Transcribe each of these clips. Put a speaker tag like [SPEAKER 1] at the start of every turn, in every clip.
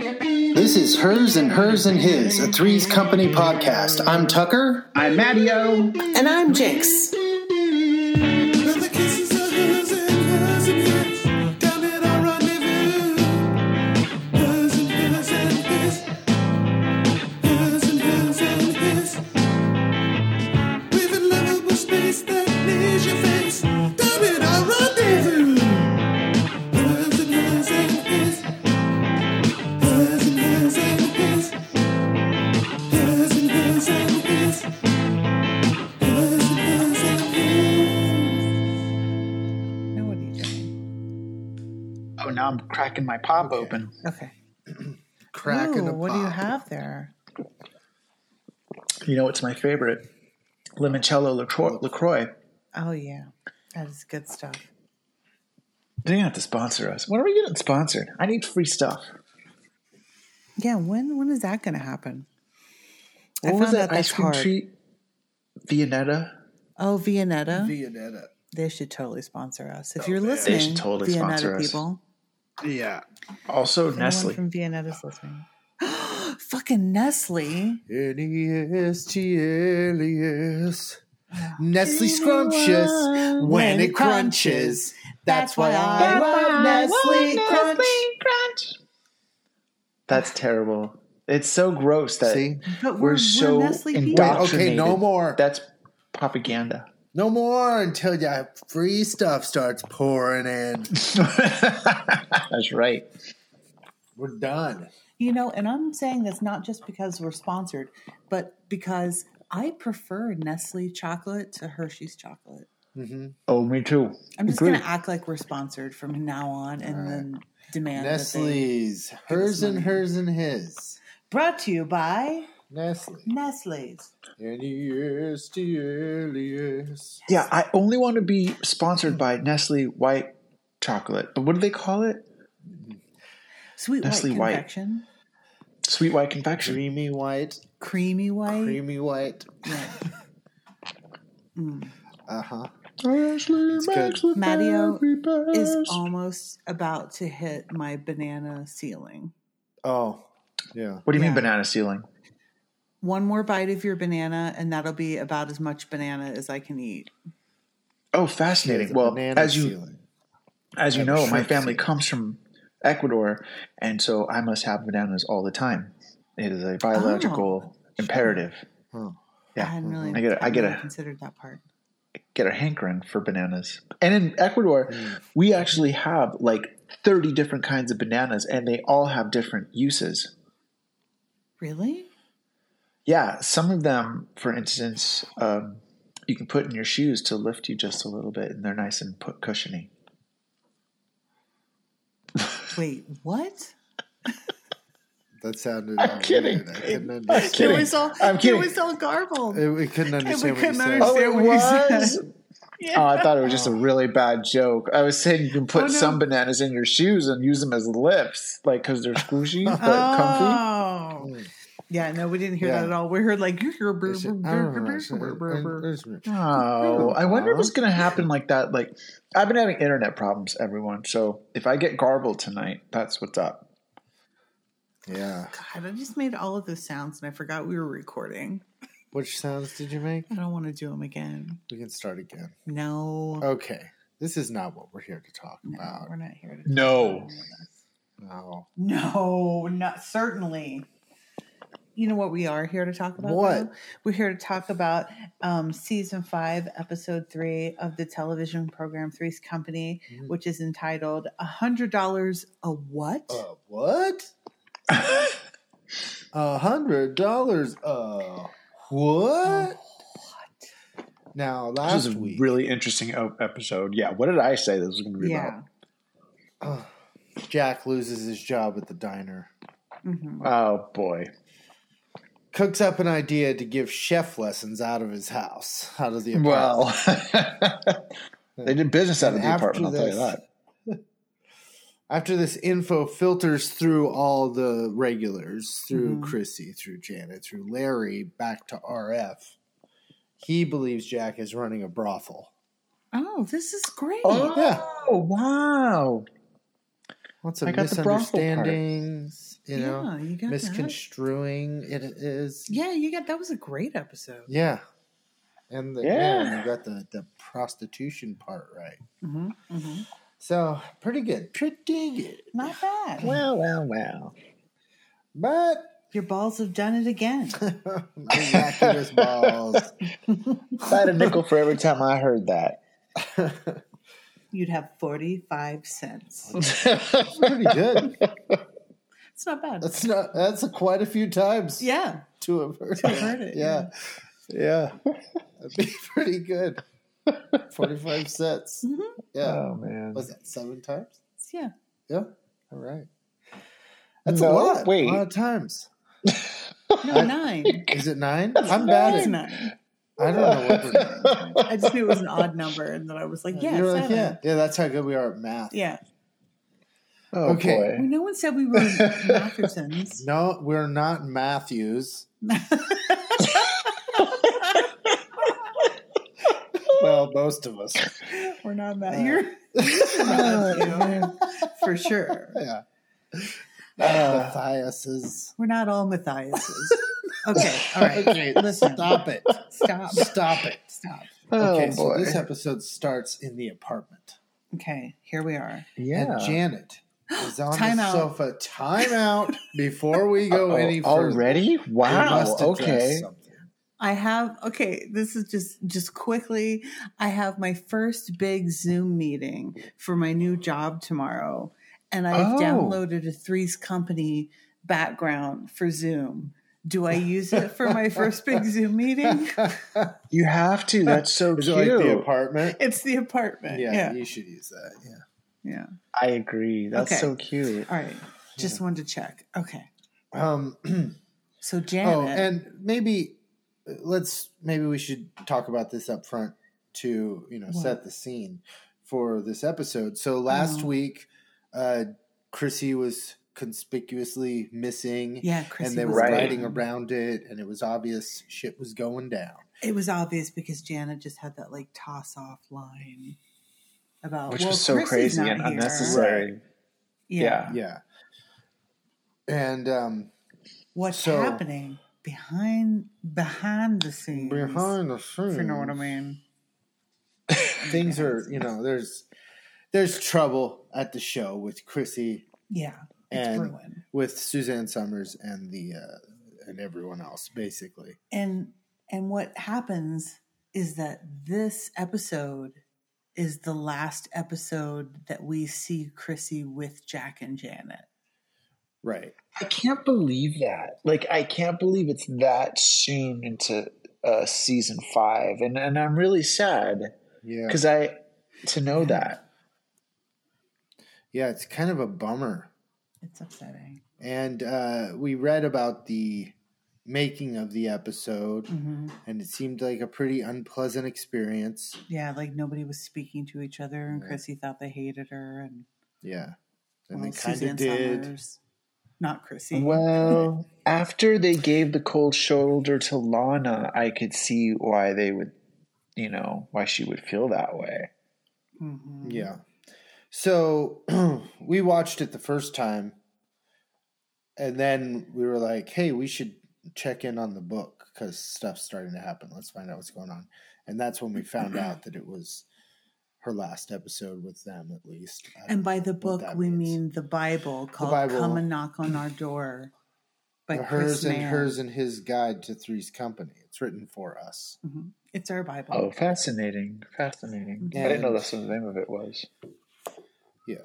[SPEAKER 1] This is Hers and Hers and His, a Threes Company podcast. I'm Tucker.
[SPEAKER 2] I'm Mattio.
[SPEAKER 3] And I'm Jinx. Now what are you doing?
[SPEAKER 2] Oh, now I'm cracking my pop open.
[SPEAKER 3] Okay.
[SPEAKER 1] Cracking
[SPEAKER 3] Ooh,
[SPEAKER 1] a
[SPEAKER 3] what do you
[SPEAKER 1] pop.
[SPEAKER 3] have there?
[SPEAKER 2] You know what's my favorite? Limoncello LaCroix. LaCroix.
[SPEAKER 3] Oh yeah, that is good stuff.
[SPEAKER 2] They don't have to sponsor us. When are we getting sponsored? I need free stuff.
[SPEAKER 3] Yeah, when when is that going to happen?
[SPEAKER 2] What was that ice cream treat? Viennetta.
[SPEAKER 3] Oh, Viennetta. Oh,
[SPEAKER 1] Viennetta.
[SPEAKER 3] they should totally sponsor us. If you're
[SPEAKER 1] man. They
[SPEAKER 3] listening,
[SPEAKER 2] should totally
[SPEAKER 3] Viennetta
[SPEAKER 2] sponsor us.
[SPEAKER 3] people,
[SPEAKER 1] Yeah.
[SPEAKER 2] Also
[SPEAKER 3] Nestle.
[SPEAKER 2] Oh, Nestle.
[SPEAKER 3] from Viennetta's listening. Fucking Nestle.
[SPEAKER 1] N-E-S-T-L-E-S. Nestle Scrumptious when it crunches. That's why I love Nestle Crunch.
[SPEAKER 2] That's terrible. It's so gross that
[SPEAKER 1] See?
[SPEAKER 3] But
[SPEAKER 2] we're, so
[SPEAKER 3] people.
[SPEAKER 1] Wait,
[SPEAKER 2] indoctrinated.
[SPEAKER 1] okay, no more.
[SPEAKER 2] That's propaganda.
[SPEAKER 1] No more until your free stuff starts pouring in.
[SPEAKER 2] That's right.
[SPEAKER 1] We're done.
[SPEAKER 3] You know, and I'm saying this not just because we're sponsored, but because I prefer Nestle chocolate to Hershey's chocolate.
[SPEAKER 2] Oh, me too.
[SPEAKER 3] I'm just
[SPEAKER 2] Agree.
[SPEAKER 3] going to act like we're sponsored from now on and then demand that they-
[SPEAKER 1] Nestle's. Hers and hers and his.
[SPEAKER 3] Brought to you by
[SPEAKER 1] Nestle.
[SPEAKER 3] Nestle's.
[SPEAKER 1] N-E-S-T-L-E-S.
[SPEAKER 2] Yeah, I only want to be sponsored by Nestle White Chocolate. But what do they call it?
[SPEAKER 3] Sweet
[SPEAKER 2] Nestle
[SPEAKER 3] white
[SPEAKER 2] White.
[SPEAKER 3] confection.
[SPEAKER 2] Sweet White Confection.
[SPEAKER 1] Creamy white.
[SPEAKER 3] Creamy white.
[SPEAKER 1] Creamy white.
[SPEAKER 3] Yeah. Mm.
[SPEAKER 1] Uh-huh.
[SPEAKER 2] Ashley
[SPEAKER 1] makes
[SPEAKER 3] Matteo is almost about to hit my banana ceiling.
[SPEAKER 1] Oh. Yeah.
[SPEAKER 2] What do you mean
[SPEAKER 3] Yeah.
[SPEAKER 2] banana ceiling?
[SPEAKER 3] One more bite of your banana, and that'll be about as much banana as I can eat.
[SPEAKER 2] Oh, fascinating.
[SPEAKER 1] The
[SPEAKER 2] Well,
[SPEAKER 1] banana
[SPEAKER 2] as you
[SPEAKER 1] ceiling.
[SPEAKER 2] as you
[SPEAKER 1] Yeah, the
[SPEAKER 2] know, my
[SPEAKER 1] shrimp
[SPEAKER 2] family
[SPEAKER 1] ceiling.
[SPEAKER 2] comes from Ecuador, and so I must have bananas all the time. It is a
[SPEAKER 1] Oh,
[SPEAKER 2] biological imperative.
[SPEAKER 3] I
[SPEAKER 2] Yeah,
[SPEAKER 3] hadn't really,
[SPEAKER 2] I get it, I
[SPEAKER 3] hadn't
[SPEAKER 2] get
[SPEAKER 3] really
[SPEAKER 2] it.
[SPEAKER 3] considered that part.
[SPEAKER 2] get a hankering for bananas. And in Ecuador,
[SPEAKER 1] Mm.
[SPEAKER 2] we actually have like thirty different kinds of bananas, and they all have different uses.
[SPEAKER 3] Really?
[SPEAKER 2] Yeah, some of them, for instance, um, you can put in your shoes to lift you just a little bit, and they're nice and put cushiony.
[SPEAKER 3] Wait, what?
[SPEAKER 1] That sounded.
[SPEAKER 2] I'm kidding.
[SPEAKER 1] weird. I couldn't understand.
[SPEAKER 2] kidding.
[SPEAKER 3] It was all,
[SPEAKER 2] I'm kidding.
[SPEAKER 3] It was all garbled.
[SPEAKER 1] Uh, We couldn't understand what you
[SPEAKER 3] couldn't
[SPEAKER 1] said.
[SPEAKER 3] understand. Oh, it was?
[SPEAKER 2] Oh, I thought it was just a really bad joke. I was saying you can put
[SPEAKER 3] Oh, no.
[SPEAKER 2] some bananas in your shoes and use them as lifts, like because they're squishy but comfy.
[SPEAKER 3] Oh.
[SPEAKER 2] Mm.
[SPEAKER 3] Yeah, no, we didn't hear
[SPEAKER 1] Yeah.
[SPEAKER 3] that at all. We heard like,
[SPEAKER 1] I said, I don't know. I said, uh, uh, uh,
[SPEAKER 2] Oh, I wonder if it's gonna happen like that. Like, I've been having internet problems, everyone. So if I get garbled tonight, that's what's up.
[SPEAKER 1] Yeah.
[SPEAKER 3] God, I just made all of those sounds and I forgot we were recording.
[SPEAKER 1] Which sounds did you make?
[SPEAKER 3] I don't want to do them again.
[SPEAKER 1] We can start again.
[SPEAKER 3] No.
[SPEAKER 2] Oh,
[SPEAKER 1] Okay. This is not what we're here to talk
[SPEAKER 3] No,
[SPEAKER 1] about.
[SPEAKER 3] we're not here to.
[SPEAKER 2] No.
[SPEAKER 1] No.
[SPEAKER 3] No, not certainly. You know what we are here to talk about?
[SPEAKER 1] What?
[SPEAKER 3] though? We're here to talk about um, season five, episode three of the television program Three's Company,
[SPEAKER 1] Mm-hmm.
[SPEAKER 3] which is entitled "A Hundred Dollars a What?"
[SPEAKER 1] Uh, what? A hundred dollars. Uh,
[SPEAKER 3] Oh.
[SPEAKER 1] what? Now
[SPEAKER 2] This is
[SPEAKER 1] last
[SPEAKER 2] a
[SPEAKER 1] week.
[SPEAKER 2] really interesting o- episode. Yeah. What did I say this was gonna be
[SPEAKER 3] yeah.
[SPEAKER 1] uh, Jack loses his job at the diner.
[SPEAKER 3] hmm
[SPEAKER 2] about? Oh boy.
[SPEAKER 1] Cooks up an idea to give chef lessons out of his house, out of the apartment.
[SPEAKER 2] Well, they did business out of
[SPEAKER 1] And
[SPEAKER 2] the
[SPEAKER 1] after
[SPEAKER 2] apartment. I'll tell you
[SPEAKER 1] this-
[SPEAKER 2] that.
[SPEAKER 1] After this info filters through all the regulars, through
[SPEAKER 2] Mm-hmm.
[SPEAKER 1] Chrissy, through Janet, through Larry, back to RF, he believes Jack is running a brothel.
[SPEAKER 3] Oh, this is great.
[SPEAKER 2] Oh
[SPEAKER 1] Yeah.
[SPEAKER 2] wow!
[SPEAKER 1] Lots of
[SPEAKER 2] I got the brothel part.
[SPEAKER 1] misunderstandings. you know,
[SPEAKER 3] yeah, you got that.
[SPEAKER 1] misconstruing it is.
[SPEAKER 3] Yeah, you got that was a great episode.
[SPEAKER 1] Yeah. And the,
[SPEAKER 2] Yeah.
[SPEAKER 1] yeah. you got the, the prostitution part right.
[SPEAKER 3] hmm hmm
[SPEAKER 1] So pretty good. Pretty good.
[SPEAKER 3] Not bad.
[SPEAKER 2] Well, well, well.
[SPEAKER 1] But
[SPEAKER 3] Your balls have done it again.
[SPEAKER 1] my vacuous balls.
[SPEAKER 2] If I had a nickel for every time I heard that.
[SPEAKER 3] You'd have forty-five cents.
[SPEAKER 1] pretty good.
[SPEAKER 3] It's not bad.
[SPEAKER 1] That's not that's quite a few times
[SPEAKER 3] yeah,
[SPEAKER 1] to have heard,
[SPEAKER 3] have heard it,
[SPEAKER 1] Yeah. Yeah. That'd be pretty good. Forty five cents.
[SPEAKER 3] Mhm.
[SPEAKER 1] Yeah.
[SPEAKER 2] Oh man.
[SPEAKER 1] Was that seven times?
[SPEAKER 3] yeah.
[SPEAKER 1] Yeah. All right. That's a
[SPEAKER 2] No,
[SPEAKER 1] lot.
[SPEAKER 2] wait.
[SPEAKER 1] A lot of times.
[SPEAKER 3] No nine.
[SPEAKER 1] Is it nine? I'm bad
[SPEAKER 3] It's
[SPEAKER 1] at
[SPEAKER 3] nine.
[SPEAKER 1] I don't know what we're doing.
[SPEAKER 3] I just knew it was an odd number, and then I was like, yeah,
[SPEAKER 1] You're
[SPEAKER 3] seven.
[SPEAKER 1] like, yeah. Yeah, that's how good we are at math.
[SPEAKER 3] yeah.
[SPEAKER 2] Oh
[SPEAKER 1] Okay.
[SPEAKER 3] Well, no one said we were Mathersons.
[SPEAKER 1] No, we're not Matthews. Well, most of us.
[SPEAKER 3] we're not
[SPEAKER 1] Uh,
[SPEAKER 3] that. You're
[SPEAKER 2] boy.
[SPEAKER 3] for sure.
[SPEAKER 1] Yeah.
[SPEAKER 2] Uh,
[SPEAKER 1] Matthiases.
[SPEAKER 3] We're not all Matthiases. Okay, all right.
[SPEAKER 1] Okay,
[SPEAKER 3] Listen,
[SPEAKER 1] stop it.
[SPEAKER 3] stop,
[SPEAKER 1] Stop it.
[SPEAKER 3] stop.
[SPEAKER 2] oh
[SPEAKER 1] okay, so
[SPEAKER 2] boy.
[SPEAKER 1] this episode starts in the apartment.
[SPEAKER 3] Okay, here we are.
[SPEAKER 1] And Janet is on
[SPEAKER 3] Time
[SPEAKER 1] the
[SPEAKER 3] out.
[SPEAKER 1] sofa. Time out before we go
[SPEAKER 2] Oh,
[SPEAKER 1] any further.
[SPEAKER 2] already?
[SPEAKER 1] We
[SPEAKER 2] Wow.
[SPEAKER 1] must address
[SPEAKER 2] Okay.
[SPEAKER 1] something.
[SPEAKER 3] I have okay, this is just just quickly. I have my first big Zoom meeting for my new job tomorrow, and I've
[SPEAKER 2] Oh.
[SPEAKER 3] downloaded a Three's Company background for Zoom. Do I use it for my first big Zoom meeting?
[SPEAKER 2] You have to. That's so
[SPEAKER 1] Is
[SPEAKER 2] cute.
[SPEAKER 1] it like the apartment?
[SPEAKER 3] It's the apartment.
[SPEAKER 1] yeah,
[SPEAKER 3] Yeah.
[SPEAKER 1] you should use that. Yeah.
[SPEAKER 3] Yeah.
[SPEAKER 2] I agree. That's
[SPEAKER 3] Okay.
[SPEAKER 2] so cute.
[SPEAKER 3] All right. Just wanted to check. Okay.
[SPEAKER 1] Um,
[SPEAKER 3] So
[SPEAKER 1] Oh,
[SPEAKER 3] Janet.
[SPEAKER 1] and maybe uh, let's maybe we should talk about this up front to you know
[SPEAKER 3] What?
[SPEAKER 1] set the scene for this episode. So last
[SPEAKER 3] Oh.
[SPEAKER 1] week, uh, Chrissy was conspicuously missing,
[SPEAKER 3] yeah, Chrissy
[SPEAKER 1] and they
[SPEAKER 3] was
[SPEAKER 1] were
[SPEAKER 2] Right.
[SPEAKER 1] riding around it, and it was obvious shit was going down.
[SPEAKER 3] It was obvious because Janet just had that like toss off line
[SPEAKER 1] Oh,
[SPEAKER 3] about
[SPEAKER 2] Which
[SPEAKER 3] well,
[SPEAKER 2] was so
[SPEAKER 3] Chrissy's
[SPEAKER 2] crazy
[SPEAKER 3] not
[SPEAKER 2] and
[SPEAKER 3] here.
[SPEAKER 2] unnecessary. Yeah.
[SPEAKER 1] Yeah, and um,
[SPEAKER 3] What's
[SPEAKER 1] So-
[SPEAKER 3] happening behind behind the scenes?
[SPEAKER 1] behind the
[SPEAKER 3] if
[SPEAKER 1] scenes,
[SPEAKER 3] you know what I mean.
[SPEAKER 1] things are you know there's there's trouble at the show with Chrissy
[SPEAKER 3] Yeah. It's
[SPEAKER 1] and.
[SPEAKER 3] ruin.
[SPEAKER 1] with Suzanne Summers and the uh, and everyone else, basically.
[SPEAKER 3] And and what happens is that this episode is the last episode that we see Chrissy with Jack and Janet.
[SPEAKER 1] Right.
[SPEAKER 2] I can't believe that. Like, I can't believe it's that soon into uh, season five, and and I'm really sad
[SPEAKER 1] Yeah.
[SPEAKER 2] because I to know that.
[SPEAKER 1] Yeah, it's kind of a bummer.
[SPEAKER 3] It's upsetting.
[SPEAKER 1] And uh, we read about the making of the episode,
[SPEAKER 3] hmm
[SPEAKER 1] and it seemed like a pretty unpleasant experience.
[SPEAKER 3] Yeah, like nobody was speaking to each other, and
[SPEAKER 1] Yeah.
[SPEAKER 3] Chrissy thought they hated her, and,
[SPEAKER 1] Yeah. And
[SPEAKER 3] well,
[SPEAKER 1] they kind
[SPEAKER 3] Suzanne
[SPEAKER 1] of did.
[SPEAKER 3] Summers, not Chrissy.
[SPEAKER 2] Well, after they gave the cold shoulder to Lana, I could see why they would, you know, why she would feel that way.
[SPEAKER 3] Mhm.
[SPEAKER 1] Yeah. So we watched it the first time, and then we were like, "Hey, we should check in on the book because stuff's starting to happen. Let's find out what's going on." And that's when we found out that it was her last episode with them, at least. Uh, I
[SPEAKER 3] And
[SPEAKER 1] don't
[SPEAKER 3] by
[SPEAKER 1] know
[SPEAKER 3] the
[SPEAKER 1] what
[SPEAKER 3] book,
[SPEAKER 1] that
[SPEAKER 3] we
[SPEAKER 1] means.
[SPEAKER 3] mean the Bible called
[SPEAKER 1] Bible.
[SPEAKER 3] Come and Knock on Our Door by
[SPEAKER 1] The
[SPEAKER 3] Chris
[SPEAKER 1] hers and
[SPEAKER 3] Mann.
[SPEAKER 1] hers and his guide to Three's Company. It's written for us.
[SPEAKER 3] Mhm. It's our Bible.
[SPEAKER 2] Oh, fascinating, fascinating. I didn't know that's what the name of it was.
[SPEAKER 1] Yeah,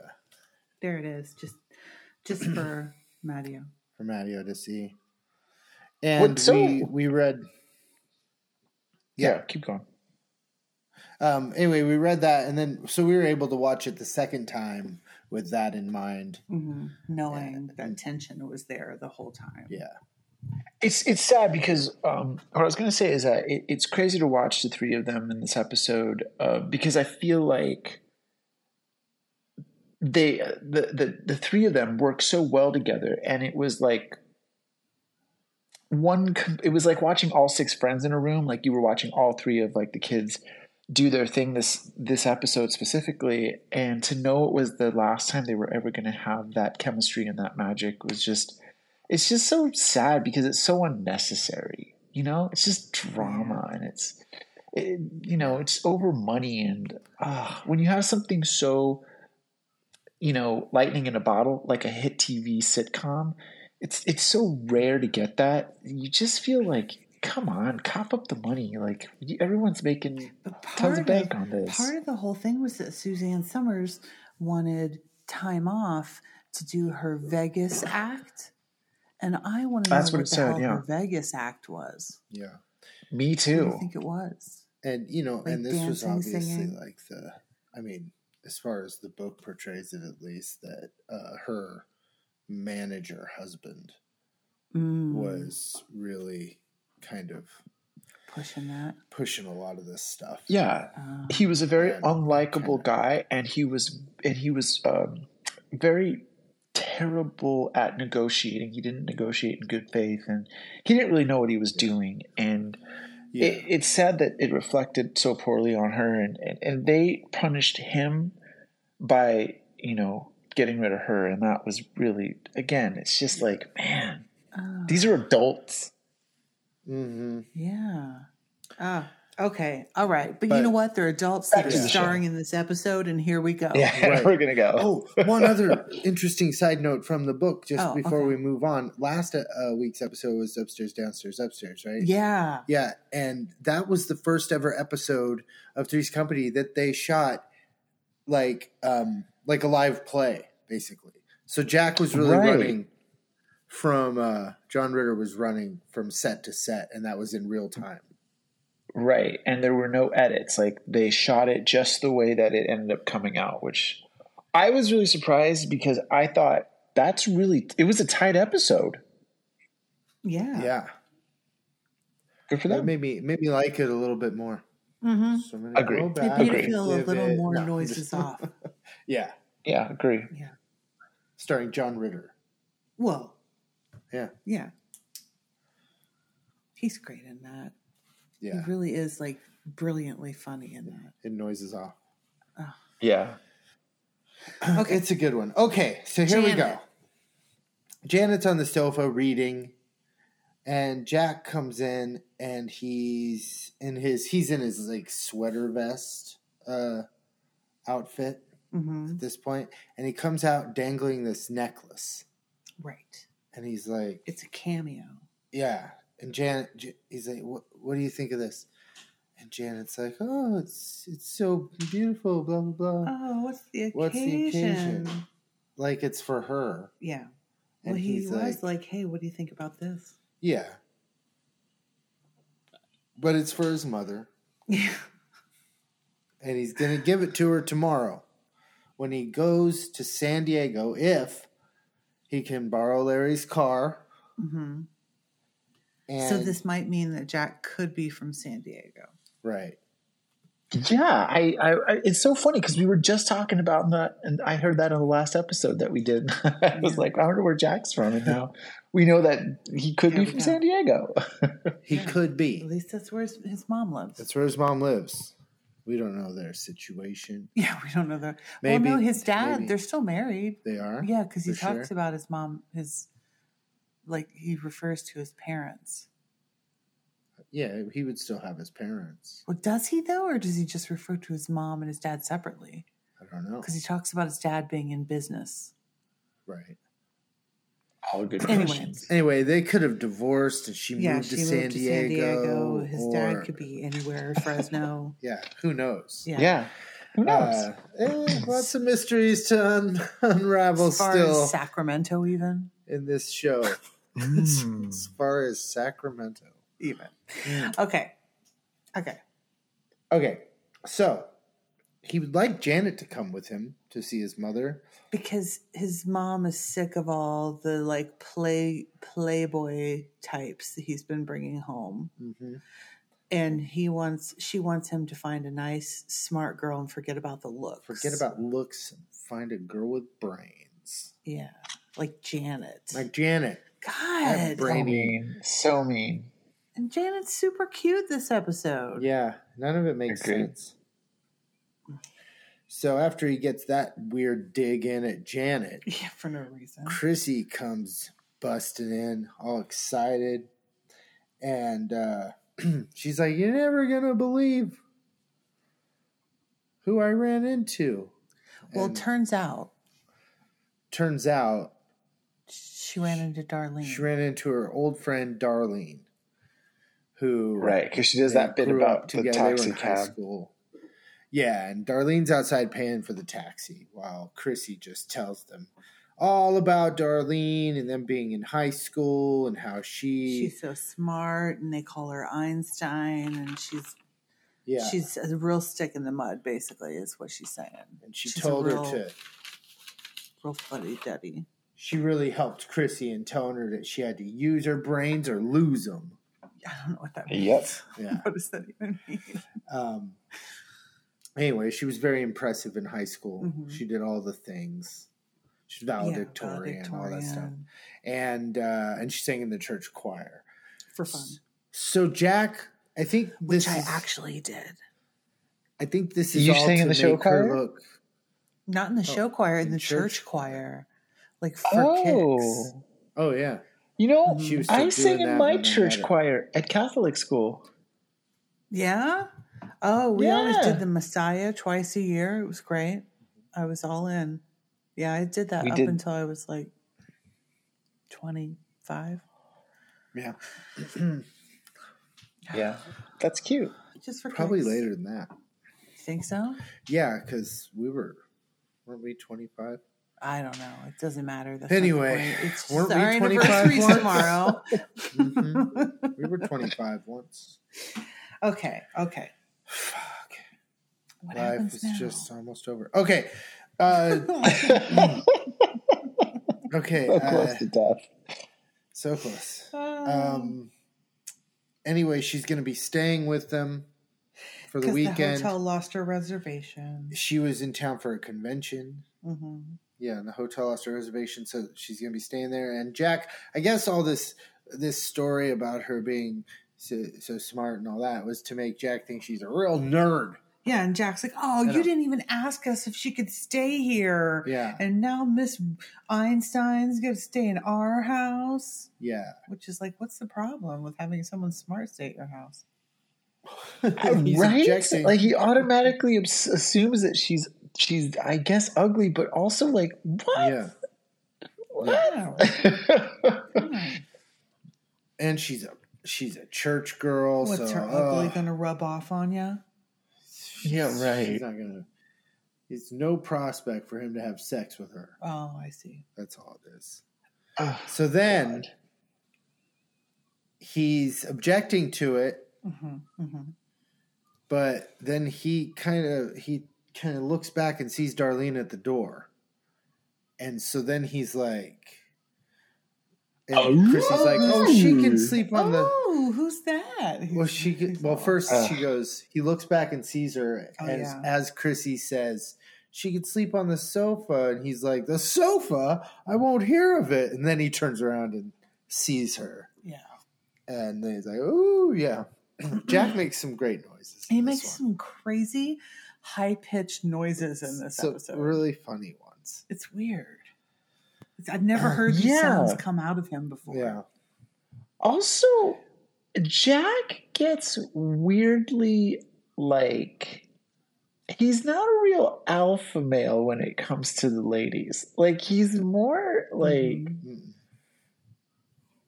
[SPEAKER 3] There it is. Just just for Matteo.
[SPEAKER 1] for Matty Odyssey. And
[SPEAKER 2] so-
[SPEAKER 1] we we read.
[SPEAKER 2] Yeah,
[SPEAKER 1] Yeah.
[SPEAKER 2] keep going.
[SPEAKER 1] Um, anyway, we read that, and then so we were able to watch it the second time with that in mind.
[SPEAKER 3] Mhm. Knowing that tension was there the whole time.
[SPEAKER 1] Yeah,
[SPEAKER 2] It's it's sad because um, what I was going to say is that it, it's crazy to watch the three of them in this episode uh, because I feel like they uh, the, the the three of them work so well together, and it was like one. com- It was like watching all six friends in a room. Like you were watching all three of like the kids do their thing this this episode specifically, and to know it was the last time they were ever going to have that chemistry and that magic was just it's just so sad because it's so unnecessary. You know, it's just drama and it's, it, you know, it's over money and uh, when you have something so, you know, lightning in a bottle like a hit TV sitcom, it's it's so rare to get that. You just feel like, come on, cop up the money. Like everyone's making
[SPEAKER 3] But
[SPEAKER 2] tons
[SPEAKER 3] part
[SPEAKER 2] of
[SPEAKER 3] of,
[SPEAKER 2] bank on this.
[SPEAKER 3] part of the whole thing was that Suzanne Summers wanted time off to do her Vegas act. And I want to know
[SPEAKER 2] That's what
[SPEAKER 3] what,
[SPEAKER 2] it
[SPEAKER 3] the
[SPEAKER 2] said,
[SPEAKER 3] hell
[SPEAKER 2] yeah.
[SPEAKER 3] her Vegas act was.
[SPEAKER 1] Yeah.
[SPEAKER 2] Me
[SPEAKER 3] What do
[SPEAKER 2] too.
[SPEAKER 3] you think it was?
[SPEAKER 1] And you know,
[SPEAKER 3] Like
[SPEAKER 1] and this was
[SPEAKER 3] dancing,
[SPEAKER 1] obviously
[SPEAKER 3] singing.
[SPEAKER 1] like the I mean, as far as the book portrays it at least, that uh, her manager husband
[SPEAKER 3] Mm,
[SPEAKER 1] was really kind of
[SPEAKER 3] pushing that.
[SPEAKER 1] pushing a lot of this stuff.
[SPEAKER 2] Yeah,
[SPEAKER 3] Um,
[SPEAKER 2] he was a very
[SPEAKER 1] And-
[SPEAKER 2] unlikable guy, and he was and he was um, very terrible at negotiating. He didn't negotiate in good faith, and he didn't really know what he was doing. And
[SPEAKER 1] Yeah.
[SPEAKER 2] it, it's sad that it reflected so poorly on her, and, and and they punished him by you know getting rid of her, and that was really again, it's just like man,
[SPEAKER 3] oh,
[SPEAKER 2] these are adults.
[SPEAKER 1] mm-hmm.
[SPEAKER 3] yeah. Oh, okay. All right. But,
[SPEAKER 1] But-
[SPEAKER 3] you know what? They're adults that
[SPEAKER 2] Back
[SPEAKER 3] are
[SPEAKER 1] to the show.
[SPEAKER 3] starring in this episode, and here we go.
[SPEAKER 2] Yeah,
[SPEAKER 1] Oh, Right.
[SPEAKER 2] we're gonna go.
[SPEAKER 1] Oh, one other interesting side note from the book, just
[SPEAKER 3] Oh,
[SPEAKER 1] before
[SPEAKER 3] okay.
[SPEAKER 1] we move on. Last uh, week's episode was upstairs, downstairs, upstairs, right?
[SPEAKER 3] Yeah.
[SPEAKER 1] Yeah, and that was the first ever episode of Three's Company that they shot like um like a live play, basically. So Jack was really
[SPEAKER 2] Right.
[SPEAKER 1] running from uh John Ritter was running from set to set, and that was in real time.
[SPEAKER 2] Right. And there were no edits. Like they shot it just the way that it ended up coming out, which I was really surprised because I thought that's really it was a tight episode.
[SPEAKER 3] Yeah.
[SPEAKER 1] Yeah.
[SPEAKER 2] Good for
[SPEAKER 1] That
[SPEAKER 2] them.
[SPEAKER 1] made me made me like it a little bit more.
[SPEAKER 3] Mm-hmm.
[SPEAKER 1] So I'm gonna
[SPEAKER 2] Agree.
[SPEAKER 1] go
[SPEAKER 3] It
[SPEAKER 1] back
[SPEAKER 3] did
[SPEAKER 2] agree.
[SPEAKER 3] feel a
[SPEAKER 1] give
[SPEAKER 3] little
[SPEAKER 1] it-
[SPEAKER 3] more
[SPEAKER 1] no, I'm
[SPEAKER 3] noises
[SPEAKER 1] just-
[SPEAKER 3] off.
[SPEAKER 1] Yeah.
[SPEAKER 2] Yeah, agree.
[SPEAKER 1] Starring John Ritter.
[SPEAKER 3] Well,
[SPEAKER 1] Yeah.
[SPEAKER 3] yeah. He's great in that.
[SPEAKER 1] Yeah.
[SPEAKER 3] He really is like brilliantly funny in that.
[SPEAKER 1] It noises off.
[SPEAKER 2] Yeah.
[SPEAKER 3] Okay.
[SPEAKER 1] It's a good one. Okay, so here we go.
[SPEAKER 3] Janet.
[SPEAKER 1] Janet's on the sofa reading, and Jack comes in, and he's in his he's in his like sweater vest uh, outfit
[SPEAKER 3] hmm
[SPEAKER 1] at this point, and he comes out dangling this necklace,
[SPEAKER 3] Right.
[SPEAKER 1] and he's like,
[SPEAKER 3] It's a cameo.
[SPEAKER 1] yeah. And Janet, J- he's like, what, what do you think of this? And Janet's like, oh, it's it's so beautiful, blah blah blah,
[SPEAKER 3] Oh, what's the occasion?
[SPEAKER 1] What's the occasion? like it's for her.
[SPEAKER 3] Yeah.
[SPEAKER 1] And
[SPEAKER 3] Well, he
[SPEAKER 1] he's
[SPEAKER 3] was like,
[SPEAKER 1] like-
[SPEAKER 3] hey, what do you think about this?
[SPEAKER 1] Yeah. But it's for his mother,
[SPEAKER 3] Yeah.
[SPEAKER 1] and he's going to give it to her tomorrow when he goes to San Diego if he can borrow Larry's car.
[SPEAKER 3] hmm
[SPEAKER 1] And,
[SPEAKER 3] So this might mean that Jack could be from San Diego.
[SPEAKER 1] Right.
[SPEAKER 2] Yeah, I, I, I it's so funny because we were just talking about that, and I heard that in the last episode that we did. I was
[SPEAKER 3] Yeah.
[SPEAKER 2] like, I wonder where Jack's from, and now we know that he could be
[SPEAKER 3] There we
[SPEAKER 2] from
[SPEAKER 3] go.
[SPEAKER 2] San Diego.
[SPEAKER 1] He
[SPEAKER 3] Yeah.
[SPEAKER 1] could
[SPEAKER 3] At
[SPEAKER 1] be.
[SPEAKER 3] least that's where his, his mom lives.
[SPEAKER 1] That's where his mom lives. We don't know their situation.
[SPEAKER 3] yeah, we don't know that. Well,
[SPEAKER 1] Maybe.
[SPEAKER 3] no, his dad.
[SPEAKER 1] maybe.
[SPEAKER 3] They're still married.
[SPEAKER 1] They are?
[SPEAKER 3] Yeah, because he
[SPEAKER 1] For
[SPEAKER 3] talks
[SPEAKER 1] sure.
[SPEAKER 3] about his mom, his like he refers to his parents.
[SPEAKER 1] Yeah, he would still have his parents.
[SPEAKER 3] Well, does he though, or does he just refer to his mom and his dad separately?
[SPEAKER 1] I don't know.
[SPEAKER 3] Because he talks about his dad being in business.
[SPEAKER 1] Right.
[SPEAKER 2] All good
[SPEAKER 3] Anyway.
[SPEAKER 2] questions.
[SPEAKER 1] Anyway, they could have divorced and she
[SPEAKER 3] yeah,
[SPEAKER 1] moved,
[SPEAKER 3] she
[SPEAKER 1] to, San
[SPEAKER 3] moved to San Diego. His
[SPEAKER 1] or-
[SPEAKER 3] dad could be anywhere, Fresno.
[SPEAKER 1] Yeah, who knows?
[SPEAKER 3] Yeah.
[SPEAKER 2] Yeah. Who knows?
[SPEAKER 1] Uh, eh, lots of mysteries to un- unravel
[SPEAKER 3] As far
[SPEAKER 1] still
[SPEAKER 3] as Sacramento, even.
[SPEAKER 1] in this show.
[SPEAKER 2] Mm.
[SPEAKER 1] As far as Sacramento.
[SPEAKER 3] Even. Okay. Okay.
[SPEAKER 1] Okay, so he would like Janet to come with him to see his mother.
[SPEAKER 3] because his mom is sick of all the like play playboy types that he's been bringing home
[SPEAKER 1] Mm-hmm.
[SPEAKER 3] and he wants she wants him to find a nice smart girl and forget about the looks
[SPEAKER 1] Forget about looks and find a girl with brains.
[SPEAKER 3] yeah like janet
[SPEAKER 1] Like Janet.
[SPEAKER 3] god
[SPEAKER 1] brain-
[SPEAKER 2] So mean. So mean.
[SPEAKER 3] and janet's super cute this episode
[SPEAKER 1] Yeah, none of it makes
[SPEAKER 2] Agreed.
[SPEAKER 1] sense. So after he gets that weird dig in at Janet,
[SPEAKER 3] yeah for no reason
[SPEAKER 1] Chrissy comes busted in, all excited, and uh, she's like, "You're never gonna believe who I ran into."
[SPEAKER 3] Well,
[SPEAKER 1] And
[SPEAKER 3] turns out
[SPEAKER 1] turns out
[SPEAKER 3] she ran into Darlene.
[SPEAKER 1] she ran into her old friend Darlene, who
[SPEAKER 2] Right, because she does
[SPEAKER 1] they
[SPEAKER 2] that bit
[SPEAKER 1] grew
[SPEAKER 2] about
[SPEAKER 1] up
[SPEAKER 2] the
[SPEAKER 1] together. They were in
[SPEAKER 2] taxi
[SPEAKER 1] high
[SPEAKER 2] cab.
[SPEAKER 1] School. Yeah, and Darlene's outside paying for the taxi while Chrissy just tells them all about Darlene and them being in high school and how she
[SPEAKER 3] she's so smart, and they call her Einstein, and she's
[SPEAKER 1] yeah
[SPEAKER 3] she's a real stick in the mud. Basically, is what she's saying.
[SPEAKER 1] and she
[SPEAKER 3] she's a
[SPEAKER 1] told
[SPEAKER 3] real-
[SPEAKER 1] her to
[SPEAKER 3] Real fuddy duddy.
[SPEAKER 1] she really helped Chrissy in telling her that she had to use her brains or lose them.
[SPEAKER 3] I don't know what that means.
[SPEAKER 2] Yep.
[SPEAKER 1] Yeah.
[SPEAKER 3] what does that even mean?
[SPEAKER 1] Um, anyway, she was very impressive in high school.
[SPEAKER 3] Mhm.
[SPEAKER 1] She did all the things. She's
[SPEAKER 3] Yeah,
[SPEAKER 1] valedictorian, all that stuff.
[SPEAKER 3] valedictorian.
[SPEAKER 1] and uh, and she sang in the church choir.
[SPEAKER 3] for fun,
[SPEAKER 1] So Jack, I think
[SPEAKER 3] which
[SPEAKER 1] this
[SPEAKER 3] I
[SPEAKER 1] is,
[SPEAKER 3] actually did.
[SPEAKER 1] I think this is
[SPEAKER 2] You
[SPEAKER 1] all
[SPEAKER 2] sang
[SPEAKER 1] to
[SPEAKER 2] in the show
[SPEAKER 1] make
[SPEAKER 2] choir?
[SPEAKER 1] her look.
[SPEAKER 3] Not in the show choir, in the church,
[SPEAKER 1] Oh, church
[SPEAKER 3] choir, like for
[SPEAKER 2] Oh,
[SPEAKER 3] kicks.
[SPEAKER 1] Oh yeah,
[SPEAKER 2] you know,
[SPEAKER 1] She was
[SPEAKER 2] I
[SPEAKER 1] doing
[SPEAKER 2] sang
[SPEAKER 1] that
[SPEAKER 2] in
[SPEAKER 1] when I
[SPEAKER 2] my
[SPEAKER 1] met
[SPEAKER 2] church
[SPEAKER 1] her.
[SPEAKER 2] choir at Catholic school.
[SPEAKER 3] Yeah. Oh, we always
[SPEAKER 2] Yeah.
[SPEAKER 3] did the Messiah twice a year. It was great. I was all in. Yeah, I did that
[SPEAKER 2] We
[SPEAKER 3] up
[SPEAKER 2] did-
[SPEAKER 3] until I was like twenty five.
[SPEAKER 1] yeah,
[SPEAKER 2] Yeah, that's cute.
[SPEAKER 3] Just for
[SPEAKER 1] probably
[SPEAKER 3] kicks.
[SPEAKER 1] later than that.
[SPEAKER 3] You think so?
[SPEAKER 1] Yeah, because we were weren't we twenty five?
[SPEAKER 3] I don't know. It doesn't matter. That's not the
[SPEAKER 1] Anyway,
[SPEAKER 3] point. it's just
[SPEAKER 1] weren't
[SPEAKER 3] our
[SPEAKER 1] we twenty five
[SPEAKER 3] anniversary
[SPEAKER 1] once?
[SPEAKER 3] tomorrow.
[SPEAKER 2] Mm-hmm.
[SPEAKER 1] Mhm. We were twenty five once.
[SPEAKER 3] Okay. Okay.
[SPEAKER 1] Fuck,
[SPEAKER 3] What
[SPEAKER 1] life
[SPEAKER 3] happens
[SPEAKER 1] is
[SPEAKER 3] now?
[SPEAKER 1] just almost over. Okay, uh, okay,
[SPEAKER 2] So
[SPEAKER 1] uh,
[SPEAKER 2] close to death.
[SPEAKER 1] so close.
[SPEAKER 3] Um,
[SPEAKER 1] Um. Anyway, she's going to be staying with them for the
[SPEAKER 3] 'cause
[SPEAKER 1] weekend.
[SPEAKER 3] hotel lost her reservation.
[SPEAKER 1] she was in town for a convention.
[SPEAKER 3] hmm
[SPEAKER 1] Yeah, and the hotel lost her reservation, so she's gonna be staying there. And Jack, I guess all this this story about her being so, so smart and all that was to make Jack think she's a real nerd.
[SPEAKER 3] Yeah, and Jack's like, "Oh,
[SPEAKER 1] know.
[SPEAKER 3] you didn't even ask us if she could stay here."
[SPEAKER 1] Yeah,
[SPEAKER 3] And now Miss Einstein's going to stay in our house,
[SPEAKER 1] yeah.
[SPEAKER 3] which is like, what's the problem with having someone smart stay at your house?
[SPEAKER 1] He's
[SPEAKER 2] right?
[SPEAKER 1] objecting.
[SPEAKER 2] Like he automatically abs- assumes that she's she's I guess ugly, but also like what?
[SPEAKER 1] yeah,
[SPEAKER 3] Wow.
[SPEAKER 2] What?
[SPEAKER 1] and she's a she's a church girl.
[SPEAKER 3] What's
[SPEAKER 1] so,
[SPEAKER 3] her ugly
[SPEAKER 1] ugh,
[SPEAKER 3] going to rub off on you?
[SPEAKER 2] yeah,
[SPEAKER 1] She's
[SPEAKER 2] right.
[SPEAKER 1] not gonna. It's no prospect for him to have sex with her.
[SPEAKER 3] Oh, I see.
[SPEAKER 1] That's all it is.
[SPEAKER 2] Ugh,
[SPEAKER 1] So then.
[SPEAKER 2] God.
[SPEAKER 1] he's objecting to it,
[SPEAKER 3] hmm
[SPEAKER 1] mm-hmm.
[SPEAKER 3] hmm
[SPEAKER 1] but then he kind of he kind of looks back and sees Darlene at the door, and so then he's like, and
[SPEAKER 2] Oh.
[SPEAKER 1] Chris is like, oh, she can sleep on the.
[SPEAKER 3] Oh, who's that?
[SPEAKER 1] Well, she g- well first
[SPEAKER 2] Ugh.
[SPEAKER 1] she goes. He looks back and sees her
[SPEAKER 3] Oh,
[SPEAKER 1] as
[SPEAKER 3] yeah.
[SPEAKER 1] as Chrissy says she could sleep on the sofa, and he's like, the sofa, I won't hear of it. And then he turns around and sees her.
[SPEAKER 3] Yeah.
[SPEAKER 1] And then he's like, "Ooh, yeah." Jack makes some great noises.
[SPEAKER 3] He
[SPEAKER 1] in
[SPEAKER 3] makes
[SPEAKER 1] this one.
[SPEAKER 3] some crazy high pitched noises in this
[SPEAKER 1] Some
[SPEAKER 3] episode.
[SPEAKER 1] really funny ones.
[SPEAKER 3] It's weird. It's, I've never heard these
[SPEAKER 2] yeah.
[SPEAKER 3] sounds come out of him before.
[SPEAKER 1] uh, Yeah,
[SPEAKER 2] Also, Jack gets weirdly like he's not a real alpha male when it comes to the ladies. Like he's more like
[SPEAKER 3] Mhm.
[SPEAKER 1] Mm.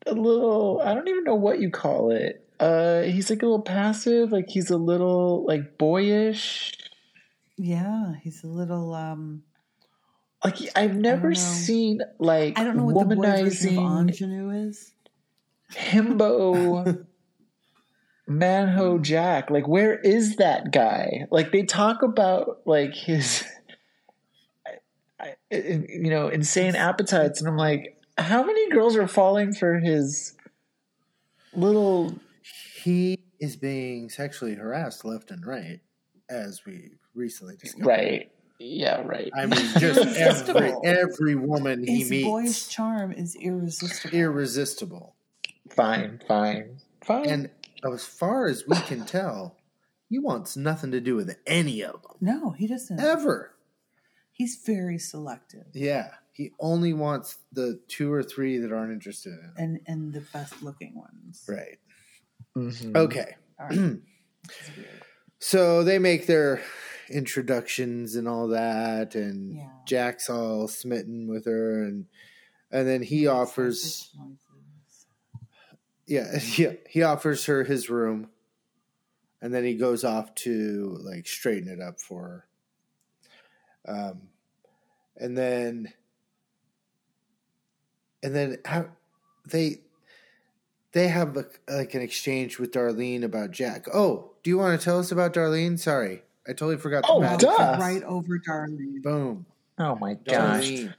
[SPEAKER 2] a little I don't even know what you call it. Uh he's like a little passive, like he's a little like boyish.
[SPEAKER 3] yeah, he's a little. um
[SPEAKER 2] Like he- I've never
[SPEAKER 3] know.
[SPEAKER 2] seen like
[SPEAKER 3] I don't know what the boy version of
[SPEAKER 2] womanizing
[SPEAKER 3] ingenue is.
[SPEAKER 2] himbo
[SPEAKER 3] Hmm.
[SPEAKER 2] manho Jack. Like where is that guy? Like they talk about like his I, I, you know insane appetites, and I'm like, how many girls are falling for his little
[SPEAKER 1] he is being sexually harassed left and right, as we recently discovered.
[SPEAKER 2] right? Yeah, right.
[SPEAKER 1] I mean, just every
[SPEAKER 3] Irresistible.
[SPEAKER 1] every woman he
[SPEAKER 3] His boyish
[SPEAKER 1] meets,
[SPEAKER 3] charm is irresistible.
[SPEAKER 1] irresistible.
[SPEAKER 2] Fine, fine, fine.
[SPEAKER 1] And as far as we can tell, he wants nothing to do with any of them
[SPEAKER 3] no, he doesn't.
[SPEAKER 1] ever.
[SPEAKER 3] He's very selective.
[SPEAKER 1] Yeah, He only wants the two or three that aren't interested in him.
[SPEAKER 3] and and the best looking ones.
[SPEAKER 1] Right.
[SPEAKER 2] Mhm.
[SPEAKER 1] Okay.
[SPEAKER 3] All right. It's weird.
[SPEAKER 1] So they make their introductions and all that, and
[SPEAKER 3] Yeah.
[SPEAKER 1] Jack's all smitten with her, and and then he offers,
[SPEAKER 3] Sausage noises.
[SPEAKER 1] yeah, yeah, he offers her his room, and then he goes off to like straighten it up for her, um, and then and then how they they have a, like an exchange with Darlene about Jack. Oh, do you want to tell us about Darlene? Sorry, I totally forgot. to
[SPEAKER 2] Oh,
[SPEAKER 1] bounce.
[SPEAKER 2] duh.
[SPEAKER 3] Right over Darlene.
[SPEAKER 1] Boom.
[SPEAKER 2] Oh my gosh.
[SPEAKER 1] Darlene.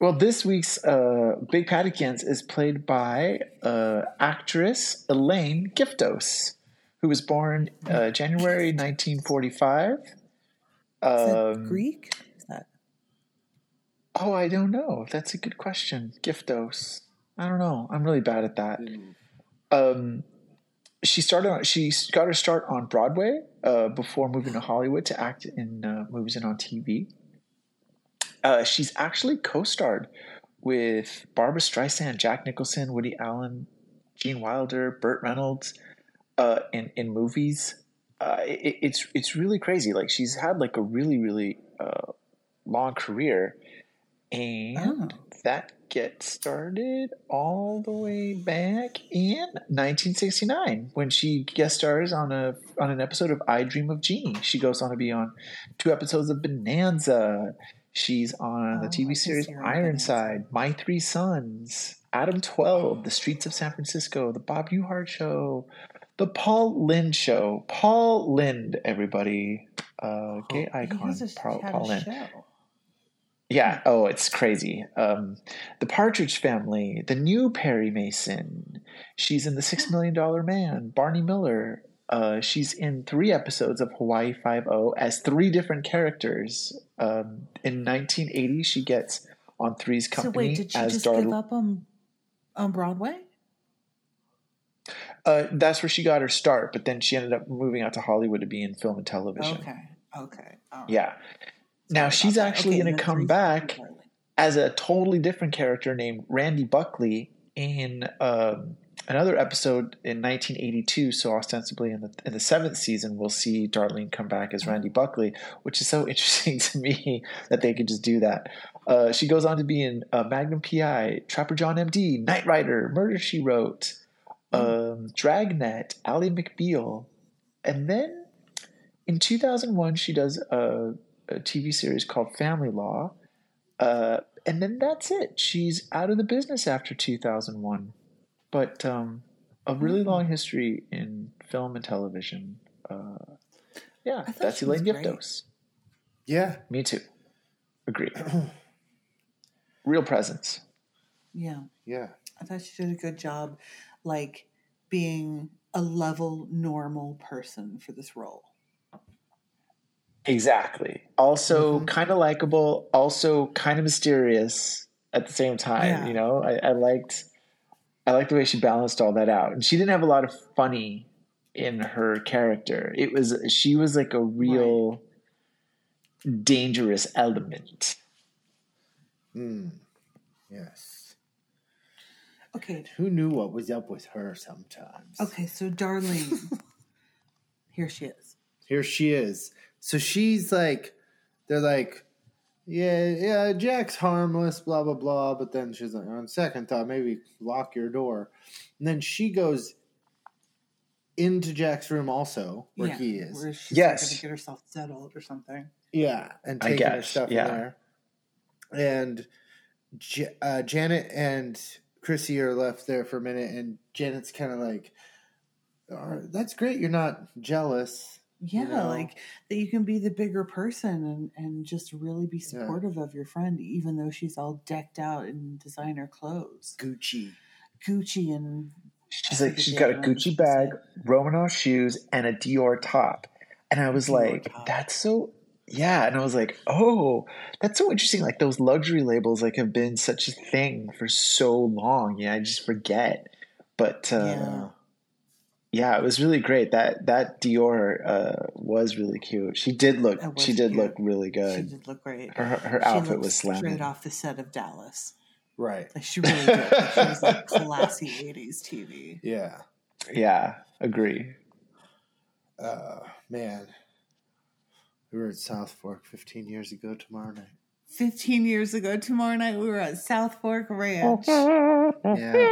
[SPEAKER 2] Well, this week's uh, Big Paddykins is played by uh, actress Elaine Giftos, who was born uh, January 1945.
[SPEAKER 3] Is that
[SPEAKER 2] Um,
[SPEAKER 3] Greek? Is that
[SPEAKER 2] oh, I don't know. That's a good question. Giftos. I don't know. I'm really bad at that. Um, she started. On, she got her start on Broadway uh, before moving to Hollywood to act in uh, movies and on TV. Uh, she's actually co-starred with Barbara Streisand, Jack Nicholson, Woody Allen, Gene Wilder, Burt Reynolds, uh, in in movies. Uh, it, it's it's really crazy. Like she's had like a really really uh, long career, and
[SPEAKER 3] Oh.
[SPEAKER 2] that gets started all the way back in 1969 when she guest stars on a on an episode of I Dream of Jeannie. She goes on to be on two episodes of Bonanza. She's on the
[SPEAKER 3] Oh, I
[SPEAKER 2] TV
[SPEAKER 3] can
[SPEAKER 2] series
[SPEAKER 3] see her in
[SPEAKER 2] Ironside, My Three Sons, Adam 12, The Streets of San Francisco, The Bob Newhart Show, The Paul Lynde Show. Paul Lynde, everybody. Uh, gay
[SPEAKER 3] Oh, he
[SPEAKER 2] icon,
[SPEAKER 3] has a,
[SPEAKER 2] Paul,
[SPEAKER 3] had
[SPEAKER 2] Paul
[SPEAKER 3] a
[SPEAKER 2] Lynde.
[SPEAKER 3] show.
[SPEAKER 2] Yeah. Oh, it's crazy. Um, the Partridge Family, the new Perry Mason. She's in the
[SPEAKER 3] Hmm.
[SPEAKER 2] Six Million Dollar Man. Barney Miller. Uh, she's in three episodes of Hawaii Five O as three different characters. Um, in 1980, she gets on Three's
[SPEAKER 3] So
[SPEAKER 2] Company
[SPEAKER 3] wait, did she
[SPEAKER 2] as
[SPEAKER 3] just
[SPEAKER 2] Darla-
[SPEAKER 3] give up on on Broadway?
[SPEAKER 2] Uh, that's where she got her start, but then she ended up moving out to Hollywood to be in film and television.
[SPEAKER 3] Okay. Okay. All right.
[SPEAKER 2] Yeah. Now
[SPEAKER 3] Sorry
[SPEAKER 2] she's
[SPEAKER 3] about that.
[SPEAKER 2] actually
[SPEAKER 3] Okay,
[SPEAKER 2] going
[SPEAKER 3] and
[SPEAKER 2] to
[SPEAKER 3] the
[SPEAKER 2] come
[SPEAKER 3] three's
[SPEAKER 2] back
[SPEAKER 3] completely.
[SPEAKER 2] as a totally different character named Randy Buckley in um, another episode in 1982. So ostensibly in the in the seventh season, we'll see Darlene come back as Randy Buckley, which is so interesting to me that they could just do that. Uh, she goes on to be in uh, Magnum PI, Trapper John MD, Knight Rider, Murder She Wrote, um, Dragnet, Ally McBeal, and then in 2001 she does a, a TV series called Family Law. Uh, and then that's it. She's out of the business after 2001. But um, a really long history in film and television. Uh, yeah,
[SPEAKER 3] I thought
[SPEAKER 2] that's
[SPEAKER 3] she was
[SPEAKER 2] Elaine
[SPEAKER 3] great.
[SPEAKER 2] Giftos.
[SPEAKER 1] Yeah.
[SPEAKER 2] Me too. Agree. Real presence.
[SPEAKER 3] Yeah.
[SPEAKER 1] Yeah.
[SPEAKER 3] I thought she did a good job, like being a level normal person for this role.
[SPEAKER 2] Exactly. Also kind of likable, also kind of mysterious at the same time.
[SPEAKER 3] Yeah.
[SPEAKER 2] You know, I, I liked I liked the way she balanced all that out. And she didn't have a lot of funny in her character. It was she was like a real dangerous element.
[SPEAKER 1] Mm. Yes.
[SPEAKER 3] Okay.
[SPEAKER 1] Who knew what was up with her sometimes?
[SPEAKER 3] Okay. So Darlene, here she is.
[SPEAKER 1] Here she is. So she's like, they're like, yeah, yeah, Jack's harmless, blah, blah, blah. But then she's like, on second thought, maybe lock your door. And then she goes into Jack's room also, where
[SPEAKER 3] yeah,
[SPEAKER 1] he is.
[SPEAKER 3] Where she's
[SPEAKER 2] Yes.
[SPEAKER 3] going to get herself settled or something.
[SPEAKER 1] Yeah, and
[SPEAKER 2] I
[SPEAKER 1] taking her
[SPEAKER 2] guess,
[SPEAKER 1] stuff
[SPEAKER 2] yeah.
[SPEAKER 1] in there. And J- uh, Janet and Chrissy are left there for a minute, and Janet's kind of like, "All right, "That's great. You're not jealous."
[SPEAKER 3] Yeah,
[SPEAKER 1] know?
[SPEAKER 3] like that you can be the bigger person and, and just really be supportive of your friend, even though she's all decked out in designer clothes.
[SPEAKER 1] Gucci.
[SPEAKER 3] Gucci and
[SPEAKER 2] She's
[SPEAKER 3] I
[SPEAKER 2] like
[SPEAKER 3] forget
[SPEAKER 2] she's
[SPEAKER 3] the
[SPEAKER 2] got a
[SPEAKER 3] other one
[SPEAKER 2] Gucci
[SPEAKER 3] she
[SPEAKER 2] bag,
[SPEAKER 3] said.
[SPEAKER 2] Romanoff shoes, and a Dior top. And I was
[SPEAKER 3] Dior
[SPEAKER 2] like,
[SPEAKER 3] top.
[SPEAKER 2] that's so yeah. And I was like, oh, that's so interesting. Like those luxury labels like have been such a thing for so long. Yeah, I just forget. But uh,
[SPEAKER 3] Yeah.
[SPEAKER 2] yeah, it was really great. That that Dior uh, was really cute. She did look.
[SPEAKER 3] That was
[SPEAKER 2] She did
[SPEAKER 3] cute.
[SPEAKER 2] look really
[SPEAKER 3] She
[SPEAKER 2] good.
[SPEAKER 3] did look great.
[SPEAKER 2] Her her, her
[SPEAKER 3] She
[SPEAKER 2] outfit
[SPEAKER 3] looked
[SPEAKER 2] was
[SPEAKER 3] straight
[SPEAKER 2] slamming.
[SPEAKER 3] off the set of Dallas.
[SPEAKER 1] Right.
[SPEAKER 3] Like she really did. Like, she was like classy '80s TV.
[SPEAKER 1] Yeah.
[SPEAKER 2] Yeah, agree.
[SPEAKER 1] Uh, man. We were at South Fork 15 years ago tomorrow night.
[SPEAKER 3] 15 years ago, tomorrow night we were at South Fork Ranch. Oh.
[SPEAKER 1] Yeah.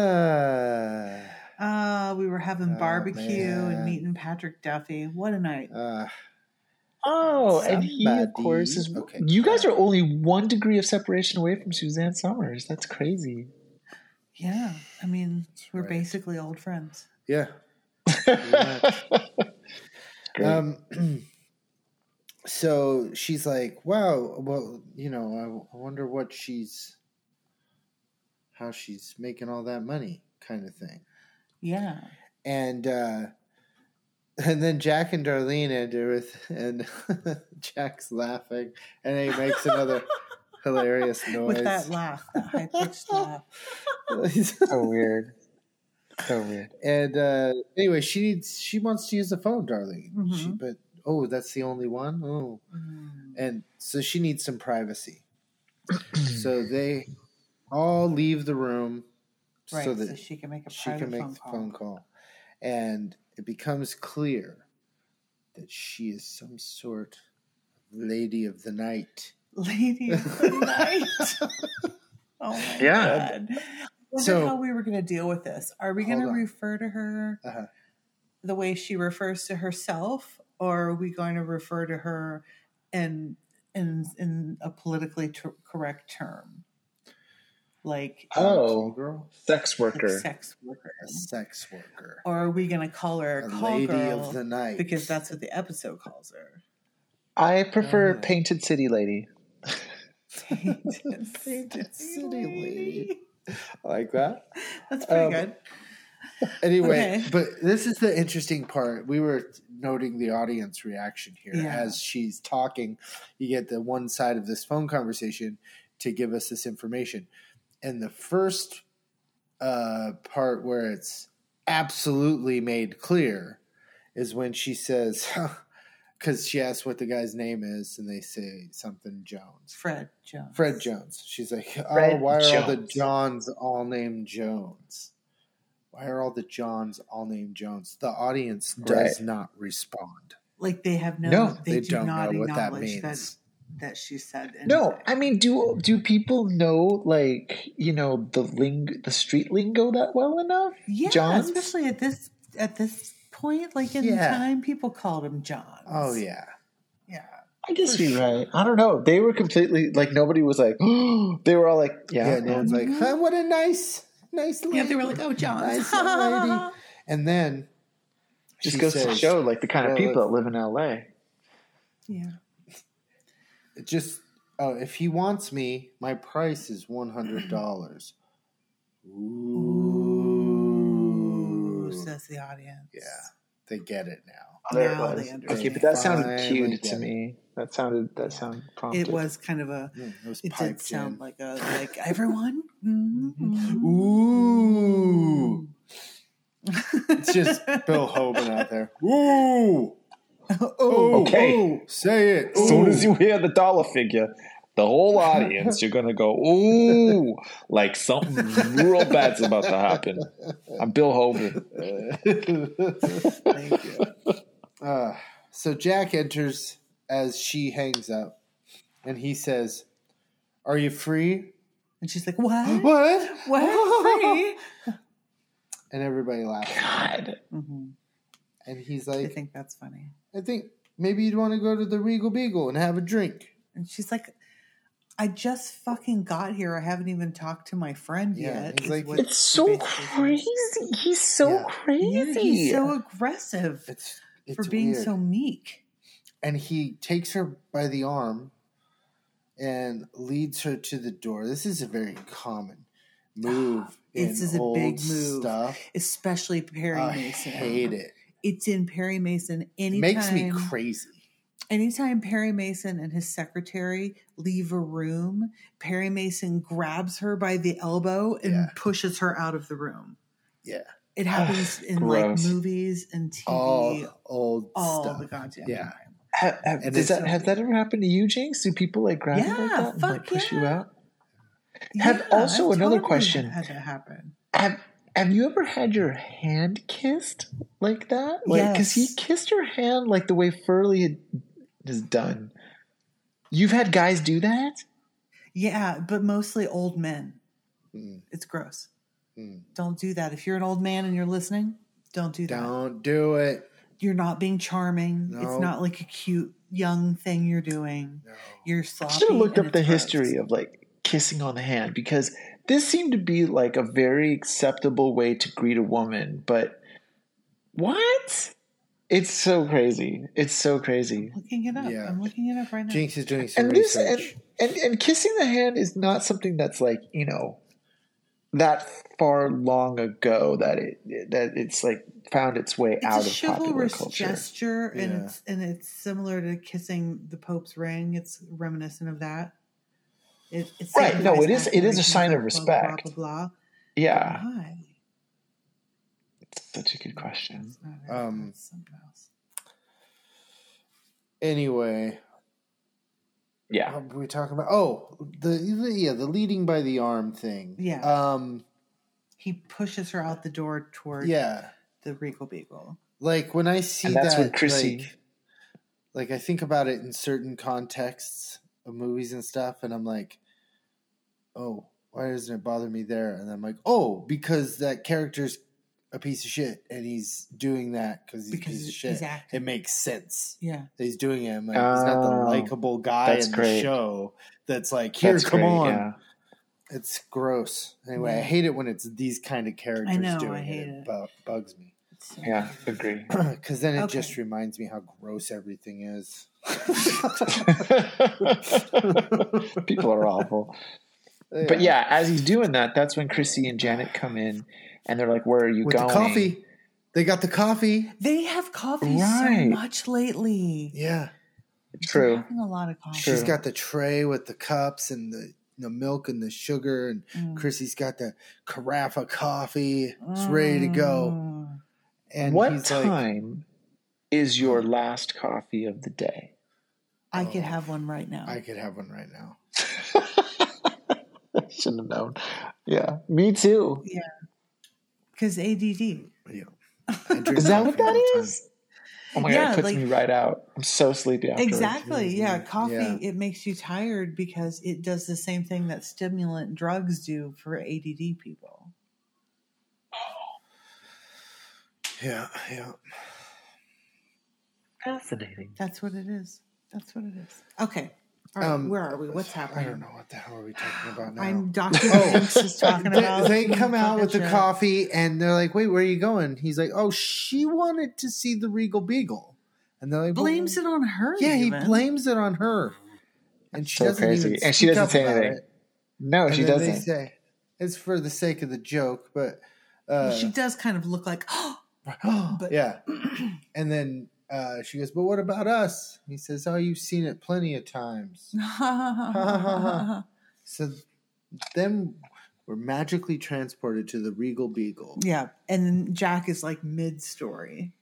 [SPEAKER 1] Uh,
[SPEAKER 3] Uh, we were having
[SPEAKER 1] Oh,
[SPEAKER 3] barbecue
[SPEAKER 1] man.
[SPEAKER 3] and meeting Patrick Duffy. What a night!
[SPEAKER 1] uh,
[SPEAKER 2] Oh, and he of
[SPEAKER 1] Somebody-
[SPEAKER 2] course is.
[SPEAKER 1] okay.
[SPEAKER 2] You guys are only one degree of separation away from Suzanne Summers. That's crazy.
[SPEAKER 3] Yeah, I mean we're
[SPEAKER 1] right.
[SPEAKER 3] basically old friends.
[SPEAKER 1] yeah.
[SPEAKER 2] Great.
[SPEAKER 1] Um, so she's like, "Wow, well, you know, I w- I wonder what she's, how she's making all that money, kind of thing."
[SPEAKER 3] Yeah,
[SPEAKER 1] And uh, and then Jack and Darlene enter with, and Jack's laughing, and he makes another hilarious noise.
[SPEAKER 3] with that laugh, that high pitched laugh.
[SPEAKER 2] so weird. So weird.
[SPEAKER 1] and uh, anyway, she needs, she wants to use the phone, Darlene. She,
[SPEAKER 3] Mhm.
[SPEAKER 1] but oh, that's the only one. Oh.
[SPEAKER 3] Mm.
[SPEAKER 1] and so she needs some privacy. so they all leave the room
[SPEAKER 3] Right,
[SPEAKER 1] so
[SPEAKER 3] so,
[SPEAKER 1] that
[SPEAKER 3] she can make a
[SPEAKER 1] she
[SPEAKER 3] private
[SPEAKER 1] can make
[SPEAKER 3] phone
[SPEAKER 1] the
[SPEAKER 3] call.
[SPEAKER 1] phone call, and it becomes clear that she is some sort of lady of the night.
[SPEAKER 3] Lady of the night. Oh my
[SPEAKER 2] Yeah.
[SPEAKER 3] god. I wonder
[SPEAKER 1] So-
[SPEAKER 3] how we were going to deal with this. Are we going to
[SPEAKER 1] Hold on.
[SPEAKER 3] refer to her
[SPEAKER 1] Uh-huh.
[SPEAKER 3] the way she refers to herself, or are we going to refer to her in in in a politically ter- correct term, like
[SPEAKER 2] Oh,
[SPEAKER 1] girl,
[SPEAKER 2] sex
[SPEAKER 3] like
[SPEAKER 2] worker.
[SPEAKER 3] sex worker,
[SPEAKER 1] a sex worker,
[SPEAKER 3] or are we going to call her
[SPEAKER 1] a
[SPEAKER 3] call
[SPEAKER 1] lady
[SPEAKER 3] girl
[SPEAKER 1] of the night,
[SPEAKER 3] because that's what the episode calls her.
[SPEAKER 2] I prefer
[SPEAKER 1] Oh.
[SPEAKER 2] Painted City Lady.
[SPEAKER 3] Painted,
[SPEAKER 1] Painted City Lady. I like that.
[SPEAKER 3] That's pretty
[SPEAKER 1] Um,
[SPEAKER 3] good.
[SPEAKER 1] Anyway,
[SPEAKER 3] Okay.
[SPEAKER 1] but this is the interesting part. We were noting the audience reaction here
[SPEAKER 3] Yeah.
[SPEAKER 1] as she's talking. You get the one side of this phone conversation to give us this information. And the first uh, part where it's absolutely made clear is when she says, because she asks what the guy's name is, and they say something Jones.
[SPEAKER 3] Fred Jones.
[SPEAKER 1] Fred Jones. She's like, oh,
[SPEAKER 2] Fred
[SPEAKER 1] why are all the
[SPEAKER 2] Jones.
[SPEAKER 1] Johns all named Jones? Why are all the Johns all named Jones? The audience does not respond.
[SPEAKER 3] Like they have no,
[SPEAKER 2] No,
[SPEAKER 1] They,
[SPEAKER 3] they, do
[SPEAKER 1] don't
[SPEAKER 3] not
[SPEAKER 1] know what that means.
[SPEAKER 3] acknowledge that, that she said. anything.
[SPEAKER 2] No, I mean, do do people know like you know the ling the street lingo that well enough?
[SPEAKER 3] yeah,
[SPEAKER 2] Johns?
[SPEAKER 3] especially at this at this point, like in
[SPEAKER 1] Yeah.
[SPEAKER 3] time, people called him John.
[SPEAKER 1] oh yeah,
[SPEAKER 3] yeah.
[SPEAKER 2] I guess you're right. I don't know. They were completely like nobody was like. they were all like, yeah,
[SPEAKER 1] yeah. No one's like, huh, what a nice, nice. Lady.
[SPEAKER 3] Yeah, they were like, "Oh, John."
[SPEAKER 1] Nice lady. and then
[SPEAKER 2] just
[SPEAKER 1] she
[SPEAKER 2] goes to
[SPEAKER 1] says-
[SPEAKER 2] show like the kind
[SPEAKER 1] well,
[SPEAKER 2] of people
[SPEAKER 1] if-
[SPEAKER 2] that live in L.A.
[SPEAKER 3] yeah,
[SPEAKER 1] just oh, if he wants me, my price is one hundred dollars. Ooh,
[SPEAKER 3] Ooh, says the audience.
[SPEAKER 1] yeah, they get it now.
[SPEAKER 2] Oh, there it
[SPEAKER 3] Now
[SPEAKER 2] was.
[SPEAKER 3] they understand.
[SPEAKER 2] Okay, but that sounded
[SPEAKER 1] Finally
[SPEAKER 2] cued
[SPEAKER 1] get
[SPEAKER 2] to
[SPEAKER 1] it.
[SPEAKER 2] me. That sounded that sounded prompted.
[SPEAKER 3] It was kind of a.
[SPEAKER 1] Mm, it was
[SPEAKER 3] It did
[SPEAKER 1] piped
[SPEAKER 3] sound
[SPEAKER 1] in.
[SPEAKER 3] like a like everyone. Mm-hmm.
[SPEAKER 1] Ooh. It's just Bill Hoban out there. Ooh.
[SPEAKER 3] oh,
[SPEAKER 2] Okay.
[SPEAKER 1] ooh, say it.
[SPEAKER 2] As soon
[SPEAKER 1] ooh.
[SPEAKER 2] as you hear the dollar figure, the whole audience, you're gonna go, ooh, like something real bad's about to happen. I'm Bill Hoban.
[SPEAKER 3] thank you.
[SPEAKER 1] Uh, so Jack enters as she hangs up, and he says, "Are you free?"
[SPEAKER 3] And she's like, "What? What?
[SPEAKER 1] What?
[SPEAKER 3] Free?"
[SPEAKER 1] And everybody laughs.
[SPEAKER 2] God.
[SPEAKER 3] hmm
[SPEAKER 1] And he's
[SPEAKER 3] I
[SPEAKER 1] like,
[SPEAKER 3] think that's funny.
[SPEAKER 1] "I think maybe you'd want to go to the Regal Beagle and have a drink."
[SPEAKER 3] And she's like, I just fucking got here. I haven't even talked to my friend
[SPEAKER 1] Yeah,
[SPEAKER 3] yet.
[SPEAKER 1] he's
[SPEAKER 3] is
[SPEAKER 1] like-
[SPEAKER 3] what
[SPEAKER 2] It's
[SPEAKER 3] she
[SPEAKER 2] so
[SPEAKER 3] basically
[SPEAKER 2] crazy.
[SPEAKER 3] says.
[SPEAKER 2] He's so
[SPEAKER 1] Yeah.
[SPEAKER 3] Yeah,
[SPEAKER 2] crazy.
[SPEAKER 3] he's so aggressive
[SPEAKER 1] It's it's
[SPEAKER 3] for being
[SPEAKER 1] weird.
[SPEAKER 3] so meek.
[SPEAKER 1] and he takes her by the arm and leads her to the door. This is a very common move.
[SPEAKER 3] This
[SPEAKER 1] in
[SPEAKER 3] is a
[SPEAKER 1] old
[SPEAKER 3] big move.
[SPEAKER 1] Stuff.
[SPEAKER 3] Especially Perry
[SPEAKER 1] I
[SPEAKER 3] Mason.
[SPEAKER 1] hate it.
[SPEAKER 3] It's in Perry Mason
[SPEAKER 1] It
[SPEAKER 3] anytime.
[SPEAKER 1] makes me crazy.
[SPEAKER 3] Anytime Perry Mason and his secretary leave a room, Perry Mason grabs her by the elbow and
[SPEAKER 1] Yeah.
[SPEAKER 3] pushes her out of the room.
[SPEAKER 1] Yeah.
[SPEAKER 3] It happens in
[SPEAKER 2] Gross.
[SPEAKER 3] like movies and TV
[SPEAKER 1] all
[SPEAKER 3] all,
[SPEAKER 1] old stuff.
[SPEAKER 3] the goddamn
[SPEAKER 1] Yeah.
[SPEAKER 3] time.
[SPEAKER 2] Ha- ha-
[SPEAKER 1] And
[SPEAKER 2] does
[SPEAKER 1] it's
[SPEAKER 2] that
[SPEAKER 3] so
[SPEAKER 2] have that ever happened to you, Jinx? Do people like grab you
[SPEAKER 3] Yeah,
[SPEAKER 2] like that and like
[SPEAKER 3] fuck
[SPEAKER 2] push you
[SPEAKER 3] yeah.
[SPEAKER 2] out? Have also another question.
[SPEAKER 3] Had that happen?
[SPEAKER 2] Have Have you ever had your hand kissed like that? Like, because
[SPEAKER 3] Yes.
[SPEAKER 2] he kissed your hand like the way Furley had, has done. You've had guys do that?
[SPEAKER 3] Yeah, but mostly old men.
[SPEAKER 1] Mm,
[SPEAKER 3] It's gross.
[SPEAKER 1] mm.
[SPEAKER 3] Don't do that. If you're an old man and you're listening, don't do that.
[SPEAKER 1] Don't do it.
[SPEAKER 3] You're not being charming.
[SPEAKER 1] No.
[SPEAKER 3] It's not like a cute young thing you're doing.
[SPEAKER 1] No.
[SPEAKER 3] You're
[SPEAKER 2] I
[SPEAKER 3] sloppy.
[SPEAKER 2] should have looked
[SPEAKER 3] and
[SPEAKER 2] up the
[SPEAKER 3] it's gross.
[SPEAKER 2] history of like kissing on the hand because this seemed to be like a very acceptable way to greet a woman, but what? It's so crazy. It's so crazy.
[SPEAKER 3] Looking it up.
[SPEAKER 1] Yeah.
[SPEAKER 3] I'm looking it up right now.
[SPEAKER 1] Jinx is doing some
[SPEAKER 2] And this and,
[SPEAKER 1] research.
[SPEAKER 2] and and kissing the hand is not something that's like, you know, that far long ago that it that it's like found its way out
[SPEAKER 3] It's a
[SPEAKER 2] of popular
[SPEAKER 3] chivalrous
[SPEAKER 2] culture.
[SPEAKER 3] gesture, and
[SPEAKER 1] Yeah.
[SPEAKER 3] it's and it's similar to kissing the Pope's ring. It's reminiscent of that. It, it
[SPEAKER 2] Right, no, it is-
[SPEAKER 3] signifies
[SPEAKER 2] it is a
[SPEAKER 3] admiration
[SPEAKER 2] sign of
[SPEAKER 3] for blah,
[SPEAKER 2] respect.
[SPEAKER 3] Blah blah blah.
[SPEAKER 2] yeah.
[SPEAKER 3] Why?
[SPEAKER 2] It's such a good question.
[SPEAKER 3] That's not it.
[SPEAKER 1] Um,
[SPEAKER 3] That's something else.
[SPEAKER 1] Anyway,
[SPEAKER 2] Yeah.
[SPEAKER 1] what were we talking about? Oh, the yeah, the leading by the arm thing.
[SPEAKER 3] Yeah.
[SPEAKER 1] Um.
[SPEAKER 3] He pushes her out the door toward
[SPEAKER 1] Yeah.
[SPEAKER 3] the Regal Beagle.
[SPEAKER 1] Like when I see
[SPEAKER 2] And that's
[SPEAKER 1] that,
[SPEAKER 2] when Chrissy-
[SPEAKER 1] like, like I think about it in certain contexts of movies and stuff, and I'm like, oh, why doesn't it bother me there? And I'm like, oh, because that character's a piece of shit, and he's doing that because he's a
[SPEAKER 3] Because
[SPEAKER 1] piece of
[SPEAKER 3] he's
[SPEAKER 1] shit.
[SPEAKER 3] acting.
[SPEAKER 1] It makes sense
[SPEAKER 3] Yeah.
[SPEAKER 1] that he's doing it. I'm like, he's not the
[SPEAKER 2] Oh,
[SPEAKER 1] likable guy
[SPEAKER 2] that's
[SPEAKER 1] in
[SPEAKER 2] great.
[SPEAKER 1] the show. That's like, here,
[SPEAKER 2] That's
[SPEAKER 1] come
[SPEAKER 2] great,
[SPEAKER 1] on.
[SPEAKER 2] yeah.
[SPEAKER 1] It's gross. Anyway, I
[SPEAKER 3] Yeah.
[SPEAKER 1] hate it when it's these kind of characters
[SPEAKER 3] know, I
[SPEAKER 1] doing
[SPEAKER 3] hate
[SPEAKER 1] it. It
[SPEAKER 3] it.
[SPEAKER 1] bu- bugs me.
[SPEAKER 3] It's so-
[SPEAKER 2] Yeah, agree.
[SPEAKER 1] Because then it
[SPEAKER 3] Okay.
[SPEAKER 1] just reminds me how gross everything is.
[SPEAKER 2] People are awful. But yeah, as he's doing that, that's when Chrissy and Janet come in and they're like, Where are you
[SPEAKER 1] with
[SPEAKER 2] going?
[SPEAKER 1] the coffee, they got the coffee.
[SPEAKER 3] They have coffee
[SPEAKER 2] Right.
[SPEAKER 3] so much lately.
[SPEAKER 1] Yeah,
[SPEAKER 3] They're
[SPEAKER 2] True.
[SPEAKER 3] having a lot of coffee.
[SPEAKER 2] True.
[SPEAKER 1] she's got the tray with the cups and the, the milk and the sugar, and
[SPEAKER 3] Mm.
[SPEAKER 1] Chrissy's got the carafe of coffee. It's ready to go.
[SPEAKER 3] Mm.
[SPEAKER 1] And
[SPEAKER 2] what
[SPEAKER 1] he's
[SPEAKER 2] time is your last coffee of the day?
[SPEAKER 3] I could have one right now.
[SPEAKER 1] like, Oh. I could have one right now.
[SPEAKER 2] I shouldn't have known. Yeah. Me too.
[SPEAKER 3] Because ADD.
[SPEAKER 1] Yeah, I drink
[SPEAKER 2] Is that what
[SPEAKER 1] coffee all
[SPEAKER 2] that
[SPEAKER 1] the time.
[SPEAKER 2] is? Oh my god,
[SPEAKER 3] Yeah,
[SPEAKER 2] it puts
[SPEAKER 3] like-
[SPEAKER 2] me right out. I'm so sleepy after
[SPEAKER 3] Exactly. Yeah. Coffee,
[SPEAKER 1] Yeah.
[SPEAKER 3] it makes you tired because it does the same thing that stimulant drugs do for ADD people.
[SPEAKER 1] Yeah, yeah.
[SPEAKER 2] Fascinating.
[SPEAKER 3] That's what it is. That's what it is. Okay. All right.
[SPEAKER 1] Um,
[SPEAKER 3] Where are we? What's happening?
[SPEAKER 1] I don't know what the hell are we talking about now.
[SPEAKER 3] I'm Dr.
[SPEAKER 1] Oh.
[SPEAKER 3] Jinx is talking
[SPEAKER 1] they,
[SPEAKER 3] about.
[SPEAKER 1] they
[SPEAKER 3] some
[SPEAKER 1] come out
[SPEAKER 3] fucking
[SPEAKER 1] with the
[SPEAKER 3] shit.
[SPEAKER 1] coffee and they're like, "Wait, where are you going?" He's like, "Oh, she wanted to see the Regal Beagle," and they're like,
[SPEAKER 3] Blames it on her.
[SPEAKER 1] Yeah, he
[SPEAKER 3] even.
[SPEAKER 1] blames it on her, and she
[SPEAKER 2] So
[SPEAKER 1] doesn't
[SPEAKER 2] crazy.
[SPEAKER 1] even
[SPEAKER 2] And she
[SPEAKER 1] speak
[SPEAKER 2] doesn't
[SPEAKER 1] up
[SPEAKER 2] say
[SPEAKER 1] about
[SPEAKER 2] anything.
[SPEAKER 1] It.
[SPEAKER 2] No,
[SPEAKER 1] And
[SPEAKER 2] she
[SPEAKER 1] then
[SPEAKER 2] doesn't.
[SPEAKER 1] They say it's for the sake of the joke, but uh,
[SPEAKER 3] she does kind of look like, oh, but
[SPEAKER 1] yeah. And then uh, she goes, "But what about us?" He says, "Oh, you've seen it plenty of times." So then we're magically transported to the Regal Beagle.
[SPEAKER 3] yeah. And then Jack is like mid story.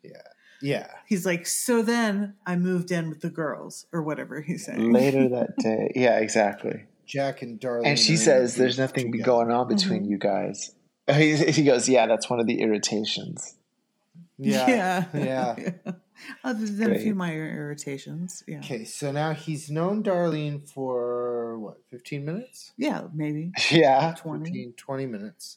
[SPEAKER 1] Yeah.
[SPEAKER 3] He's like, so then I moved in with the girls or whatever he's saying.
[SPEAKER 2] Later that day. Yeah, exactly.
[SPEAKER 1] Jack and Darlene.
[SPEAKER 2] And she
[SPEAKER 1] are in
[SPEAKER 2] says
[SPEAKER 1] the
[SPEAKER 2] there's
[SPEAKER 1] group
[SPEAKER 2] nothing be
[SPEAKER 1] together.
[SPEAKER 2] going
[SPEAKER 3] Mm-hmm.
[SPEAKER 2] on between you guys. He, he goes, Yeah, that's one of the irritations.
[SPEAKER 1] Yeah. Yeah.
[SPEAKER 3] Other than a
[SPEAKER 2] Great.
[SPEAKER 3] few minor irritations. Yeah.
[SPEAKER 1] Okay, so now he's known Darlene for what, 15 minutes?
[SPEAKER 3] Yeah, maybe.
[SPEAKER 2] Yeah.
[SPEAKER 3] 20
[SPEAKER 1] 15, 20 minutes.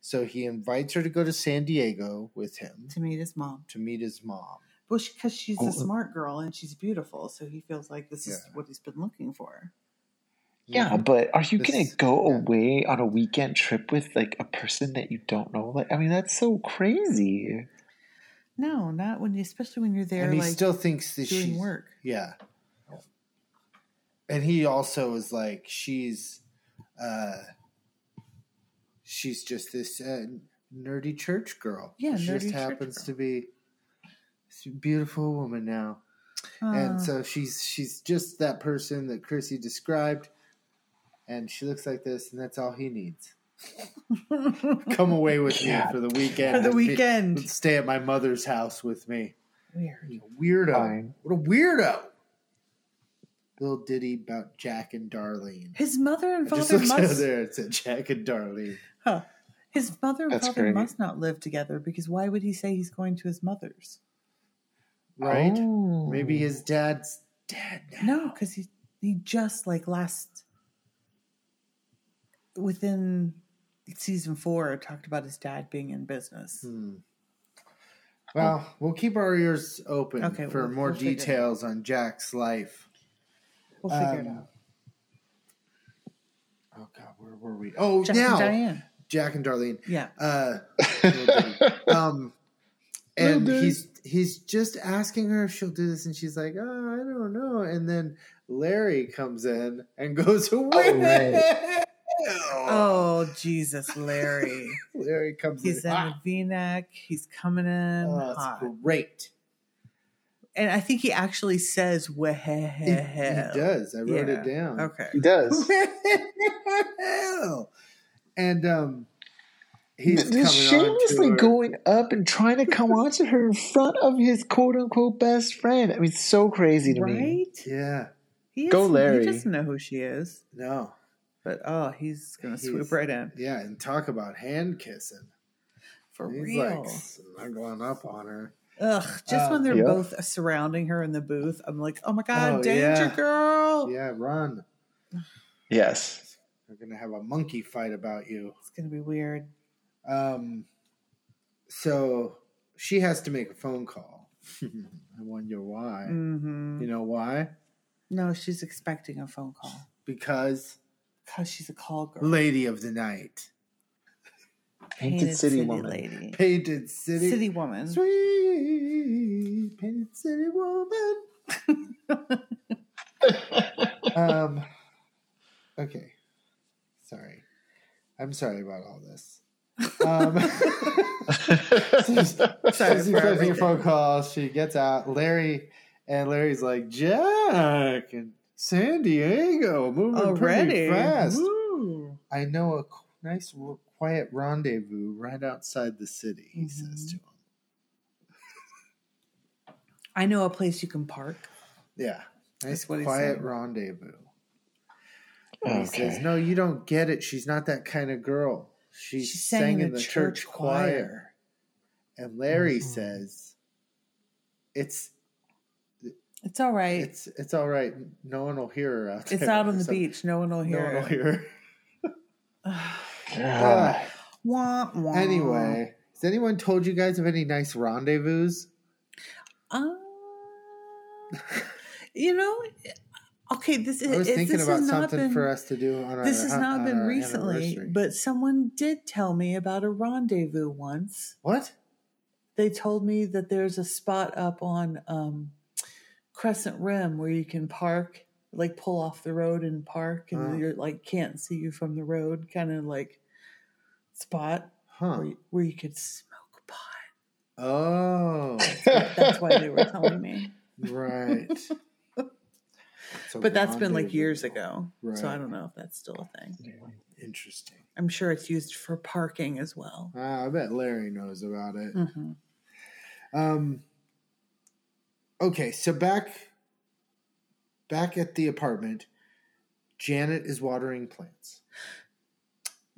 [SPEAKER 1] So he invites her to go to San Diego with him
[SPEAKER 3] to meet his mom.
[SPEAKER 1] to meet his mom.
[SPEAKER 3] Well, because she's
[SPEAKER 2] Oh.
[SPEAKER 3] a smart girl and she's beautiful. So he feels like this is
[SPEAKER 1] uh. Yeah.
[SPEAKER 3] what he's been looking for.
[SPEAKER 2] Yeah, Uh, but are you
[SPEAKER 1] This-
[SPEAKER 2] going to go
[SPEAKER 1] yeah.
[SPEAKER 2] away on a weekend trip with like a person that you don't know? Like, I mean, that's so crazy.
[SPEAKER 3] No, not when you, especially when you're there,
[SPEAKER 1] And he
[SPEAKER 3] like
[SPEAKER 1] still thinks that
[SPEAKER 3] doing
[SPEAKER 1] she's.
[SPEAKER 3] work.
[SPEAKER 1] Yeah. And he also is like, she's. uh She's just this uh, nerdy church girl.
[SPEAKER 3] Yeah,
[SPEAKER 1] she
[SPEAKER 3] nerdy
[SPEAKER 1] just
[SPEAKER 3] church
[SPEAKER 1] happens
[SPEAKER 3] girl.
[SPEAKER 1] to be. She's a beautiful woman now.
[SPEAKER 3] Ah.
[SPEAKER 1] and so she's she's just that person that Chrissy described, and she looks like this, and that's all he needs. Come away with me
[SPEAKER 2] Yeah.
[SPEAKER 1] for the weekend.
[SPEAKER 3] For the
[SPEAKER 1] and be-
[SPEAKER 3] weekend.
[SPEAKER 1] stay at my mother's house with me.
[SPEAKER 3] Weird.
[SPEAKER 1] Weirdo.
[SPEAKER 2] Fine.
[SPEAKER 1] What a weirdo. Little ditty about Jack and Darlene.
[SPEAKER 3] His mother and
[SPEAKER 1] I just
[SPEAKER 3] father
[SPEAKER 1] looked out
[SPEAKER 3] must.
[SPEAKER 1] there. It said Jack and Darlene.
[SPEAKER 3] Huh. His mother and
[SPEAKER 2] That's
[SPEAKER 3] father
[SPEAKER 2] great.
[SPEAKER 3] must not live together because why would he say he's going to his mother's?
[SPEAKER 1] Right?
[SPEAKER 2] Oh.
[SPEAKER 1] Maybe his dad's dead now.
[SPEAKER 3] No, because he he just like last within season four talked about his dad being in business.
[SPEAKER 1] Hmm. Well, we'll keep our ears open
[SPEAKER 3] Oh. Okay,
[SPEAKER 1] for
[SPEAKER 3] we'll-
[SPEAKER 1] more
[SPEAKER 3] we'll figure it out.
[SPEAKER 1] details on Jack's life.
[SPEAKER 3] We'll figure it
[SPEAKER 1] Um,
[SPEAKER 3] out.
[SPEAKER 1] Oh God, where were we? Oh,
[SPEAKER 3] Jack
[SPEAKER 1] now
[SPEAKER 3] and Diane.
[SPEAKER 1] Jack and Darlene.
[SPEAKER 3] Yeah.
[SPEAKER 1] Uh, little Diddy. um, and
[SPEAKER 2] Little Diddy.
[SPEAKER 1] he's he's just asking her if she'll do this, and she's like, "Oh, I don't know." And then Larry comes in and goes away.
[SPEAKER 3] Oh Jesus, Larry.
[SPEAKER 1] Larry comes
[SPEAKER 3] He's
[SPEAKER 1] in.
[SPEAKER 3] in
[SPEAKER 1] hot.
[SPEAKER 3] a V-neck. He's coming in
[SPEAKER 1] Ah. Oh, that's
[SPEAKER 3] hot,
[SPEAKER 1] great.
[SPEAKER 3] and I think he actually says "wah he
[SPEAKER 1] He,
[SPEAKER 3] he
[SPEAKER 1] he
[SPEAKER 3] he."
[SPEAKER 1] does. I wrote it
[SPEAKER 3] Yeah.
[SPEAKER 1] down.
[SPEAKER 3] Okay.
[SPEAKER 2] He does.
[SPEAKER 1] Well, and um, he's
[SPEAKER 2] Th- Just
[SPEAKER 1] coming on to
[SPEAKER 2] shamelessly
[SPEAKER 1] her.
[SPEAKER 2] going up and trying to come on to her in front of his quote unquote best friend. I mean, it's so crazy to me.
[SPEAKER 3] Right?
[SPEAKER 1] Yeah,
[SPEAKER 3] He is,
[SPEAKER 2] Go
[SPEAKER 3] He
[SPEAKER 2] Larry.
[SPEAKER 3] doesn't know who she is,
[SPEAKER 1] no,
[SPEAKER 3] but oh, he's gonna swoop
[SPEAKER 1] He's-
[SPEAKER 3] right in
[SPEAKER 1] yeah, and talk about hand kissing.
[SPEAKER 3] for
[SPEAKER 1] he's
[SPEAKER 3] real.
[SPEAKER 1] like snuggling up on her.
[SPEAKER 3] Ugh! Just
[SPEAKER 1] Um,
[SPEAKER 3] when they're
[SPEAKER 2] Yeah.
[SPEAKER 3] both surrounding her in the booth, I'm like, oh my god,
[SPEAKER 1] Oh,
[SPEAKER 3] danger,
[SPEAKER 1] yeah.
[SPEAKER 3] girl!
[SPEAKER 1] Yeah, run.
[SPEAKER 2] Yes.
[SPEAKER 1] They're gonna have a monkey fight about you.
[SPEAKER 3] It's gonna be weird.
[SPEAKER 1] Um, so she has to make a phone call. I wonder why.
[SPEAKER 3] hmm
[SPEAKER 1] You know why?
[SPEAKER 3] No, she's expecting a phone call
[SPEAKER 1] Because
[SPEAKER 3] because she's a call girl,
[SPEAKER 1] lady of the night,
[SPEAKER 2] Painted City woman.
[SPEAKER 3] lady,
[SPEAKER 1] painted city,
[SPEAKER 3] city, woman.
[SPEAKER 1] sweet painted city woman. um, okay. Sorry. I'm sorry about all this. Um,
[SPEAKER 3] Sorry
[SPEAKER 1] she's
[SPEAKER 3] for
[SPEAKER 1] expecting a
[SPEAKER 3] everything.
[SPEAKER 1] phone call. She gets out. Larry, and Larry's like, Jack, and San Diego, moving
[SPEAKER 3] Already
[SPEAKER 1] pretty fast.
[SPEAKER 3] Woo.
[SPEAKER 1] I know a qu- nice, r- quiet rendezvous right outside the city, he says
[SPEAKER 3] Mhm.
[SPEAKER 1] to him.
[SPEAKER 3] I know a place you can park.
[SPEAKER 1] Yeah. Nice,
[SPEAKER 3] That's what he's
[SPEAKER 1] quiet
[SPEAKER 3] saying.
[SPEAKER 1] rendezvous. He says,
[SPEAKER 2] Oh, okay.
[SPEAKER 1] No, you don't get it. She's not that kind of girl. She sang in the church choir. And Larry
[SPEAKER 2] Mhm.
[SPEAKER 1] says, "It's
[SPEAKER 3] It's all right. It's,
[SPEAKER 1] it's it's all right. No one will hear her out there.
[SPEAKER 3] out on the
[SPEAKER 1] So
[SPEAKER 3] beach. No one
[SPEAKER 1] No
[SPEAKER 3] will hear.
[SPEAKER 1] one will
[SPEAKER 3] it.
[SPEAKER 1] hear her.
[SPEAKER 2] God.
[SPEAKER 3] Wah, wah.
[SPEAKER 1] anyway, has anyone told you guys of any nice rendezvous?
[SPEAKER 3] Uh, you know, okay. This is
[SPEAKER 1] I was
[SPEAKER 3] it-
[SPEAKER 1] thinking
[SPEAKER 3] this
[SPEAKER 1] about
[SPEAKER 3] has not
[SPEAKER 1] something
[SPEAKER 3] been-
[SPEAKER 1] for us to do on our.
[SPEAKER 3] This has
[SPEAKER 1] hu-
[SPEAKER 3] not
[SPEAKER 1] on
[SPEAKER 3] been
[SPEAKER 1] our
[SPEAKER 3] recently,
[SPEAKER 1] anniversary.
[SPEAKER 3] but someone did tell me about a rendezvous once.
[SPEAKER 1] what?
[SPEAKER 3] They told me that there's a spot up on um, Crescent Rim where you can park, like pull off the road and park, and
[SPEAKER 1] Oh.
[SPEAKER 3] you're like can't see you from the road, kind of like spot
[SPEAKER 1] Huh?
[SPEAKER 3] where, you, where you could smoke pot.
[SPEAKER 1] Oh,
[SPEAKER 3] That's why they were telling me.
[SPEAKER 1] right. So
[SPEAKER 3] But that's been like years
[SPEAKER 1] rendezvous.
[SPEAKER 3] ago. So
[SPEAKER 1] Right.
[SPEAKER 3] I don't know if that's still a thing.
[SPEAKER 1] Interesting.
[SPEAKER 3] I'm sure it's used for parking as well.
[SPEAKER 1] Ah, I bet Larry knows about it.
[SPEAKER 3] hmm
[SPEAKER 1] Um. Okay, so back back at the apartment, Janet is watering plants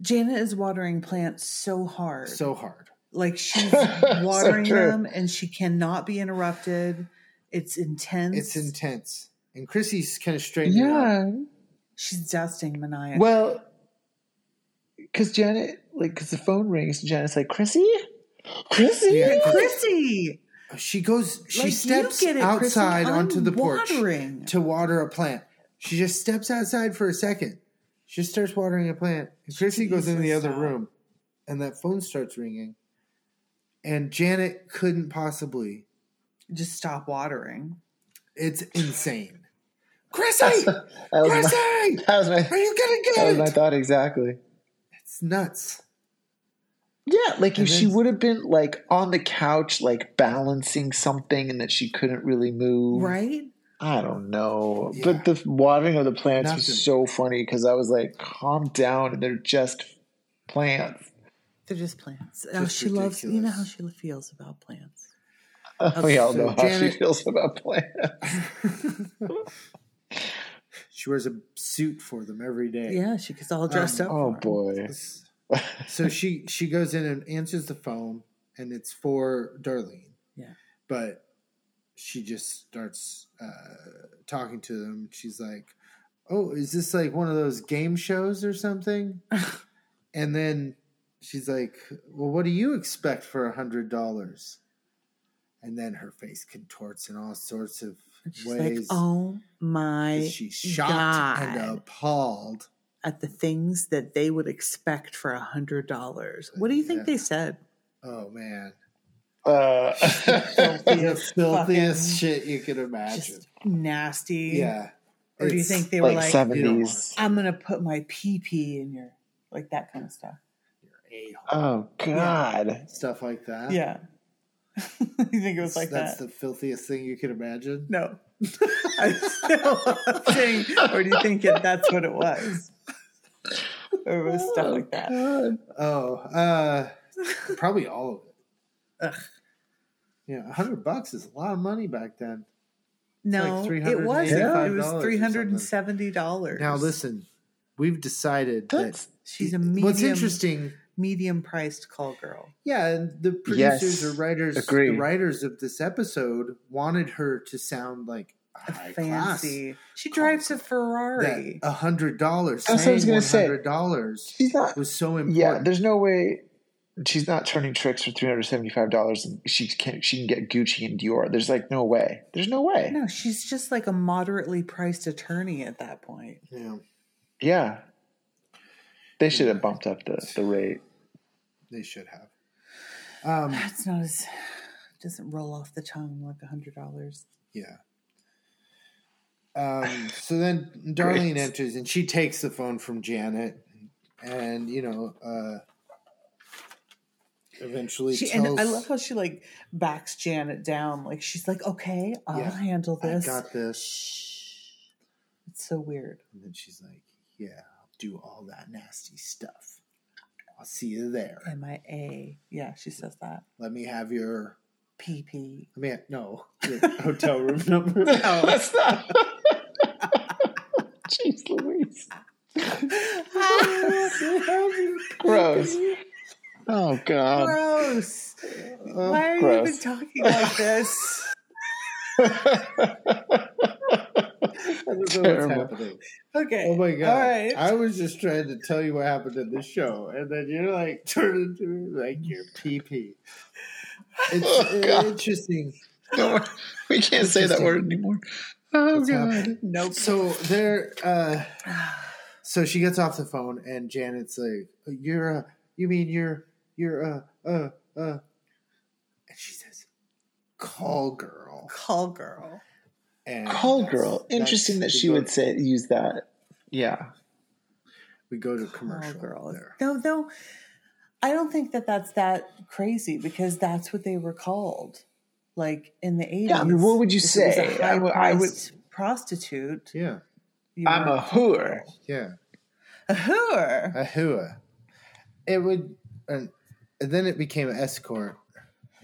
[SPEAKER 3] Janet is watering plants so hard.
[SPEAKER 1] so hard.
[SPEAKER 3] like she's
[SPEAKER 2] So
[SPEAKER 3] watering
[SPEAKER 2] true.
[SPEAKER 3] them and she cannot be interrupted. It's intense.
[SPEAKER 1] It's intense, and Chrissy's kind of straightening up.
[SPEAKER 2] Yeah.
[SPEAKER 3] She's dusting Mania.
[SPEAKER 2] Well, because Janet, like, because the phone rings and Janet's like, Chrissy? Chrissy?
[SPEAKER 1] Yeah.
[SPEAKER 3] Chrissy,
[SPEAKER 1] She goes. She
[SPEAKER 3] like, you
[SPEAKER 1] steps
[SPEAKER 3] get it, Chrissy.
[SPEAKER 1] outside
[SPEAKER 3] I'm
[SPEAKER 1] onto the porch
[SPEAKER 3] watering.
[SPEAKER 1] to water a plant. She just steps outside for a second. She just starts watering a plant. And Chrissy
[SPEAKER 3] could
[SPEAKER 1] goes in
[SPEAKER 3] easily
[SPEAKER 1] the other
[SPEAKER 3] stop.
[SPEAKER 1] room, and that phone starts ringing. And Janet couldn't possibly
[SPEAKER 3] Just stop watering.
[SPEAKER 1] It's insane. Chrissy!
[SPEAKER 2] That was, my,
[SPEAKER 1] Chrissy!
[SPEAKER 2] that was my
[SPEAKER 1] Are you gonna
[SPEAKER 2] that was
[SPEAKER 1] get
[SPEAKER 2] my
[SPEAKER 1] it?
[SPEAKER 2] thought exactly.
[SPEAKER 1] It's nuts.
[SPEAKER 2] Yeah, like
[SPEAKER 1] And
[SPEAKER 2] if she
[SPEAKER 1] then-
[SPEAKER 2] would have been like on the couch, like balancing something, and that she couldn't really move.
[SPEAKER 3] right?
[SPEAKER 2] I don't know,
[SPEAKER 1] Yeah.
[SPEAKER 2] but the watering of the plants
[SPEAKER 1] Nothing.
[SPEAKER 2] was so funny because I was like, "Calm down, they're just plants."
[SPEAKER 3] They're just plants. oh,
[SPEAKER 1] Just
[SPEAKER 3] she loves. You know how
[SPEAKER 1] ridiculous.
[SPEAKER 3] she feels about plants.
[SPEAKER 2] we all
[SPEAKER 1] so
[SPEAKER 2] know how
[SPEAKER 1] Janet-
[SPEAKER 2] she feels about plants.
[SPEAKER 1] she wears a suit for them every day.
[SPEAKER 3] Yeah, she gets all
[SPEAKER 1] Um,
[SPEAKER 3] dressed up.
[SPEAKER 2] Oh
[SPEAKER 3] for 'em.
[SPEAKER 2] boy,
[SPEAKER 1] so she she goes in and answers the phone, and it's for Darlene.
[SPEAKER 3] Yeah.
[SPEAKER 1] but she just starts uh, talking to them. She's like, "Oh, is this like one of those game shows or something?" and then she's like, "Well, what do you expect for a hundred dollars?" And then her face contorts in all sorts of
[SPEAKER 3] And she's
[SPEAKER 1] ways.
[SPEAKER 3] like, oh my
[SPEAKER 1] she's shocked and
[SPEAKER 3] God.
[SPEAKER 1] appalled.
[SPEAKER 3] at the things that they would expect for a hundred dollars. What do you think
[SPEAKER 1] Yeah.
[SPEAKER 3] they said?
[SPEAKER 1] Oh man.
[SPEAKER 2] uh,
[SPEAKER 1] the filthiest shit you could imagine.
[SPEAKER 3] Just nasty.
[SPEAKER 1] yeah.
[SPEAKER 3] Or do you
[SPEAKER 1] It's-
[SPEAKER 3] think they were
[SPEAKER 2] like
[SPEAKER 3] like,
[SPEAKER 2] seventies.
[SPEAKER 3] I'm gonna put my pee pee in your like that kind of stuff.
[SPEAKER 1] a-hole.
[SPEAKER 2] Oh God,
[SPEAKER 1] stuff like that?
[SPEAKER 3] Yeah. you think it was like
[SPEAKER 1] That's
[SPEAKER 3] that?
[SPEAKER 1] the filthiest thing you could imagine.
[SPEAKER 3] no. I'm still saying, or do you think it, that's what it was? Or it was stuff like that.
[SPEAKER 2] God.
[SPEAKER 1] Oh, uh, probably all of it.
[SPEAKER 3] Ugh.
[SPEAKER 1] Yeah, a hundred bucks is a lot of money back then.
[SPEAKER 3] No,
[SPEAKER 1] like
[SPEAKER 3] it wasn't. It
[SPEAKER 1] $385
[SPEAKER 3] was
[SPEAKER 1] or
[SPEAKER 3] three hundred and seventy dollars.
[SPEAKER 1] Now listen, we've decided
[SPEAKER 2] that's
[SPEAKER 1] that
[SPEAKER 3] she's a
[SPEAKER 1] What's
[SPEAKER 3] medium,
[SPEAKER 1] interesting?
[SPEAKER 3] medium priced call girl.
[SPEAKER 1] Yeah, and the producers
[SPEAKER 2] Yes,
[SPEAKER 1] or writers,
[SPEAKER 2] agree.
[SPEAKER 1] the writers of this episode wanted her to sound like
[SPEAKER 3] a
[SPEAKER 1] high class.
[SPEAKER 3] fancy. She drives a Ferrari.
[SPEAKER 1] That uh, a hundred dollars.
[SPEAKER 2] That's what I was gonna say.
[SPEAKER 1] Hundred dollars
[SPEAKER 2] she's not.
[SPEAKER 1] was so important.
[SPEAKER 2] Yeah, there's no way she's not turning tricks for three hundred seventy-five dollars, and she can she can get Gucci and Dior. There's like no way. There's no way.
[SPEAKER 3] no, she's just like a moderately priced attorney at that point.
[SPEAKER 1] yeah,
[SPEAKER 2] Yeah, they should have bumped up the the rate.
[SPEAKER 1] they should have. Um,
[SPEAKER 3] That's not as doesn't roll off the tongue like a hundred dollars.
[SPEAKER 1] yeah. Um, so then Darlene
[SPEAKER 2] Great.
[SPEAKER 1] enters and she takes the phone from Janet, and you know, uh, eventually
[SPEAKER 3] She
[SPEAKER 1] tells.
[SPEAKER 3] and I love how she like backs Janet down. Like she's like, "Okay, I'll
[SPEAKER 1] Yeah,
[SPEAKER 3] handle
[SPEAKER 1] "I
[SPEAKER 3] this."
[SPEAKER 1] got this,
[SPEAKER 3] Shh. It's so weird.
[SPEAKER 1] and then she's like, "Yeah, I'll do all that nasty stuff. I'll see you there.
[SPEAKER 3] Am I a? Yeah, she says that.
[SPEAKER 1] Let me have your.
[SPEAKER 3] PP.
[SPEAKER 1] I mean, no, your hotel room number."
[SPEAKER 2] That's not. Jeez Louise. Gross. Oh
[SPEAKER 1] um,
[SPEAKER 2] God. Oh,
[SPEAKER 3] Gross.
[SPEAKER 1] Uh,
[SPEAKER 3] Why are you even
[SPEAKER 2] Gross.
[SPEAKER 3] talking like this?
[SPEAKER 1] I don't know what's
[SPEAKER 2] Terrible.
[SPEAKER 1] happening.
[SPEAKER 3] Okay.
[SPEAKER 1] Oh my god!
[SPEAKER 3] All right.
[SPEAKER 1] I was just trying to tell you what happened in this show, and then you're like turning to me like your PP. It's uh,
[SPEAKER 2] Oh, God.
[SPEAKER 1] interesting.
[SPEAKER 2] No, we can't say that word anymore. Oh
[SPEAKER 1] What's
[SPEAKER 2] God.
[SPEAKER 1] happening.
[SPEAKER 3] nope.
[SPEAKER 1] So there. Uh, so she gets off the phone, and Janet's like, "You're uh, you mean you're you're uh uh uh," and she says, "Call girl."
[SPEAKER 3] Call girl.
[SPEAKER 1] And
[SPEAKER 2] Call
[SPEAKER 1] that's-
[SPEAKER 2] girl.
[SPEAKER 1] that's-
[SPEAKER 2] Interesting that
[SPEAKER 1] we
[SPEAKER 2] she
[SPEAKER 1] go-
[SPEAKER 2] would say use that. Yeah.
[SPEAKER 1] We go to
[SPEAKER 3] Call
[SPEAKER 1] commercial.
[SPEAKER 3] girl.
[SPEAKER 1] there.
[SPEAKER 3] No, though, I don't think that that's that crazy because that's what they were called, like in the eighties.
[SPEAKER 2] Yeah, I mean, what would you say? I would- I would-
[SPEAKER 3] prostitute.
[SPEAKER 1] Yeah,
[SPEAKER 3] you
[SPEAKER 2] I'm
[SPEAKER 3] were
[SPEAKER 2] a whore.
[SPEAKER 1] yeah.
[SPEAKER 3] a whore.
[SPEAKER 1] a hua. It would, and, and then it became escort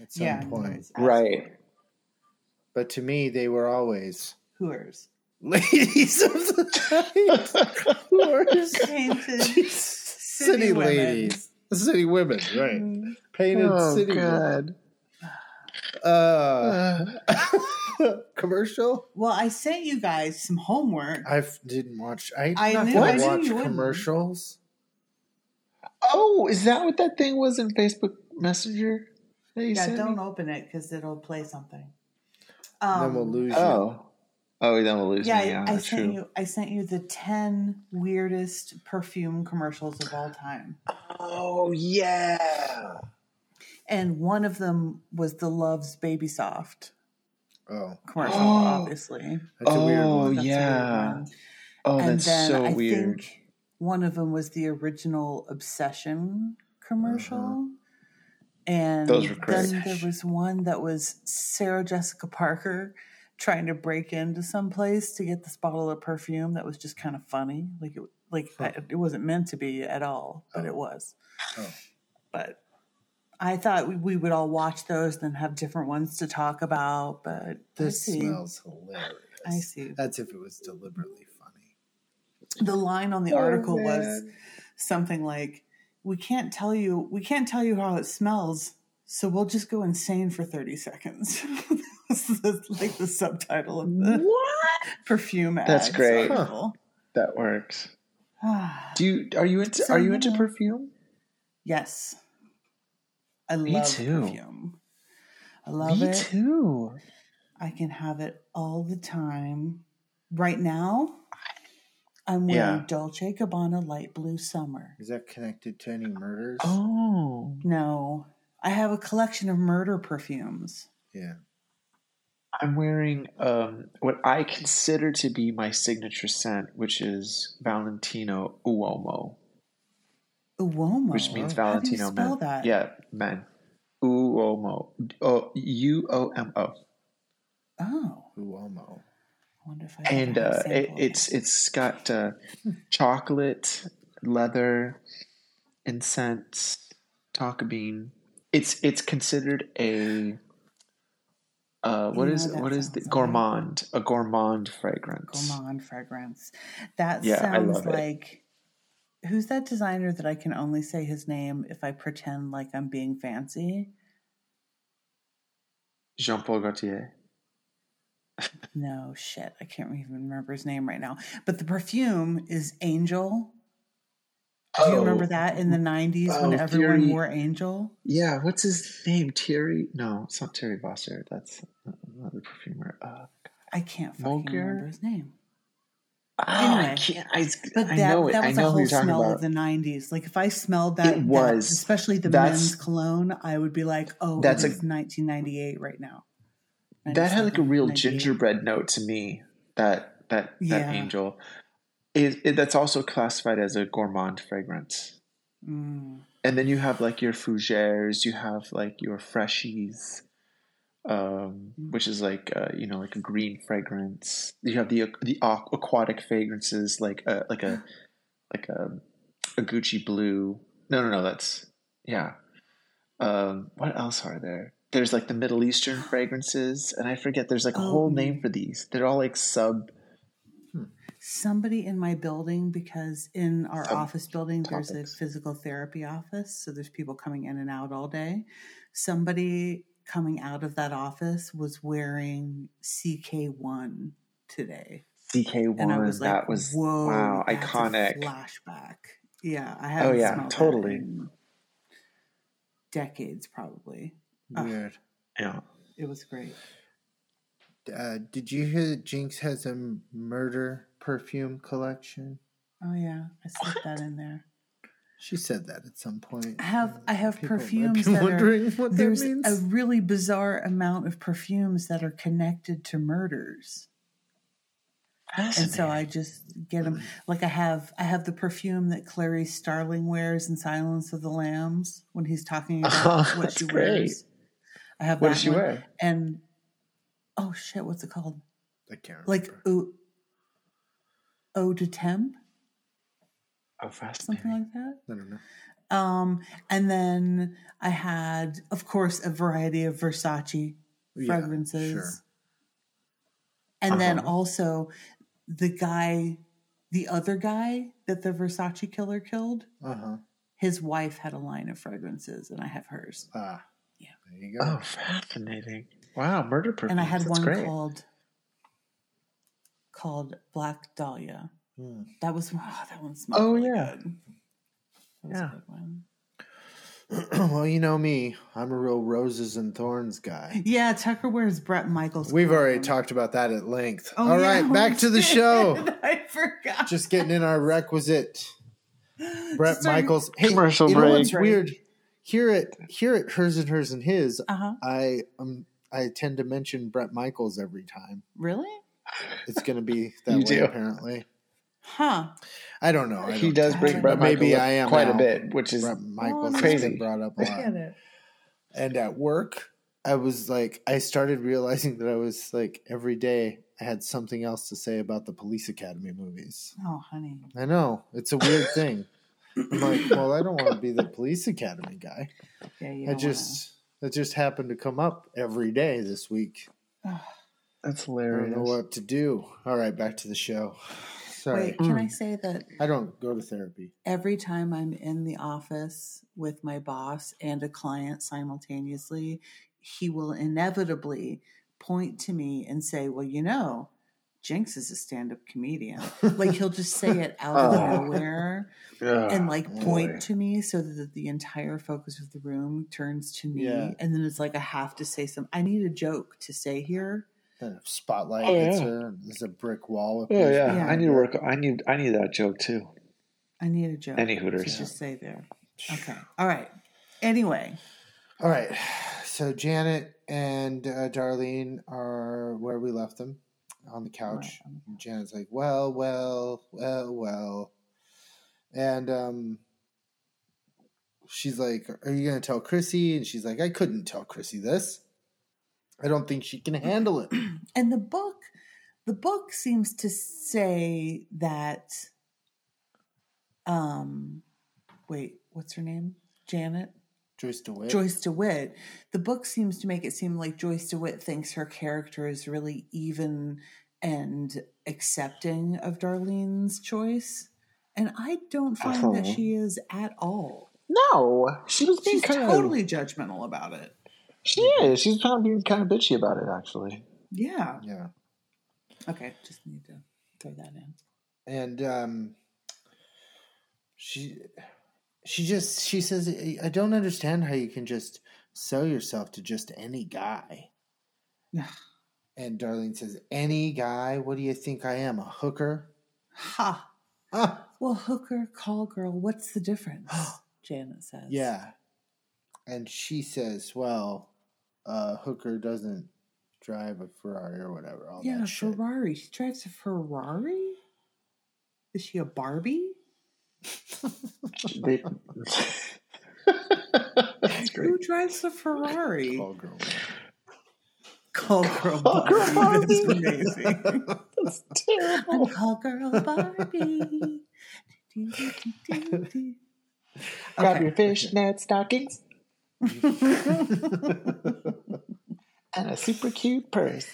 [SPEAKER 1] at some
[SPEAKER 3] yeah,
[SPEAKER 1] point.
[SPEAKER 3] those
[SPEAKER 2] Right.
[SPEAKER 1] But to me, they were always
[SPEAKER 3] Whores.
[SPEAKER 1] ladies of the
[SPEAKER 3] Whores. Painted city,
[SPEAKER 1] city
[SPEAKER 3] women.
[SPEAKER 1] ladies, city women, right?
[SPEAKER 3] Mm.
[SPEAKER 1] Painted
[SPEAKER 2] Oh
[SPEAKER 1] city. women.
[SPEAKER 2] God.
[SPEAKER 1] Uh,
[SPEAKER 2] Uh,
[SPEAKER 1] commercial.
[SPEAKER 3] Well, I sent you guys some homework.
[SPEAKER 1] I f- didn't watch. I,
[SPEAKER 3] I
[SPEAKER 1] not
[SPEAKER 3] knew-
[SPEAKER 1] that I
[SPEAKER 3] I knew
[SPEAKER 1] watch
[SPEAKER 3] you wouldn't.
[SPEAKER 1] commercials.
[SPEAKER 2] oh, is that what that thing was in Facebook Messenger? That you
[SPEAKER 3] yeah,
[SPEAKER 2] sent
[SPEAKER 3] don't
[SPEAKER 2] me?
[SPEAKER 3] open it because it'll play something.
[SPEAKER 1] and
[SPEAKER 3] Um,
[SPEAKER 1] then we'll lose you.
[SPEAKER 2] Oh. Oh, then we'll lose
[SPEAKER 3] yeah,
[SPEAKER 2] me.
[SPEAKER 3] I, I
[SPEAKER 2] that's
[SPEAKER 3] sent
[SPEAKER 2] true.
[SPEAKER 3] you. I sent you the ten weirdest perfume commercials of all time,
[SPEAKER 2] Oh yeah.
[SPEAKER 3] and one of them was the Love's Baby Soft
[SPEAKER 1] Oh,
[SPEAKER 3] commercial,
[SPEAKER 2] Oh.
[SPEAKER 3] obviously.
[SPEAKER 1] that's a weird
[SPEAKER 2] Oh,
[SPEAKER 1] one.
[SPEAKER 3] That's a weird
[SPEAKER 2] yeah.
[SPEAKER 3] one.
[SPEAKER 2] Oh,
[SPEAKER 3] and
[SPEAKER 2] that's
[SPEAKER 3] then
[SPEAKER 2] so
[SPEAKER 3] I
[SPEAKER 2] weird.
[SPEAKER 3] think one of them was the original Obsession commercial, and
[SPEAKER 2] Uh-huh. Those were great.
[SPEAKER 3] then there was one that was Sarah Jessica Parker trying to break into some place to get this bottle of perfume that was just kind of funny. Like it, like
[SPEAKER 1] Huh.
[SPEAKER 3] I- it wasn't meant to be at all, but
[SPEAKER 1] Oh.
[SPEAKER 3] it was.
[SPEAKER 1] Oh.
[SPEAKER 3] But I thought we, we would all watch those, then have different ones to talk about. But
[SPEAKER 1] This
[SPEAKER 3] I see,
[SPEAKER 1] smells hilarious.
[SPEAKER 3] I see.
[SPEAKER 1] That's if it was deliberately funny.
[SPEAKER 3] The line on the article
[SPEAKER 2] Oh,
[SPEAKER 3] was something like, "We can't tell you. We can't tell you how it smells, so we'll just go insane for thirty seconds." that was the, like the subtitle of
[SPEAKER 2] Mm-hmm.
[SPEAKER 3] the
[SPEAKER 2] what?
[SPEAKER 3] perfume.
[SPEAKER 2] That's
[SPEAKER 3] ads
[SPEAKER 2] great.
[SPEAKER 3] article.
[SPEAKER 2] That works. Do you are you into
[SPEAKER 3] So,
[SPEAKER 2] are you into
[SPEAKER 3] yeah.
[SPEAKER 2] perfume?
[SPEAKER 3] yes, I
[SPEAKER 2] Me
[SPEAKER 3] love
[SPEAKER 2] too.
[SPEAKER 3] perfume. I love
[SPEAKER 2] Me
[SPEAKER 3] it.
[SPEAKER 2] too.
[SPEAKER 3] I can have it all the time. Right now, I'm wearing
[SPEAKER 2] Yeah.
[SPEAKER 3] Dolce Gabbana light blue summer.
[SPEAKER 1] Is that connected to any murders?
[SPEAKER 2] Oh,
[SPEAKER 3] No, I have a collection of murder perfumes.
[SPEAKER 1] Yeah.
[SPEAKER 2] I'm wearing um, what I consider to be my signature scent, which is Valentino Uomo,
[SPEAKER 3] Uomo.
[SPEAKER 2] which means
[SPEAKER 1] Wow.
[SPEAKER 3] How do you
[SPEAKER 2] Valentino
[SPEAKER 3] spell
[SPEAKER 2] men.
[SPEAKER 3] that?
[SPEAKER 2] Yeah, men. Uomo. Oh, U O M O.
[SPEAKER 3] Oh,
[SPEAKER 1] Uomo.
[SPEAKER 3] I wonder if I ever
[SPEAKER 2] and
[SPEAKER 3] have a
[SPEAKER 2] uh, it,
[SPEAKER 3] sample of
[SPEAKER 2] it's it's got uh, chocolate, leather, incense, tonka bean. It's it's considered a uh, what
[SPEAKER 3] You
[SPEAKER 2] is
[SPEAKER 3] know what
[SPEAKER 2] what
[SPEAKER 3] that
[SPEAKER 2] is the
[SPEAKER 3] sounds like.
[SPEAKER 2] gourmand a gourmand fragrance?
[SPEAKER 3] gourmand fragrance. That
[SPEAKER 2] Yeah, I
[SPEAKER 3] sounds
[SPEAKER 2] love it.
[SPEAKER 3] like who's that designer that I can only say his name if I pretend like I'm being fancy?
[SPEAKER 2] Jean Paul Gaultier.
[SPEAKER 3] No shit, I can't even remember his name right now. But the perfume is Angel. Do you remember that in the '90s
[SPEAKER 2] Oh,
[SPEAKER 3] when everyone
[SPEAKER 2] Fury.
[SPEAKER 3] wore Angel?
[SPEAKER 2] Yeah, what's his name? Thierry? No, it's not Thierry Bossert. That's another perfumer. Uh,
[SPEAKER 3] I can't fucking
[SPEAKER 2] Mulcair?
[SPEAKER 3] remember his name.
[SPEAKER 2] ah, I
[SPEAKER 3] Anyway.
[SPEAKER 2] can't. I,
[SPEAKER 3] But
[SPEAKER 2] I
[SPEAKER 3] that,
[SPEAKER 2] know it.
[SPEAKER 3] that
[SPEAKER 2] I
[SPEAKER 3] was
[SPEAKER 2] know
[SPEAKER 3] a
[SPEAKER 2] who
[SPEAKER 3] whole
[SPEAKER 2] you're talking
[SPEAKER 3] smell of
[SPEAKER 2] about.
[SPEAKER 3] the '90s. Like if I smelled that,
[SPEAKER 2] It
[SPEAKER 3] that-
[SPEAKER 2] was.
[SPEAKER 3] especially the
[SPEAKER 2] That's-
[SPEAKER 3] men's cologne, I would be like, "Oh,
[SPEAKER 2] That's
[SPEAKER 3] that's
[SPEAKER 2] a-
[SPEAKER 3] it is 1998 right now."
[SPEAKER 2] that had like a
[SPEAKER 3] 97,
[SPEAKER 2] real
[SPEAKER 3] 98.
[SPEAKER 2] gingerbread note to me. That that
[SPEAKER 3] Yeah.
[SPEAKER 2] that angel. It, it, that's also classified as a gourmand fragrance.
[SPEAKER 3] Mm.
[SPEAKER 2] And then you have like your fougères, you have like your freshies, um, which is like uh, you know like a green fragrance. You have the the aqu- aquatic fragrances like a like a like a, a Gucci blue. No, no, no. That's yeah. Um, what else are there? There's like the Middle Eastern fragrances, and I forget. There's like a whole
[SPEAKER 3] Oh.
[SPEAKER 2] name for these. They're all like sub.
[SPEAKER 3] Somebody in my building, because in our
[SPEAKER 2] Some
[SPEAKER 3] office building, there's
[SPEAKER 2] Oh, topics.
[SPEAKER 3] a physical therapy office. So there's people coming in and out all day. Somebody coming out of that office was wearing CK1 today.
[SPEAKER 2] CK
[SPEAKER 3] and I
[SPEAKER 2] one.
[SPEAKER 3] was like,
[SPEAKER 2] that was
[SPEAKER 3] "Whoa,
[SPEAKER 2] wow,
[SPEAKER 3] that's a
[SPEAKER 2] iconic. Oh,
[SPEAKER 3] flashback." Yeah, I haven't.
[SPEAKER 2] yeah,
[SPEAKER 3] smelled that
[SPEAKER 2] totally.
[SPEAKER 3] in decades, probably. Ah.
[SPEAKER 1] Weird.
[SPEAKER 2] Yeah.
[SPEAKER 3] It was great.
[SPEAKER 1] Uh, did you hear that Jinx has a m- murder perfume collection?
[SPEAKER 3] Oh yeah, I slipped that in there.
[SPEAKER 1] She said that at some point.
[SPEAKER 3] I have- I have
[SPEAKER 1] People might
[SPEAKER 3] perfumes
[SPEAKER 1] be
[SPEAKER 3] that are-
[SPEAKER 1] wondering what that
[SPEAKER 3] There's
[SPEAKER 1] means.
[SPEAKER 3] a really bizarre amount of perfumes that are connected to murders, and so I just get
[SPEAKER 2] Mm.
[SPEAKER 3] them. Like I have, I have the perfume that Clarice Starling wears in Silence of the Lambs when he's talking about
[SPEAKER 2] Oh,
[SPEAKER 3] what
[SPEAKER 2] that's
[SPEAKER 3] she
[SPEAKER 2] great.
[SPEAKER 3] wears. I have
[SPEAKER 2] What
[SPEAKER 3] that
[SPEAKER 2] does she
[SPEAKER 3] one.
[SPEAKER 2] wear?
[SPEAKER 3] And oh shit, what's it called?
[SPEAKER 1] I can't remember.
[SPEAKER 3] like o, o to temp,
[SPEAKER 2] Oh,
[SPEAKER 3] something
[SPEAKER 2] fascinating.
[SPEAKER 3] like that.
[SPEAKER 1] I don't know.
[SPEAKER 3] Um, and then I had, of course, a variety of Versace
[SPEAKER 1] Yeah,
[SPEAKER 3] fragrances,
[SPEAKER 1] sure.
[SPEAKER 3] and then
[SPEAKER 2] Uh-huh.
[SPEAKER 3] also the guy, the other guy that the Versace killer killed.
[SPEAKER 1] Uh huh.
[SPEAKER 3] His wife had a line of fragrances, and I have hers.
[SPEAKER 1] Ah.
[SPEAKER 3] Yeah.
[SPEAKER 1] There you go.
[SPEAKER 2] Oh, fascinating. Wow, murder perfume.
[SPEAKER 3] And I had
[SPEAKER 2] That's
[SPEAKER 3] one
[SPEAKER 2] great.
[SPEAKER 3] called called Black Dahlia.
[SPEAKER 1] Hmm.
[SPEAKER 3] That was oh, that one smelled.
[SPEAKER 2] Oh,
[SPEAKER 3] really
[SPEAKER 2] yeah.
[SPEAKER 3] good. That was
[SPEAKER 2] Yeah.
[SPEAKER 3] a good one.
[SPEAKER 1] well, you know me. I'm a real roses and thorns guy.
[SPEAKER 3] Yeah, Tucker wears Brett Michaels.
[SPEAKER 1] We've already
[SPEAKER 3] cologne.
[SPEAKER 1] talked about that at length.
[SPEAKER 3] Oh,
[SPEAKER 1] All
[SPEAKER 3] yeah,
[SPEAKER 1] right, back
[SPEAKER 3] we
[SPEAKER 1] to the
[SPEAKER 3] did.
[SPEAKER 1] show.
[SPEAKER 3] I forgot.
[SPEAKER 1] Just getting in our requisite Brett
[SPEAKER 3] Just our-
[SPEAKER 1] Michaels. Hey,
[SPEAKER 2] Commercial
[SPEAKER 1] you know
[SPEAKER 2] break.
[SPEAKER 1] what's weird? Here at here at hers and hers and his,
[SPEAKER 3] Uh huh.
[SPEAKER 1] I um I tend to mention Brett Michaels every time.
[SPEAKER 3] Really?
[SPEAKER 1] It's going to be that
[SPEAKER 2] You
[SPEAKER 1] way
[SPEAKER 2] do.
[SPEAKER 1] apparently.
[SPEAKER 3] Huh.
[SPEAKER 1] I don't know. I
[SPEAKER 2] He
[SPEAKER 1] don't
[SPEAKER 2] does
[SPEAKER 1] tend
[SPEAKER 2] bring
[SPEAKER 1] to,
[SPEAKER 2] Brett
[SPEAKER 1] but maybe
[SPEAKER 2] Michaels up
[SPEAKER 1] I am
[SPEAKER 2] quite a
[SPEAKER 1] now.
[SPEAKER 2] bit, which is
[SPEAKER 1] Brett Michaels has
[SPEAKER 2] Crazy.
[SPEAKER 1] been brought up a lot.
[SPEAKER 3] it.
[SPEAKER 1] and at work i was like i started realizing that i was like every day i had something else to say about the police academy movies
[SPEAKER 3] Oh, honey.
[SPEAKER 1] i know it's a weird thing i'm like well i don't want to be the police academy guy
[SPEAKER 3] Yeah,
[SPEAKER 1] i
[SPEAKER 3] you don't wanna-
[SPEAKER 1] just that just happened to come up every day this week
[SPEAKER 2] That's
[SPEAKER 1] i
[SPEAKER 2] hilarious.
[SPEAKER 1] don't know what to do all right back to the show sorry Mm.
[SPEAKER 3] Wait, can I say that
[SPEAKER 1] i don't go to therapy
[SPEAKER 3] every time I'm in the office with my boss and a client simultaneously, he will inevitably point to me and say, Well, you know, Jinx is a stand up comedian. like he'll just say it out of
[SPEAKER 2] Oh.
[SPEAKER 3] nowhere
[SPEAKER 2] Yeah.
[SPEAKER 3] and like point
[SPEAKER 2] boy.
[SPEAKER 3] to me so that the entire focus of the room turns to me.
[SPEAKER 1] Yeah.
[SPEAKER 3] And then it's like, I have to say some. I need a joke to say here.
[SPEAKER 1] The spotlight
[SPEAKER 2] Oh,
[SPEAKER 1] hits
[SPEAKER 2] yeah.
[SPEAKER 1] her and there's a brick wall
[SPEAKER 2] Oh
[SPEAKER 1] appears
[SPEAKER 2] yeah.
[SPEAKER 3] Yeah.
[SPEAKER 2] I need to work. I need. I need that joke too.
[SPEAKER 3] I need a joke.
[SPEAKER 2] Any
[SPEAKER 3] to
[SPEAKER 2] Hooters.
[SPEAKER 3] just say there. Okay. All right. Anyway.
[SPEAKER 1] All right. So Janet and uh, Darlene are where we left them on the couch.
[SPEAKER 3] Right.
[SPEAKER 1] And Janet's like, well, well, well, well. And um, she's like, are you going to tell Chrissy? And she's like, I couldn't tell Chrissy this. I don't think she can handle it.
[SPEAKER 3] and the book the book seems to say that um wait what's her name janet
[SPEAKER 1] Joyce DeWitt.
[SPEAKER 3] joyce dewitt the book seems to make it seem like joyce dewitt thinks her character is really even and accepting of darlene's choice and i don't find that
[SPEAKER 2] Oh.
[SPEAKER 3] she is at all
[SPEAKER 2] No, she was being
[SPEAKER 3] she's
[SPEAKER 2] kind
[SPEAKER 3] totally judgmental about it
[SPEAKER 2] of. She is. She's kind of being kind of bitchy about it, actually.
[SPEAKER 3] yeah
[SPEAKER 1] Yeah.
[SPEAKER 3] okay just need to throw that in
[SPEAKER 1] and um, she she just she says i don't understand how you can just sell yourself to just any guy
[SPEAKER 3] Yeah.
[SPEAKER 1] and darlene says any guy what do you think i am a hooker
[SPEAKER 3] ha
[SPEAKER 1] Ah,
[SPEAKER 3] Well, hooker, call girl, what's the difference? Janet says.
[SPEAKER 1] yeah and she says well uh hooker doesn't drive a ferrari or whatever all
[SPEAKER 3] Yeah,
[SPEAKER 1] that shit.
[SPEAKER 3] Ferrari. She drives a Ferrari? Is she a Barbie?
[SPEAKER 2] They- That's great.
[SPEAKER 3] Who drives a Ferrari?
[SPEAKER 1] Call girl.
[SPEAKER 3] Call girl
[SPEAKER 2] Call girl
[SPEAKER 3] Barbie. That's
[SPEAKER 2] Barbie.
[SPEAKER 3] amazing.
[SPEAKER 2] That's
[SPEAKER 3] I'm
[SPEAKER 2] terrible.
[SPEAKER 3] call girl Barbie. Do, do, do, do, do.
[SPEAKER 2] Grab your
[SPEAKER 3] Okay.
[SPEAKER 2] fishnet stockings and a super cute purse.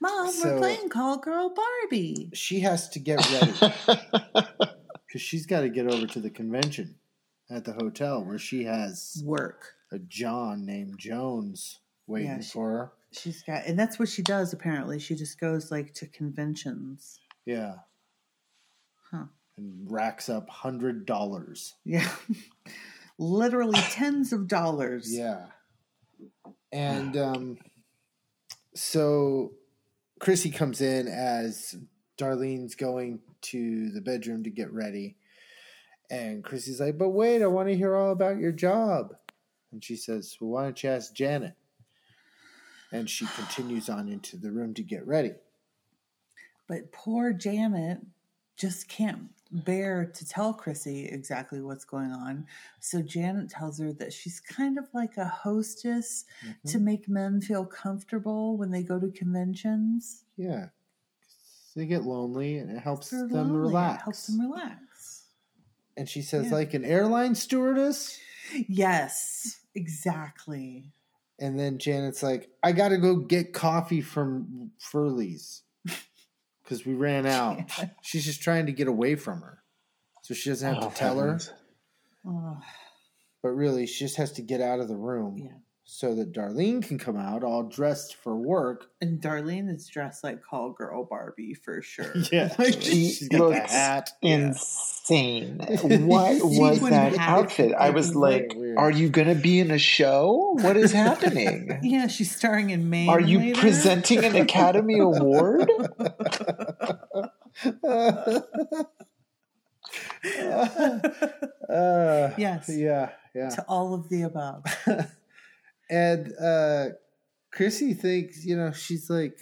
[SPEAKER 3] Mom,
[SPEAKER 1] So-
[SPEAKER 3] we're playing Call Girl Barbie.
[SPEAKER 1] she has to get ready because she's got to get over to the convention at the hotel where she has
[SPEAKER 3] Work.
[SPEAKER 1] a John named Jones waiting
[SPEAKER 3] Yeah, she-
[SPEAKER 1] for her.
[SPEAKER 3] She's got, and that's what she does apparently. She just goes like to conventions.
[SPEAKER 1] Yeah.
[SPEAKER 3] Huh.
[SPEAKER 1] And racks up hundred dollars.
[SPEAKER 3] Yeah. Literally tens of dollars.
[SPEAKER 1] Yeah. And um, so Chrissy comes in as Darlene's going to the bedroom to get ready. And Chrissy's like, but wait, I want to hear all about your job. And she says, well, why don't you ask Janet? And she continues on into the room to get ready.
[SPEAKER 3] But poor Janet just can't bear to tell Chrissy exactly what's going on. So Janet tells her that she's kind of like a hostess to make men feel comfortable when they go to conventions.
[SPEAKER 1] Yeah. They get lonely and it helps
[SPEAKER 3] They're
[SPEAKER 1] them
[SPEAKER 3] lonely. It
[SPEAKER 1] relax.
[SPEAKER 3] helps them relax.
[SPEAKER 1] and she says,
[SPEAKER 3] Yeah.
[SPEAKER 1] like an airline stewardess.
[SPEAKER 3] Yes, exactly.
[SPEAKER 1] And then Janet's like, I gotta go get coffee from Furley's because we ran out. She's just trying to get away from her. So she doesn't have
[SPEAKER 2] Oh,
[SPEAKER 1] to tell her.
[SPEAKER 2] heavens.
[SPEAKER 3] Oh,
[SPEAKER 1] But really, she just has to get out of the room
[SPEAKER 3] yeah.
[SPEAKER 1] so that Darlene can come out all dressed for work.
[SPEAKER 3] And Darlene is dressed like call girl Barbie for sure.
[SPEAKER 1] Yeah.
[SPEAKER 2] She
[SPEAKER 1] She's got the
[SPEAKER 2] looks
[SPEAKER 1] hat.
[SPEAKER 2] insane. What was
[SPEAKER 3] Sequin
[SPEAKER 2] that
[SPEAKER 3] hat.
[SPEAKER 2] outfit? I was
[SPEAKER 1] Very
[SPEAKER 2] like,
[SPEAKER 1] weird.
[SPEAKER 2] are you going to be in a show? What is happening?
[SPEAKER 3] Yeah, she's starring in Maine.
[SPEAKER 2] Are you
[SPEAKER 3] later.
[SPEAKER 2] presenting an Academy Award?
[SPEAKER 1] Uh,
[SPEAKER 3] Yes.
[SPEAKER 1] Yeah. Yeah.
[SPEAKER 3] to all of the above?
[SPEAKER 1] and uh Chrissy thinks, you know, she's like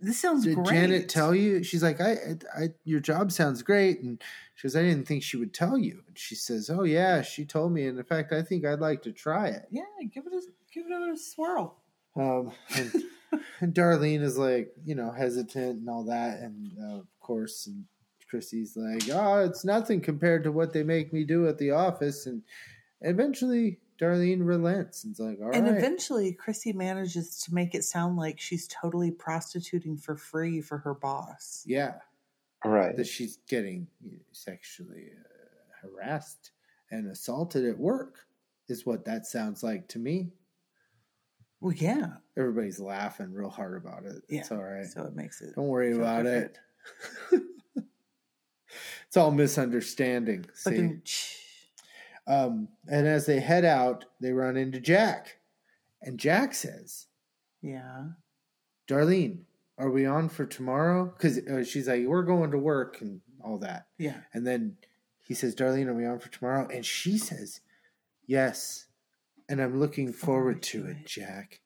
[SPEAKER 3] This sounds
[SPEAKER 1] Did
[SPEAKER 3] great.
[SPEAKER 1] Janet tell you? She's like, I, I, I- your job sounds great, and she goes, I didn't think she would tell you. And she says, Oh yeah, she told me, and in fact, I think I'd like to try it.
[SPEAKER 3] Yeah, give it a give it a swirl.
[SPEAKER 1] Um, and, and Darlene is like, you know, hesitant and all that, and uh, of course, and Chrissy's like, oh, it's nothing compared to what they make me do at the office, and eventually Darlene relents and's like, all right,
[SPEAKER 3] and eventually, Chrissy manages to make it sound like she's totally prostituting for free for her boss.
[SPEAKER 1] yeah,
[SPEAKER 2] Right.
[SPEAKER 1] that she's getting you know, sexually uh, harassed and assaulted at work is what that sounds like to me.
[SPEAKER 3] Well, yeah.
[SPEAKER 1] Everybody's laughing real hard about it. It's
[SPEAKER 3] Yeah,
[SPEAKER 1] all right.
[SPEAKER 3] So it makes it.
[SPEAKER 1] Don't worry
[SPEAKER 3] Feel
[SPEAKER 1] about
[SPEAKER 3] different.
[SPEAKER 1] it. it's all misunderstanding. See?
[SPEAKER 3] Fucking,
[SPEAKER 1] Um, and as they head out, they run into Jack. And Jack says,
[SPEAKER 3] yeah.
[SPEAKER 1] Darlene, are we on for tomorrow? Because uh, she's like, we're going to work and all that.
[SPEAKER 3] Yeah.
[SPEAKER 1] And then he says, Darlene, are we on for tomorrow? And she says, Yes. And I'm looking forward to it, Jack.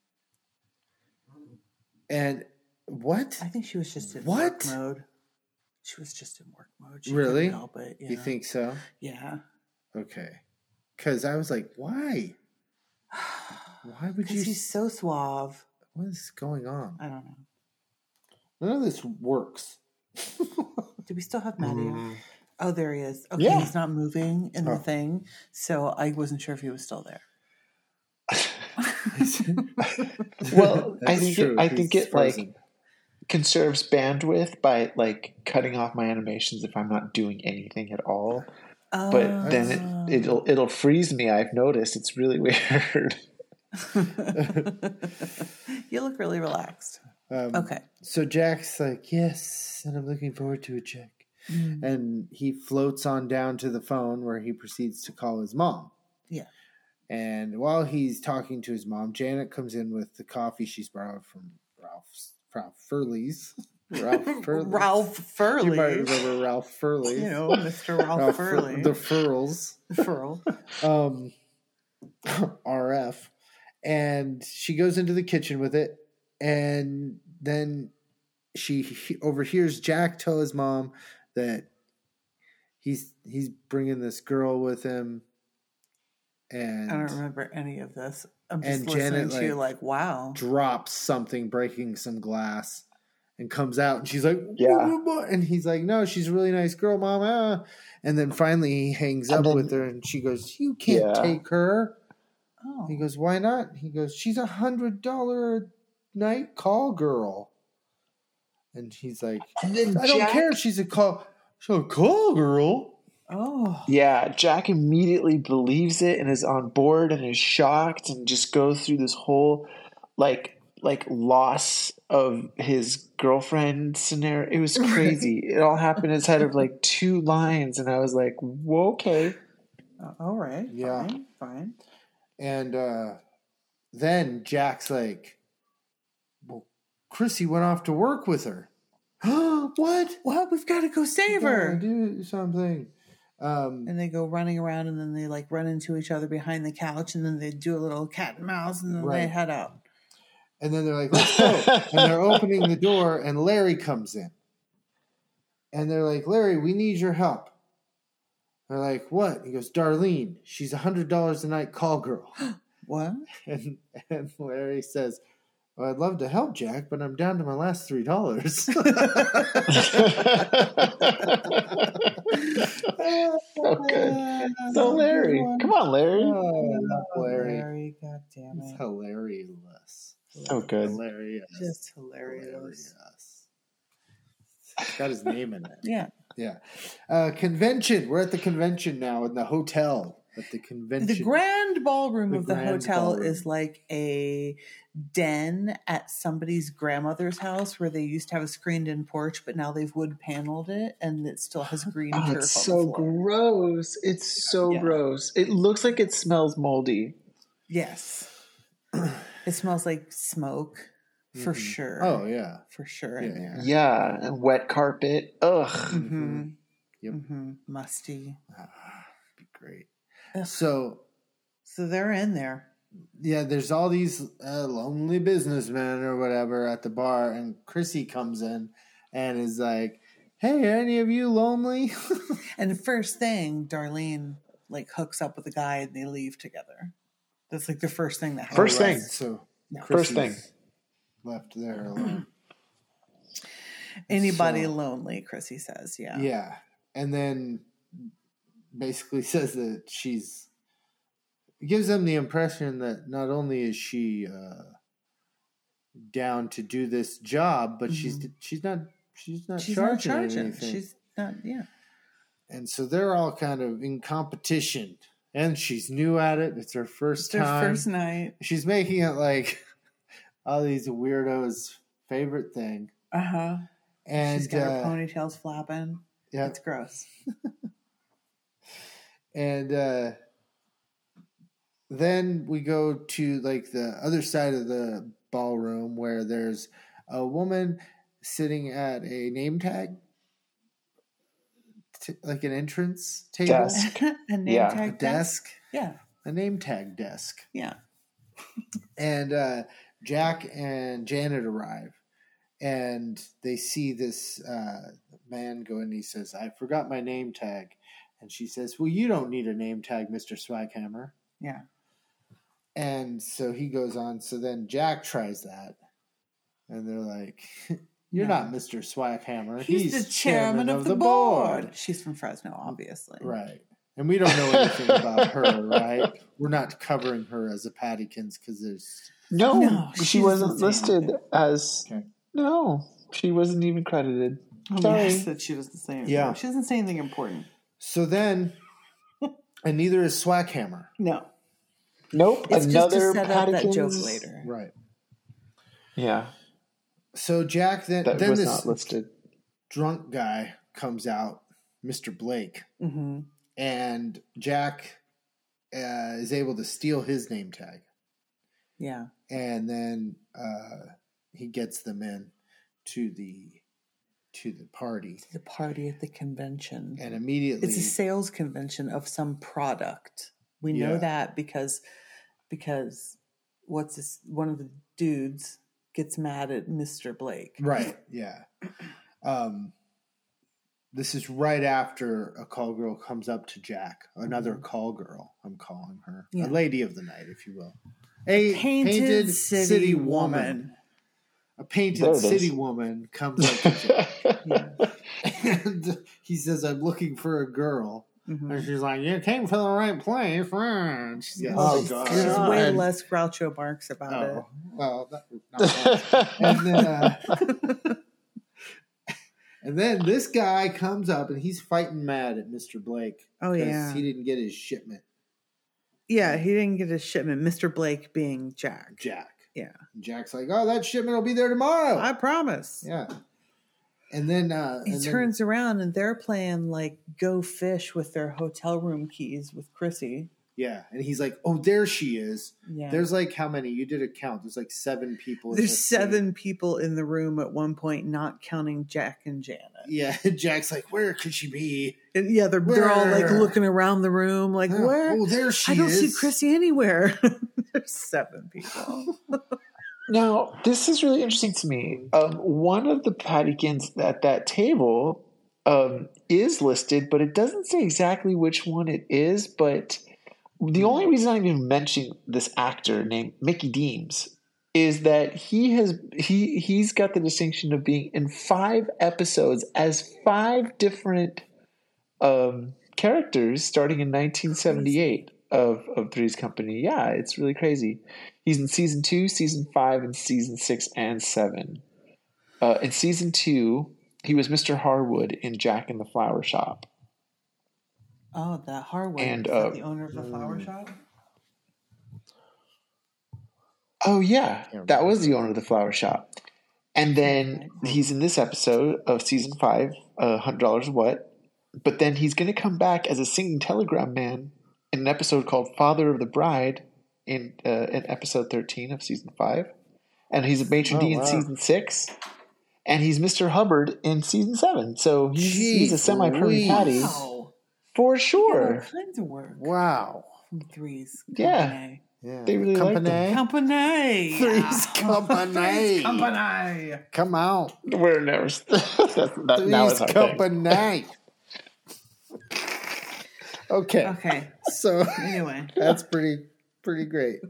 [SPEAKER 1] And what?
[SPEAKER 3] I think she was just in
[SPEAKER 1] What?
[SPEAKER 3] work mode. She was just in work mode. She
[SPEAKER 1] Really?
[SPEAKER 3] couldn't Help it. Yeah.
[SPEAKER 1] You think so?
[SPEAKER 3] Yeah.
[SPEAKER 1] Okay. Because I was like, why? Why would you?
[SPEAKER 3] Because he's so suave.
[SPEAKER 1] What is going on?
[SPEAKER 3] I don't know.
[SPEAKER 1] None of this works.
[SPEAKER 3] Do we still have Maddie? Oh, there he is. Okay,
[SPEAKER 1] Mm. Yeah.
[SPEAKER 3] he's not moving in
[SPEAKER 1] Oh.
[SPEAKER 3] the thing, so I wasn't sure if he was still there.
[SPEAKER 2] well, I
[SPEAKER 1] That's
[SPEAKER 2] think
[SPEAKER 1] true.
[SPEAKER 2] it, I
[SPEAKER 1] He's
[SPEAKER 2] think it like
[SPEAKER 1] frozen.
[SPEAKER 2] conserves bandwidth by like cutting off my animations if I'm not doing anything at all. But
[SPEAKER 3] Oh.
[SPEAKER 2] then it, it'll it'll freeze me. I've noticed it's really weird.
[SPEAKER 3] you look really relaxed.
[SPEAKER 1] Um,
[SPEAKER 3] Okay.
[SPEAKER 1] So Jack's like, yes, and I'm looking forward to it, Jack. And he floats on down to the phone where he proceeds to call his mom.
[SPEAKER 3] Yeah.
[SPEAKER 1] And while he's talking to his mom, Janet comes in with the coffee she's borrowed from Ralph's, Ralph Furley's. Ralph Furley's.
[SPEAKER 3] Ralph Furley.
[SPEAKER 1] You might remember Ralph Furley.
[SPEAKER 3] You know, Mr. Ralph,
[SPEAKER 1] Ralph Fur-
[SPEAKER 3] Furley.
[SPEAKER 1] the Furls.
[SPEAKER 3] Furl.
[SPEAKER 1] Um, RF. And she goes into the kitchen with it. And then she he- overhears Jack tell his mom that he's he's bringing this girl with him.
[SPEAKER 3] I don't
[SPEAKER 1] And
[SPEAKER 3] remember any of this. I'm just
[SPEAKER 1] And
[SPEAKER 3] listening
[SPEAKER 1] Janet,
[SPEAKER 3] to you
[SPEAKER 1] like,
[SPEAKER 3] like, wow.
[SPEAKER 1] drops something, breaking some glass. And comes out and she's like,
[SPEAKER 2] Yeah.
[SPEAKER 1] "Woo, woo, woo," And he's like, no, she's a really nice girl, mama. And then finally he hangs
[SPEAKER 2] And
[SPEAKER 1] up
[SPEAKER 2] then-
[SPEAKER 1] with her and she goes, you can't
[SPEAKER 2] Yeah.
[SPEAKER 1] take her.
[SPEAKER 3] Oh.
[SPEAKER 1] He goes, why not? He goes, she's a hundred dollar a night call girl. And he's like,
[SPEAKER 2] And then
[SPEAKER 1] I don't care if she's a call, she's a call girl.
[SPEAKER 3] oh.
[SPEAKER 2] Yeah, Jack immediately believes it and is on board and is shocked and just goes through this whole like like loss of his girlfriend scenario. It was crazy. it all happened inside of like two lines, and I was like, "Whoa, okay."
[SPEAKER 3] Uh, All right.
[SPEAKER 1] Yeah.
[SPEAKER 3] Fine. Fine.
[SPEAKER 1] And uh, then Jack's like, well, Chrissy went off to work with her. what?
[SPEAKER 3] Well, we've got to go save
[SPEAKER 1] Gotta
[SPEAKER 3] her.
[SPEAKER 1] Do something. Um,
[SPEAKER 3] And they go running around and then they like run into each other behind the couch and then they do a little cat and mouse and then they
[SPEAKER 1] Right.
[SPEAKER 3] head out.
[SPEAKER 1] And then they're like, let's go. and they're opening the door, and Larry comes in. And they're like, Larry, we need your help. They're like, what? He goes, Darlene, she's a $100 a night call girl.
[SPEAKER 3] What?
[SPEAKER 1] And, and Larry says, well, I'd love to help, Jack, but I'm down to my last $3.
[SPEAKER 2] so good. So Larry, come on, Larry.
[SPEAKER 1] Oh, I love Larry.
[SPEAKER 3] Larry, God damn
[SPEAKER 1] It's
[SPEAKER 3] it.
[SPEAKER 1] hilarious.
[SPEAKER 2] So good.
[SPEAKER 1] Hilarious.
[SPEAKER 3] Just hilarious.
[SPEAKER 1] Hilarious. It's got his name in it.
[SPEAKER 3] Yeah.
[SPEAKER 1] Yeah. Uh, convention. We're at the convention now in the hotel. At the convention.
[SPEAKER 3] The grand ballroom
[SPEAKER 1] The
[SPEAKER 3] of the
[SPEAKER 1] grand
[SPEAKER 3] hotel
[SPEAKER 1] ballroom.
[SPEAKER 3] is like a den at somebody's grandmother's house where they used to have a screened in porch, but now they've wood paneled it and it still has green
[SPEAKER 2] Oh,
[SPEAKER 3] turf
[SPEAKER 2] it's
[SPEAKER 3] on
[SPEAKER 2] so
[SPEAKER 3] the floor.
[SPEAKER 2] gross. It's so
[SPEAKER 3] Yeah.
[SPEAKER 2] gross. It looks like it smells moldy.
[SPEAKER 3] Yes. it smells like smoke for
[SPEAKER 1] Mhm.
[SPEAKER 3] sure.
[SPEAKER 1] Oh, yeah.
[SPEAKER 3] for sure
[SPEAKER 1] Yeah,
[SPEAKER 3] in there.
[SPEAKER 2] Yeah, and wet carpet. Ugh.
[SPEAKER 3] Mm-hmm.
[SPEAKER 1] Yep.
[SPEAKER 3] hmm Musty.
[SPEAKER 1] Ah, be great.
[SPEAKER 3] Ugh.
[SPEAKER 1] So
[SPEAKER 3] So they're in there.
[SPEAKER 1] yeah, there's all these uh, lonely businessmen or whatever at the bar, and Chrissy comes in and is like, "Hey, are any of you lonely?"
[SPEAKER 3] And the first thing, Darlene like hooks up with a guy and they leave together. That's like the first thing that happens.
[SPEAKER 2] First thing.
[SPEAKER 1] So
[SPEAKER 3] No.
[SPEAKER 2] First thing.
[SPEAKER 1] left there alone.
[SPEAKER 3] Anybody
[SPEAKER 1] So-
[SPEAKER 3] lonely, Chrissy says. Yeah.
[SPEAKER 1] yeah, and then basically says that she's it gives them the impression that not only is she uh, down to do this job, but she's she's not she's not
[SPEAKER 3] Mm-hmm. She's
[SPEAKER 1] charging,
[SPEAKER 3] not
[SPEAKER 1] her
[SPEAKER 3] charging.
[SPEAKER 1] anything.
[SPEAKER 3] She's not yeah.
[SPEAKER 1] and so they're all kind of in competition. And she's new at it; it's her first
[SPEAKER 3] It's their
[SPEAKER 1] time.
[SPEAKER 3] first night.
[SPEAKER 1] she's making it like all these weirdos' favorite thing.
[SPEAKER 3] Uh-huh.
[SPEAKER 1] And
[SPEAKER 3] She's got her
[SPEAKER 1] uh,
[SPEAKER 3] ponytails flapping.
[SPEAKER 1] yeah,
[SPEAKER 3] It's gross.
[SPEAKER 1] and uh, then we go to like the other side of the ballroom where there's a woman sitting at a name tag, t- like an entrance table,
[SPEAKER 2] Desk.
[SPEAKER 3] a name
[SPEAKER 2] Yeah.
[SPEAKER 1] a
[SPEAKER 3] tag
[SPEAKER 1] desk,
[SPEAKER 3] Yeah.
[SPEAKER 1] a name tag desk.
[SPEAKER 3] Yeah.
[SPEAKER 1] and uh, Jack and Janet arrive, and they see this uh, man go and he says, "I forgot my name tag," and she says, "Well, you don't need a name tag, Mister Swaghammer."
[SPEAKER 3] Yeah.
[SPEAKER 1] And so he goes on. So then Jack tries that, and they're like, "You're
[SPEAKER 3] No.
[SPEAKER 1] not Mister Swaghammer.
[SPEAKER 3] He's, the chairman, of, the, board. She's from Fresno, obviously.
[SPEAKER 1] right?" And we don't know anything about her, right? We're not covering her as a Pattykins because there's
[SPEAKER 2] No,
[SPEAKER 3] No,
[SPEAKER 2] she,
[SPEAKER 3] she
[SPEAKER 2] wasn't
[SPEAKER 3] doesn't say
[SPEAKER 2] listed as.
[SPEAKER 1] Okay.
[SPEAKER 2] No, she wasn't even credited.
[SPEAKER 3] Oh,
[SPEAKER 2] Sorry.
[SPEAKER 3] yes, that she doesn't say anything.
[SPEAKER 1] Yeah.
[SPEAKER 3] She doesn't say anything important.
[SPEAKER 1] So then, and neither is Swackhammer.
[SPEAKER 3] No.
[SPEAKER 2] Nope.
[SPEAKER 3] It's
[SPEAKER 2] another
[SPEAKER 3] just to set up that joke
[SPEAKER 2] Paddykins-
[SPEAKER 3] later.
[SPEAKER 1] Right.
[SPEAKER 2] Yeah,
[SPEAKER 1] So Jack then
[SPEAKER 2] that
[SPEAKER 1] then
[SPEAKER 2] was
[SPEAKER 1] this
[SPEAKER 2] not listed.
[SPEAKER 1] drunk guy comes out, Mr. Blake,
[SPEAKER 3] Mm-hmm.
[SPEAKER 1] and Jack uh, is able to steal his name tag,
[SPEAKER 3] Yeah.
[SPEAKER 1] and then uh, he gets them in to the to the party,
[SPEAKER 3] The party at the convention.
[SPEAKER 1] and immediately
[SPEAKER 3] It's a sales convention of some product. We
[SPEAKER 1] Yeah.
[SPEAKER 3] know that because because what's this one of the dudes gets mad at Mr. Blake.
[SPEAKER 1] Right. Yeah. Um, this is right after a call girl comes up to Jack. Another call girl. I'm calling her
[SPEAKER 3] Mm-hmm. Yeah.
[SPEAKER 1] a lady of the night, if you will. A
[SPEAKER 3] Painted, city, woman.
[SPEAKER 1] A
[SPEAKER 2] There
[SPEAKER 1] painted
[SPEAKER 2] it is.
[SPEAKER 1] city woman comes up to Jack, and he says, "I'm looking for a girl."
[SPEAKER 3] Mhm.
[SPEAKER 1] And she's like, "You came to the right place." And she's like,
[SPEAKER 2] Oh,
[SPEAKER 1] "Oh
[SPEAKER 2] God.
[SPEAKER 1] God!"
[SPEAKER 3] There's way
[SPEAKER 1] God."
[SPEAKER 3] less Groucho Marx about it.
[SPEAKER 1] Oh, well, that, not much and then uh, and then this guy comes up and he's fighting mad at Mr. Blake.
[SPEAKER 3] Oh,
[SPEAKER 1] 'cause
[SPEAKER 3] yeah.
[SPEAKER 1] he didn't get his shipment,
[SPEAKER 3] Yeah, he didn't get his shipment. Mr. Blake being Jack.
[SPEAKER 1] Jack.
[SPEAKER 3] Yeah.
[SPEAKER 1] And Jack's like, "Oh, that shipment will be there tomorrow."
[SPEAKER 3] I promise.
[SPEAKER 1] yeah. And then uh,
[SPEAKER 3] He
[SPEAKER 1] and then-
[SPEAKER 3] turns around and they're playing like go fish with their hotel room keys with Chrissy.
[SPEAKER 1] yeah, and he's like, "Oh, there she is."
[SPEAKER 3] Yeah.
[SPEAKER 1] There's like how many? You did a count. There's like seven people. in
[SPEAKER 3] There's
[SPEAKER 1] this scene.
[SPEAKER 3] seven people in the room at one point, not counting Jack and Janet.
[SPEAKER 1] Yeah, Jack's like, "Where could she be?"
[SPEAKER 3] And yeah, they're, they're all like
[SPEAKER 1] Where?
[SPEAKER 3] looking around the room, like,
[SPEAKER 1] Huh.
[SPEAKER 3] where?
[SPEAKER 1] Oh, there she
[SPEAKER 3] I don't
[SPEAKER 1] is.
[SPEAKER 3] see Chrissy anywhere. There's seven people.
[SPEAKER 2] Now, this is really interesting to me. Um, one of the Paddykins at that table um, is listed, but it doesn't say exactly which one it is. But the only reason I'm even mentioning this actor named Mickey Deems is that he has he he's got the distinction of being in five episodes as five different um, characters starting in 1978 of, of Three's Company. Yeah, it's really crazy. He's in season two, season five, and season six and seven. Uh, in season two, he was Mr. Harwood in Jack and the Flower Shop.
[SPEAKER 3] Oh, that Harwood.
[SPEAKER 2] And,
[SPEAKER 3] is that
[SPEAKER 2] uh,
[SPEAKER 3] the owner of the flower
[SPEAKER 1] Mm.
[SPEAKER 3] shop?
[SPEAKER 2] Oh yeah, that was the owner of the flower shop. And then he's in this episode of season five, uh, hundred dollars what? But then he's going to come back as a singing telegram man in an episode called "Father of the Bride" in uh, in episode thirteen of season five, and he's a matron
[SPEAKER 1] Oh,
[SPEAKER 2] d in
[SPEAKER 1] wow.
[SPEAKER 2] season six, and he's Mister Hubbard in season seven. So he's, he's a
[SPEAKER 1] Jeez
[SPEAKER 2] semi permanent
[SPEAKER 1] Louise.
[SPEAKER 2] patty
[SPEAKER 3] Wow.
[SPEAKER 2] for
[SPEAKER 3] He got all
[SPEAKER 2] sure.
[SPEAKER 3] kinds of work
[SPEAKER 1] Wow.
[SPEAKER 3] from threes.
[SPEAKER 2] Yeah.
[SPEAKER 3] Company.
[SPEAKER 1] Yeah.
[SPEAKER 2] They really liked
[SPEAKER 1] Company.
[SPEAKER 3] Company.
[SPEAKER 1] Three's Company.
[SPEAKER 3] Company.
[SPEAKER 1] Come on.
[SPEAKER 2] We're nervous. That's, that, Uh, now
[SPEAKER 1] Three's
[SPEAKER 2] it's our thing.
[SPEAKER 1] Company. okay.
[SPEAKER 3] Okay.
[SPEAKER 1] So
[SPEAKER 3] Anyway,
[SPEAKER 1] that's pretty pretty great.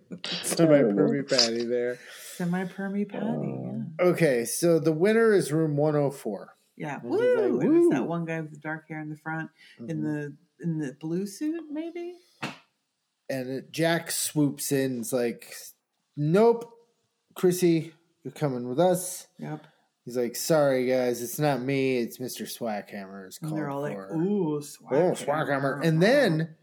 [SPEAKER 1] So my pervy patty there.
[SPEAKER 3] semi permy patty.
[SPEAKER 1] Okay, so the winner is room 104.
[SPEAKER 3] Yeah. yeah.
[SPEAKER 1] was like,
[SPEAKER 3] Woo! It was
[SPEAKER 1] woo. Mm-hmm.
[SPEAKER 3] that one guy with the dark hair in the front, in the in the blue suit, maybe.
[SPEAKER 1] And it- Jack swoops in, and's like, Nope, Chrissy, you're coming with us.
[SPEAKER 3] Yep.
[SPEAKER 1] He's like, Sorry, guys, it's not me, it's Mr. Swackhammer. It's
[SPEAKER 3] And
[SPEAKER 1] called
[SPEAKER 3] they're all like,
[SPEAKER 1] for.
[SPEAKER 3] "Ooh, swag
[SPEAKER 1] Oh, Swackhammer. And then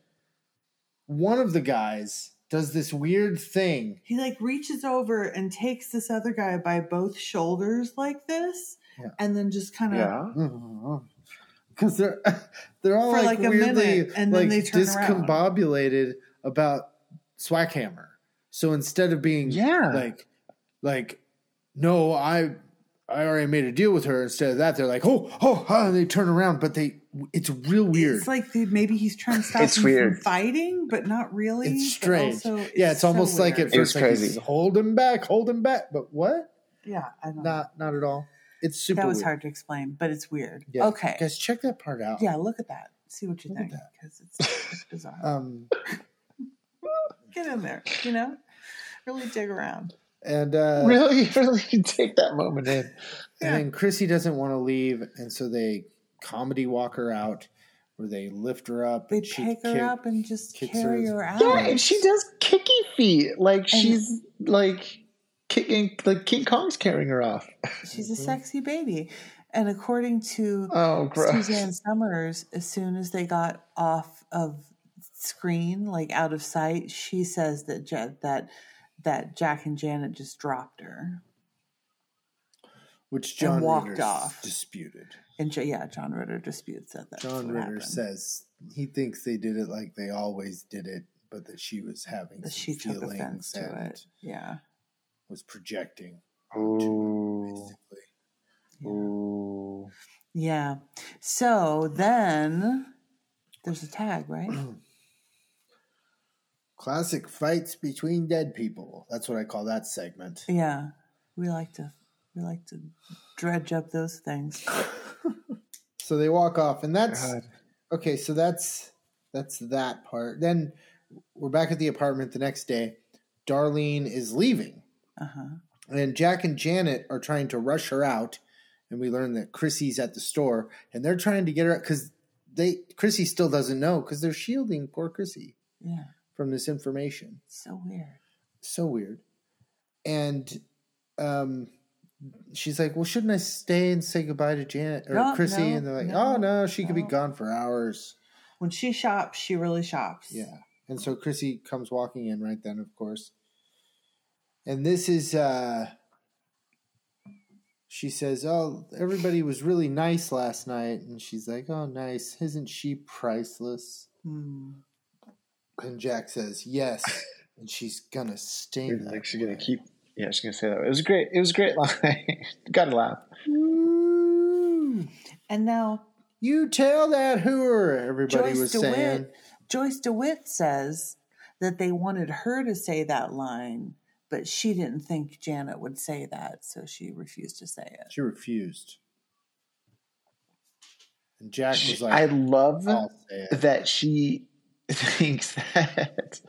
[SPEAKER 1] one of the guys does this weird thing.
[SPEAKER 3] he like reaches over and takes this other guy by both shoulders like this,
[SPEAKER 1] Yeah.
[SPEAKER 3] and then just kind of
[SPEAKER 2] Yeah.
[SPEAKER 1] Because Mm-hmm. they're they're all
[SPEAKER 3] For
[SPEAKER 1] like,
[SPEAKER 3] like a
[SPEAKER 1] weirdly
[SPEAKER 3] minute, and
[SPEAKER 1] like
[SPEAKER 3] then they turn around.
[SPEAKER 1] discombobulated about Swackhammer. So instead of being
[SPEAKER 2] Yeah.
[SPEAKER 1] like like no, I I already made a deal with her. Instead of that, they're like oh oh, ah," and they turn around, but they it's real weird.
[SPEAKER 3] It's like they, maybe he's trying to stop
[SPEAKER 2] It's
[SPEAKER 3] him
[SPEAKER 2] weird.
[SPEAKER 3] from fighting, but not really.
[SPEAKER 1] It's
[SPEAKER 3] but
[SPEAKER 1] strange.
[SPEAKER 3] also it's
[SPEAKER 1] yeah, it's
[SPEAKER 3] so
[SPEAKER 1] almost like at
[SPEAKER 3] weird.
[SPEAKER 2] It was
[SPEAKER 1] first like, he's,
[SPEAKER 2] crazy.
[SPEAKER 1] hold him back, hold him back. But what?
[SPEAKER 3] yeah, I don't know.
[SPEAKER 1] Not not at all. It's super.
[SPEAKER 3] That was
[SPEAKER 1] weird.
[SPEAKER 3] hard to explain, but it's weird.
[SPEAKER 1] Yeah.
[SPEAKER 3] Okay.
[SPEAKER 1] guys, check that part out.
[SPEAKER 3] Yeah, look at that. See what you
[SPEAKER 1] Look at
[SPEAKER 3] think
[SPEAKER 1] that.
[SPEAKER 3] because it's, it's bizarre.
[SPEAKER 1] Um.
[SPEAKER 3] Get in there, you know. Really dig around.
[SPEAKER 1] And uh,
[SPEAKER 2] really, really take that moment in.
[SPEAKER 1] And
[SPEAKER 3] Yeah.
[SPEAKER 1] then Chrissy doesn't want to leave, and so they comedy walk her out, where they lift her up.
[SPEAKER 3] They
[SPEAKER 1] and she
[SPEAKER 3] pick her
[SPEAKER 1] kick-
[SPEAKER 3] up and just
[SPEAKER 1] kicks
[SPEAKER 3] carry
[SPEAKER 1] her-
[SPEAKER 3] her out.
[SPEAKER 2] Yeah, and she does kicky feet. Like she's like kicking. Like King Kong's carrying her off.
[SPEAKER 3] She's
[SPEAKER 1] Mm-hmm.
[SPEAKER 3] a sexy baby. And according to
[SPEAKER 2] Oh, gross.
[SPEAKER 3] Suzanne Summers, as soon as they got off of screen, like out of sight, she says that ja- that that Jack and Janet just dropped her,
[SPEAKER 1] which John
[SPEAKER 3] walked
[SPEAKER 1] Ritter s-
[SPEAKER 3] off.
[SPEAKER 1] disputed.
[SPEAKER 3] and Ja- yeah, John Ritter disputes that. That's
[SPEAKER 1] John
[SPEAKER 3] what
[SPEAKER 1] Ritter
[SPEAKER 3] happened.
[SPEAKER 1] says he thinks they did it like they always did it, but that she was having
[SPEAKER 3] that
[SPEAKER 1] some
[SPEAKER 3] she took
[SPEAKER 1] feelings
[SPEAKER 3] offense to
[SPEAKER 1] and
[SPEAKER 3] it. Yeah,
[SPEAKER 1] was projecting.
[SPEAKER 2] Ooh.
[SPEAKER 1] Basically,
[SPEAKER 2] Ooh.
[SPEAKER 3] yeah. So then there's a tag, right?
[SPEAKER 1] Mm. classic fights between dead people. That's what I call that segment.
[SPEAKER 3] yeah, we like to we like to dredge up those things.
[SPEAKER 1] So they walk off, and that's.
[SPEAKER 2] God.
[SPEAKER 1] okay so that's that's that part then we're back at the apartment the next day darlene is leaving
[SPEAKER 3] Uh huh.
[SPEAKER 1] and jack and janet are trying to rush her out and we learn that chrissy's at the store and they're trying to get her out because they chrissy still doesn't know because they're shielding poor chrissy
[SPEAKER 3] Yeah,
[SPEAKER 1] from this information
[SPEAKER 3] so weird.
[SPEAKER 1] so weird and um she's like well shouldn't i stay and say goodbye to janet or
[SPEAKER 3] No,
[SPEAKER 1] chrissy
[SPEAKER 3] no,
[SPEAKER 1] and they're like
[SPEAKER 3] no,
[SPEAKER 1] oh no she could be
[SPEAKER 3] no.
[SPEAKER 1] gone for hours
[SPEAKER 3] When she shops, she really shops.
[SPEAKER 1] Yeah. And so Chrissy comes walking in right then, of course. And this is uh she says, "Oh, everybody was really nice last night." And she's like, "Oh, nice. Isn't she priceless?"
[SPEAKER 3] Hmm.
[SPEAKER 1] And Jack says, "Yes." And she's gonna sting
[SPEAKER 2] Dude,
[SPEAKER 1] that
[SPEAKER 2] like she's gonna
[SPEAKER 1] boy.
[SPEAKER 2] keep. Yeah, she's gonna say that. It was great. It was a great line. Gotta laugh.
[SPEAKER 1] Woo.
[SPEAKER 3] And now
[SPEAKER 1] You tell that hooer, everybody
[SPEAKER 3] Joyce
[SPEAKER 1] was
[SPEAKER 3] DeWitt
[SPEAKER 1] saying.
[SPEAKER 3] Joyce DeWitt says that they wanted her to say that line, but she didn't think Janet would say that, so she refused to say it.
[SPEAKER 1] She refused. And Jack was like, Oh.
[SPEAKER 2] I love
[SPEAKER 1] "I'll say it."
[SPEAKER 2] that she thinks that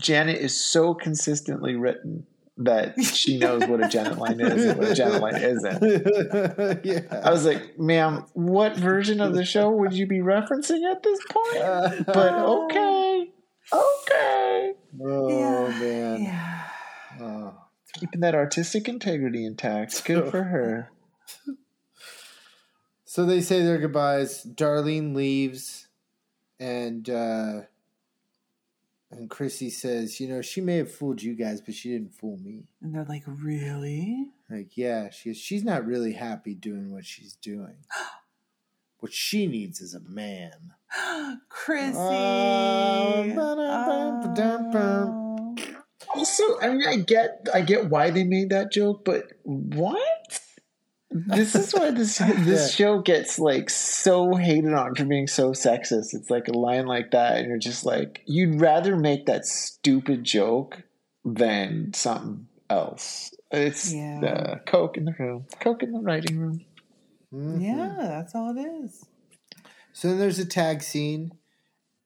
[SPEAKER 2] Janet is so consistently written that she knows what a Janet line is and what a Janet line isn't.
[SPEAKER 1] yeah.
[SPEAKER 2] I was like, ma'am, what version of the show would you be referencing at this point? But
[SPEAKER 1] Uh,
[SPEAKER 2] okay. Okay.
[SPEAKER 1] oh man,
[SPEAKER 3] Yeah.
[SPEAKER 1] Oh.
[SPEAKER 2] Keeping that artistic integrity intact. Good for her.
[SPEAKER 1] so they say their goodbyes. Darlene leaves, and uh, and Chrissy says, "You know, she may have fooled you guys, but she didn't fool me."
[SPEAKER 3] And they're like, really?
[SPEAKER 1] Like, yeah, she she's not really happy doing what she's doing. what she needs is a man.
[SPEAKER 3] Chrissy.
[SPEAKER 1] Oh, ba-dum-bum-ba-dum-bum.
[SPEAKER 3] Oh.
[SPEAKER 2] Also, I mean I get I get why they made that joke, but what? This is why this this show gets like so hated on for being so sexist. It's like a line like that, and you're just like, you'd rather make that stupid joke than something else. It's
[SPEAKER 3] Yeah.
[SPEAKER 2] the Coke in the room, Coke in the writing room.
[SPEAKER 1] Mhm.
[SPEAKER 3] Yeah, that's all it is.
[SPEAKER 1] So then there's a tag scene.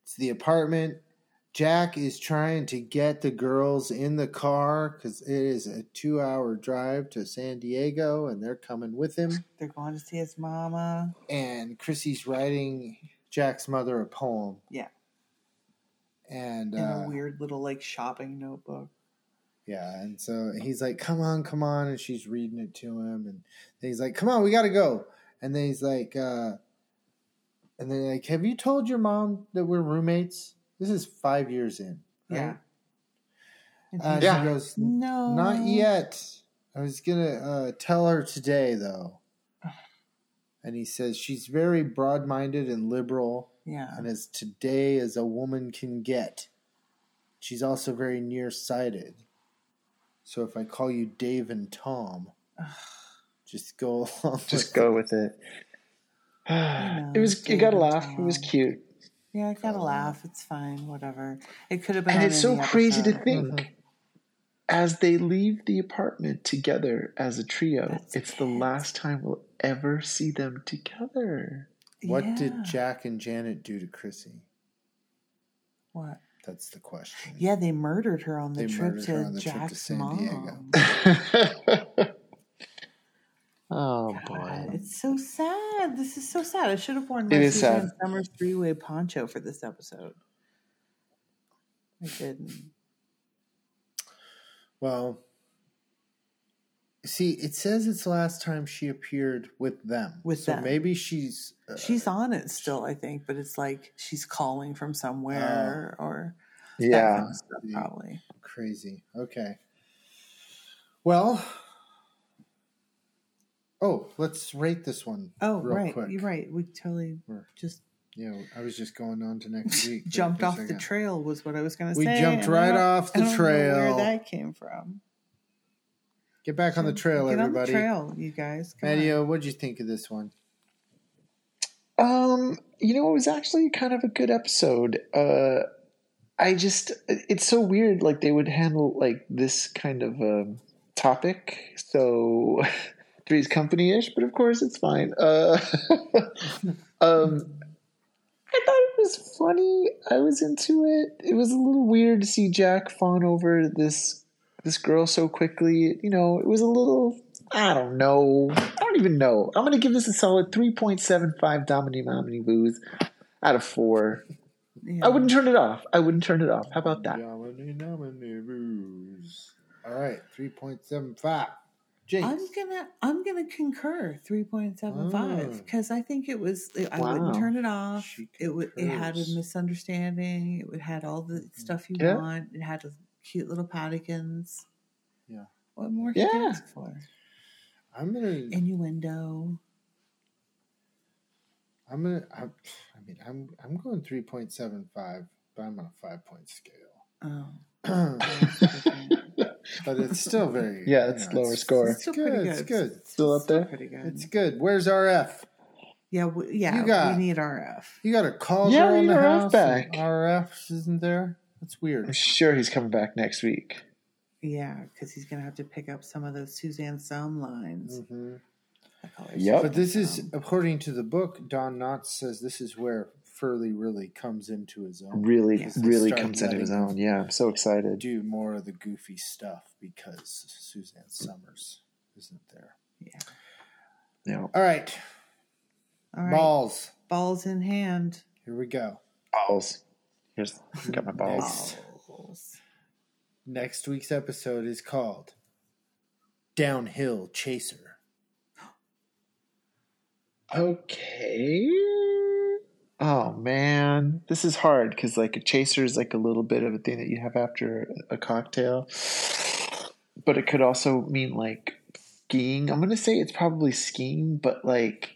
[SPEAKER 1] It's the apartment. Jack is trying to get the girls in the car because it is a two hour drive to San Diego and they're coming with him.
[SPEAKER 3] They're going to see his mama.
[SPEAKER 1] And Chrissy's writing Jack's mother a poem.
[SPEAKER 3] Yeah.
[SPEAKER 1] And
[SPEAKER 3] in
[SPEAKER 1] uh,
[SPEAKER 3] a weird little like shopping notebook.
[SPEAKER 1] yeah, and so he's like, come on, come on. And she's reading it to him. And then he's like, come on, we got to go. And then he's like, uh, and then like, have you told your mom that we're roommates? This is five years in.
[SPEAKER 3] Yeah. And
[SPEAKER 1] Uh,
[SPEAKER 3] she's
[SPEAKER 2] Yeah.
[SPEAKER 1] She goes,
[SPEAKER 3] like, No.
[SPEAKER 1] not yet. I was going to uh, tell her today, though. And he says, she's very broad minded and liberal
[SPEAKER 3] Yeah.
[SPEAKER 1] and as today as a woman can get. She's also very nearsighted. So if I call you Dave and Tom, just go along.
[SPEAKER 2] Just
[SPEAKER 1] with
[SPEAKER 2] go with it. it was. It got a laugh. It was cute,
[SPEAKER 3] Yeah, I gotta laugh. It's fine. Whatever. It could have been.
[SPEAKER 2] and
[SPEAKER 3] on
[SPEAKER 2] it's so
[SPEAKER 3] any
[SPEAKER 2] crazy to
[SPEAKER 3] episode.
[SPEAKER 2] think. As they leave the apartment together as a trio,
[SPEAKER 3] That's
[SPEAKER 2] it's the
[SPEAKER 3] it.
[SPEAKER 2] last time we'll ever see them together.
[SPEAKER 1] What
[SPEAKER 3] Yeah.
[SPEAKER 1] did Jack and Janet do to Chrissy?
[SPEAKER 3] What?
[SPEAKER 1] That's the question.
[SPEAKER 3] Yeah, they murdered her on the
[SPEAKER 1] They
[SPEAKER 3] trip
[SPEAKER 1] murdered
[SPEAKER 3] to
[SPEAKER 1] her on the trip to
[SPEAKER 3] Jack's
[SPEAKER 1] San
[SPEAKER 3] mom.
[SPEAKER 1] Diego.
[SPEAKER 2] oh
[SPEAKER 3] God,
[SPEAKER 2] boy.
[SPEAKER 3] it's so sad. This is so sad. I should have worn
[SPEAKER 2] It
[SPEAKER 3] my
[SPEAKER 2] is
[SPEAKER 3] Suzanne
[SPEAKER 2] sad.
[SPEAKER 3] Summers three-way poncho for this episode. I didn't.
[SPEAKER 1] Well, see, it says it's the last time she appeared with them.
[SPEAKER 3] With
[SPEAKER 1] so
[SPEAKER 3] them.
[SPEAKER 1] maybe she's uh,
[SPEAKER 3] She's on it still, I think, but it's like she's calling
[SPEAKER 1] Oh.
[SPEAKER 3] from somewhere or that
[SPEAKER 2] Yeah.
[SPEAKER 3] kind of stuff, probably.
[SPEAKER 1] crazy. Okay. Well, oh, let's rate this one.
[SPEAKER 3] Oh,
[SPEAKER 1] real
[SPEAKER 3] right.
[SPEAKER 1] quick.
[SPEAKER 3] You're right. We totally
[SPEAKER 1] We're-
[SPEAKER 3] just
[SPEAKER 1] Yeah, I was just going on to next week. but
[SPEAKER 3] jumped
[SPEAKER 1] I
[SPEAKER 3] off the
[SPEAKER 1] forgot.
[SPEAKER 3] trail, was what I was going to
[SPEAKER 1] We
[SPEAKER 3] say.
[SPEAKER 1] jumped
[SPEAKER 3] and I
[SPEAKER 1] right
[SPEAKER 3] don't-
[SPEAKER 1] off the
[SPEAKER 3] I don't know
[SPEAKER 1] trail.
[SPEAKER 3] where that came from.
[SPEAKER 1] Get back on the trail,
[SPEAKER 3] Get on the
[SPEAKER 1] everybody.
[SPEAKER 3] trail, you guys. Come on.
[SPEAKER 1] Matteo, what'd you think of this one?
[SPEAKER 2] Um, you know, it was actually kind of a good episode. Uh, I just, it's so weird. Like they would handle like this kind of um, topic. So three's company ish, but of course it's fine. Uh, um, I thought it was funny. I was into it. It was a little weird to see Jack fawn over this this girl so quickly. You know, it was a little. I don't know. I don't even know. I'm gonna give this a solid 3.75 Domini Momini Boos out of four.
[SPEAKER 3] Yeah.
[SPEAKER 2] I wouldn't turn it off. I wouldn't turn it off. How about that?
[SPEAKER 1] Yamini nomini boos. All right, 3.75. Jinx.
[SPEAKER 3] I'm gonna I'm gonna concur 3.75
[SPEAKER 1] Oh.
[SPEAKER 3] because I think it was I
[SPEAKER 2] Wow.
[SPEAKER 3] wouldn't turn it off.
[SPEAKER 1] She
[SPEAKER 3] It would it had a
[SPEAKER 1] concurs.
[SPEAKER 3] misunderstanding. It would- had all the
[SPEAKER 1] Mm-hmm.
[SPEAKER 3] stuff you
[SPEAKER 2] Yeah.
[SPEAKER 3] want. It had a cute little paddykins.
[SPEAKER 1] Yeah.
[SPEAKER 3] What more can you
[SPEAKER 2] Yeah.
[SPEAKER 3] ask for?
[SPEAKER 1] I'm gonna
[SPEAKER 3] Innuendo.
[SPEAKER 1] I'm gonna. I'm, I mean, I'm I'm going three point seven five, but I'm on a five point scale.
[SPEAKER 3] Oh.
[SPEAKER 1] but it's still very
[SPEAKER 2] Yeah, it's lower score.
[SPEAKER 1] It's,
[SPEAKER 3] Still
[SPEAKER 1] good.
[SPEAKER 3] pretty
[SPEAKER 1] It's
[SPEAKER 3] good.
[SPEAKER 1] good.
[SPEAKER 2] Still up there?
[SPEAKER 3] Pretty good.
[SPEAKER 1] It's good. Where's RF?
[SPEAKER 3] yeah, we, yeah.
[SPEAKER 1] You got-
[SPEAKER 3] we need RF.
[SPEAKER 1] You got a call
[SPEAKER 2] Yeah,
[SPEAKER 1] girl in
[SPEAKER 2] we
[SPEAKER 1] the
[SPEAKER 2] need RF
[SPEAKER 1] house.
[SPEAKER 2] back. Oh,
[SPEAKER 1] and RF isn't there. That's
[SPEAKER 2] I'm
[SPEAKER 1] weird.
[SPEAKER 2] sure he's coming back next week.
[SPEAKER 3] Yeah, because he's gonna have to pick up some of those Suzanne Somm lines.
[SPEAKER 1] hmm
[SPEAKER 3] I call her
[SPEAKER 2] Yep.
[SPEAKER 1] But this is,
[SPEAKER 3] Um,
[SPEAKER 1] according to the book, Don Knotts says this is where Furley really comes into his own.
[SPEAKER 2] Really,
[SPEAKER 3] Yeah.
[SPEAKER 2] really
[SPEAKER 1] Start
[SPEAKER 2] comes into his
[SPEAKER 1] letting-
[SPEAKER 2] own. Yeah, I'm so excited.
[SPEAKER 1] Do more of the goofy stuff because Suzanne Summers isn't there.
[SPEAKER 3] Yeah.
[SPEAKER 2] Yeah.
[SPEAKER 1] All right,
[SPEAKER 3] All right.
[SPEAKER 1] balls.
[SPEAKER 3] Balls in hand.
[SPEAKER 1] Here we go.
[SPEAKER 2] Balls. Here's got my balls.
[SPEAKER 1] Balls. Next week's episode is called Downhill Chaser.
[SPEAKER 2] Okay. Oh man, this is hard because like a chaser is like a little bit of a thing that you have after a cocktail, but it could also mean like skiing. I'm gonna say it's probably skiing, but like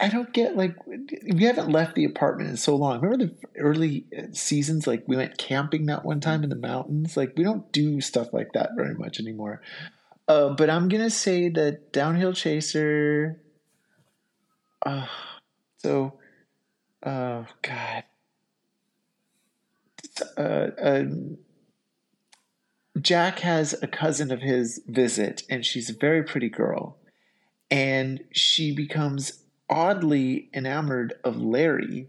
[SPEAKER 2] I don't get like we haven't left the apartment in so long. Remember the early seasons, like we went camping that one time in the mountains. Like we don't do stuff like that very much anymore. Uh, but I'm gonna say that downhill chaser. Uh, so, oh god. Uh, um, uh, Jack has a cousin of his visit, and she's a very pretty girl. And she becomes oddly enamored of Larry.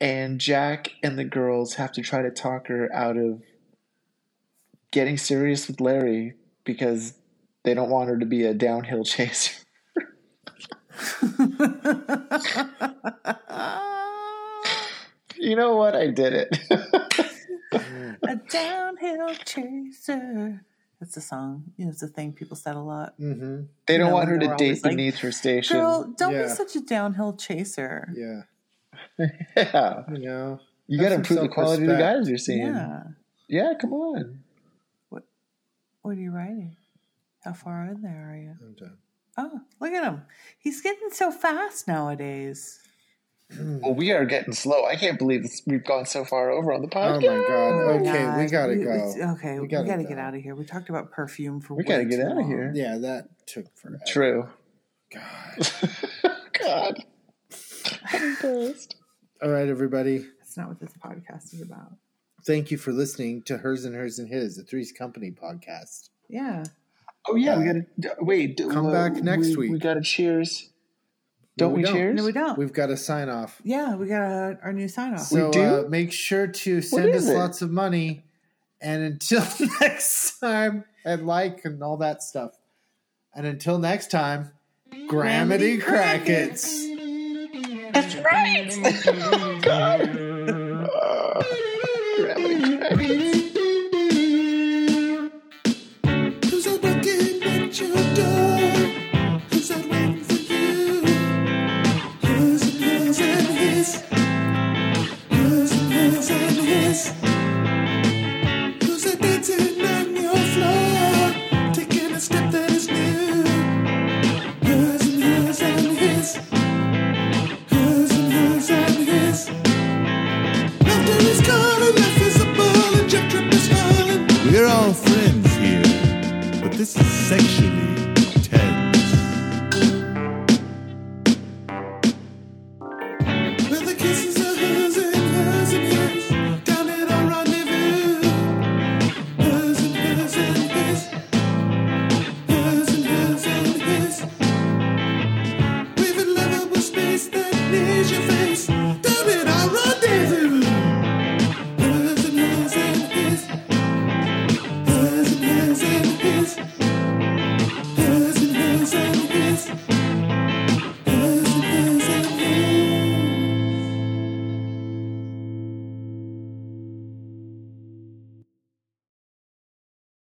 [SPEAKER 2] And Jack and the girls have to try to talk her out of getting serious with Larry because they don't want her to be a downhill chaser. you know what? I did it.
[SPEAKER 3] a downhill chaser. That's a song. You know, it's a thing people said a lot.
[SPEAKER 1] Mm-hmm.
[SPEAKER 2] they don't
[SPEAKER 3] No,
[SPEAKER 2] want her
[SPEAKER 3] they
[SPEAKER 2] to
[SPEAKER 3] were
[SPEAKER 2] date
[SPEAKER 3] always like,
[SPEAKER 2] beneath her station.
[SPEAKER 3] Girl, don't
[SPEAKER 1] Yeah.
[SPEAKER 3] be such a downhill chaser.
[SPEAKER 1] Yeah.
[SPEAKER 2] yeah.
[SPEAKER 1] You know.
[SPEAKER 2] You
[SPEAKER 1] Have
[SPEAKER 2] got to
[SPEAKER 1] some
[SPEAKER 2] improve the quality of the
[SPEAKER 1] self-respect.
[SPEAKER 2] guys you're seeing. Yeah,
[SPEAKER 3] Yeah.
[SPEAKER 2] come on.
[SPEAKER 3] What are you writing? How far in there are you?
[SPEAKER 1] I'm done.
[SPEAKER 3] Oh, look at him. He's getting so fast nowadays.
[SPEAKER 1] Oh
[SPEAKER 2] Well, we are getting slow. I can't believe this, we've gone so far over on the
[SPEAKER 1] Oh
[SPEAKER 2] podcast.
[SPEAKER 1] my god.
[SPEAKER 3] Oh my
[SPEAKER 1] Okay, we
[SPEAKER 3] God.
[SPEAKER 1] gotta
[SPEAKER 3] We-
[SPEAKER 1] go.
[SPEAKER 3] we- Okay,
[SPEAKER 1] We
[SPEAKER 3] we
[SPEAKER 1] gotta
[SPEAKER 3] gotta,
[SPEAKER 1] go.
[SPEAKER 3] get out of here. We talked about perfume for
[SPEAKER 2] We
[SPEAKER 3] way
[SPEAKER 2] gotta get
[SPEAKER 3] too
[SPEAKER 2] out of
[SPEAKER 3] long.
[SPEAKER 2] here.
[SPEAKER 1] Yeah, that took forever.
[SPEAKER 2] True.
[SPEAKER 1] God.
[SPEAKER 2] God. I'm embarrassed.
[SPEAKER 1] All right, everybody.
[SPEAKER 3] That's not what this podcast is about.
[SPEAKER 1] Thank you for listening to Hers and Hers and His, the Three's Company podcast.
[SPEAKER 3] Yeah.
[SPEAKER 2] Oh yeah, we gotta d- wait. d-
[SPEAKER 1] Come
[SPEAKER 2] uh,
[SPEAKER 1] back next
[SPEAKER 2] we- We
[SPEAKER 1] week.
[SPEAKER 2] gotta cheers.
[SPEAKER 1] No,
[SPEAKER 2] Don't
[SPEAKER 1] we
[SPEAKER 2] we,
[SPEAKER 1] don't.
[SPEAKER 2] cheers?
[SPEAKER 3] No, we don't.
[SPEAKER 1] We've got to sign off.
[SPEAKER 3] yeah, we got uh, our new sign off.
[SPEAKER 1] So
[SPEAKER 2] We do?
[SPEAKER 1] Uh, make sure to send
[SPEAKER 2] is
[SPEAKER 1] us
[SPEAKER 2] it?
[SPEAKER 1] lots of money. And until next time, and like and all that stuff. And until next time, Gramity Crackets.
[SPEAKER 2] That's right. oh, God. Uh, gravity crackers.
[SPEAKER 4] Who's that knocking at your door? Who's that waiting for you? Who's and who's and his? Who's and who's and his? Who's that dancing on your floor? Taking a step that is new. Who's and who's and his? Who's and who's and his? Laughter is calling, life is a ball, and Jack Trump is calling.
[SPEAKER 5] We're all friends here, but this is sexually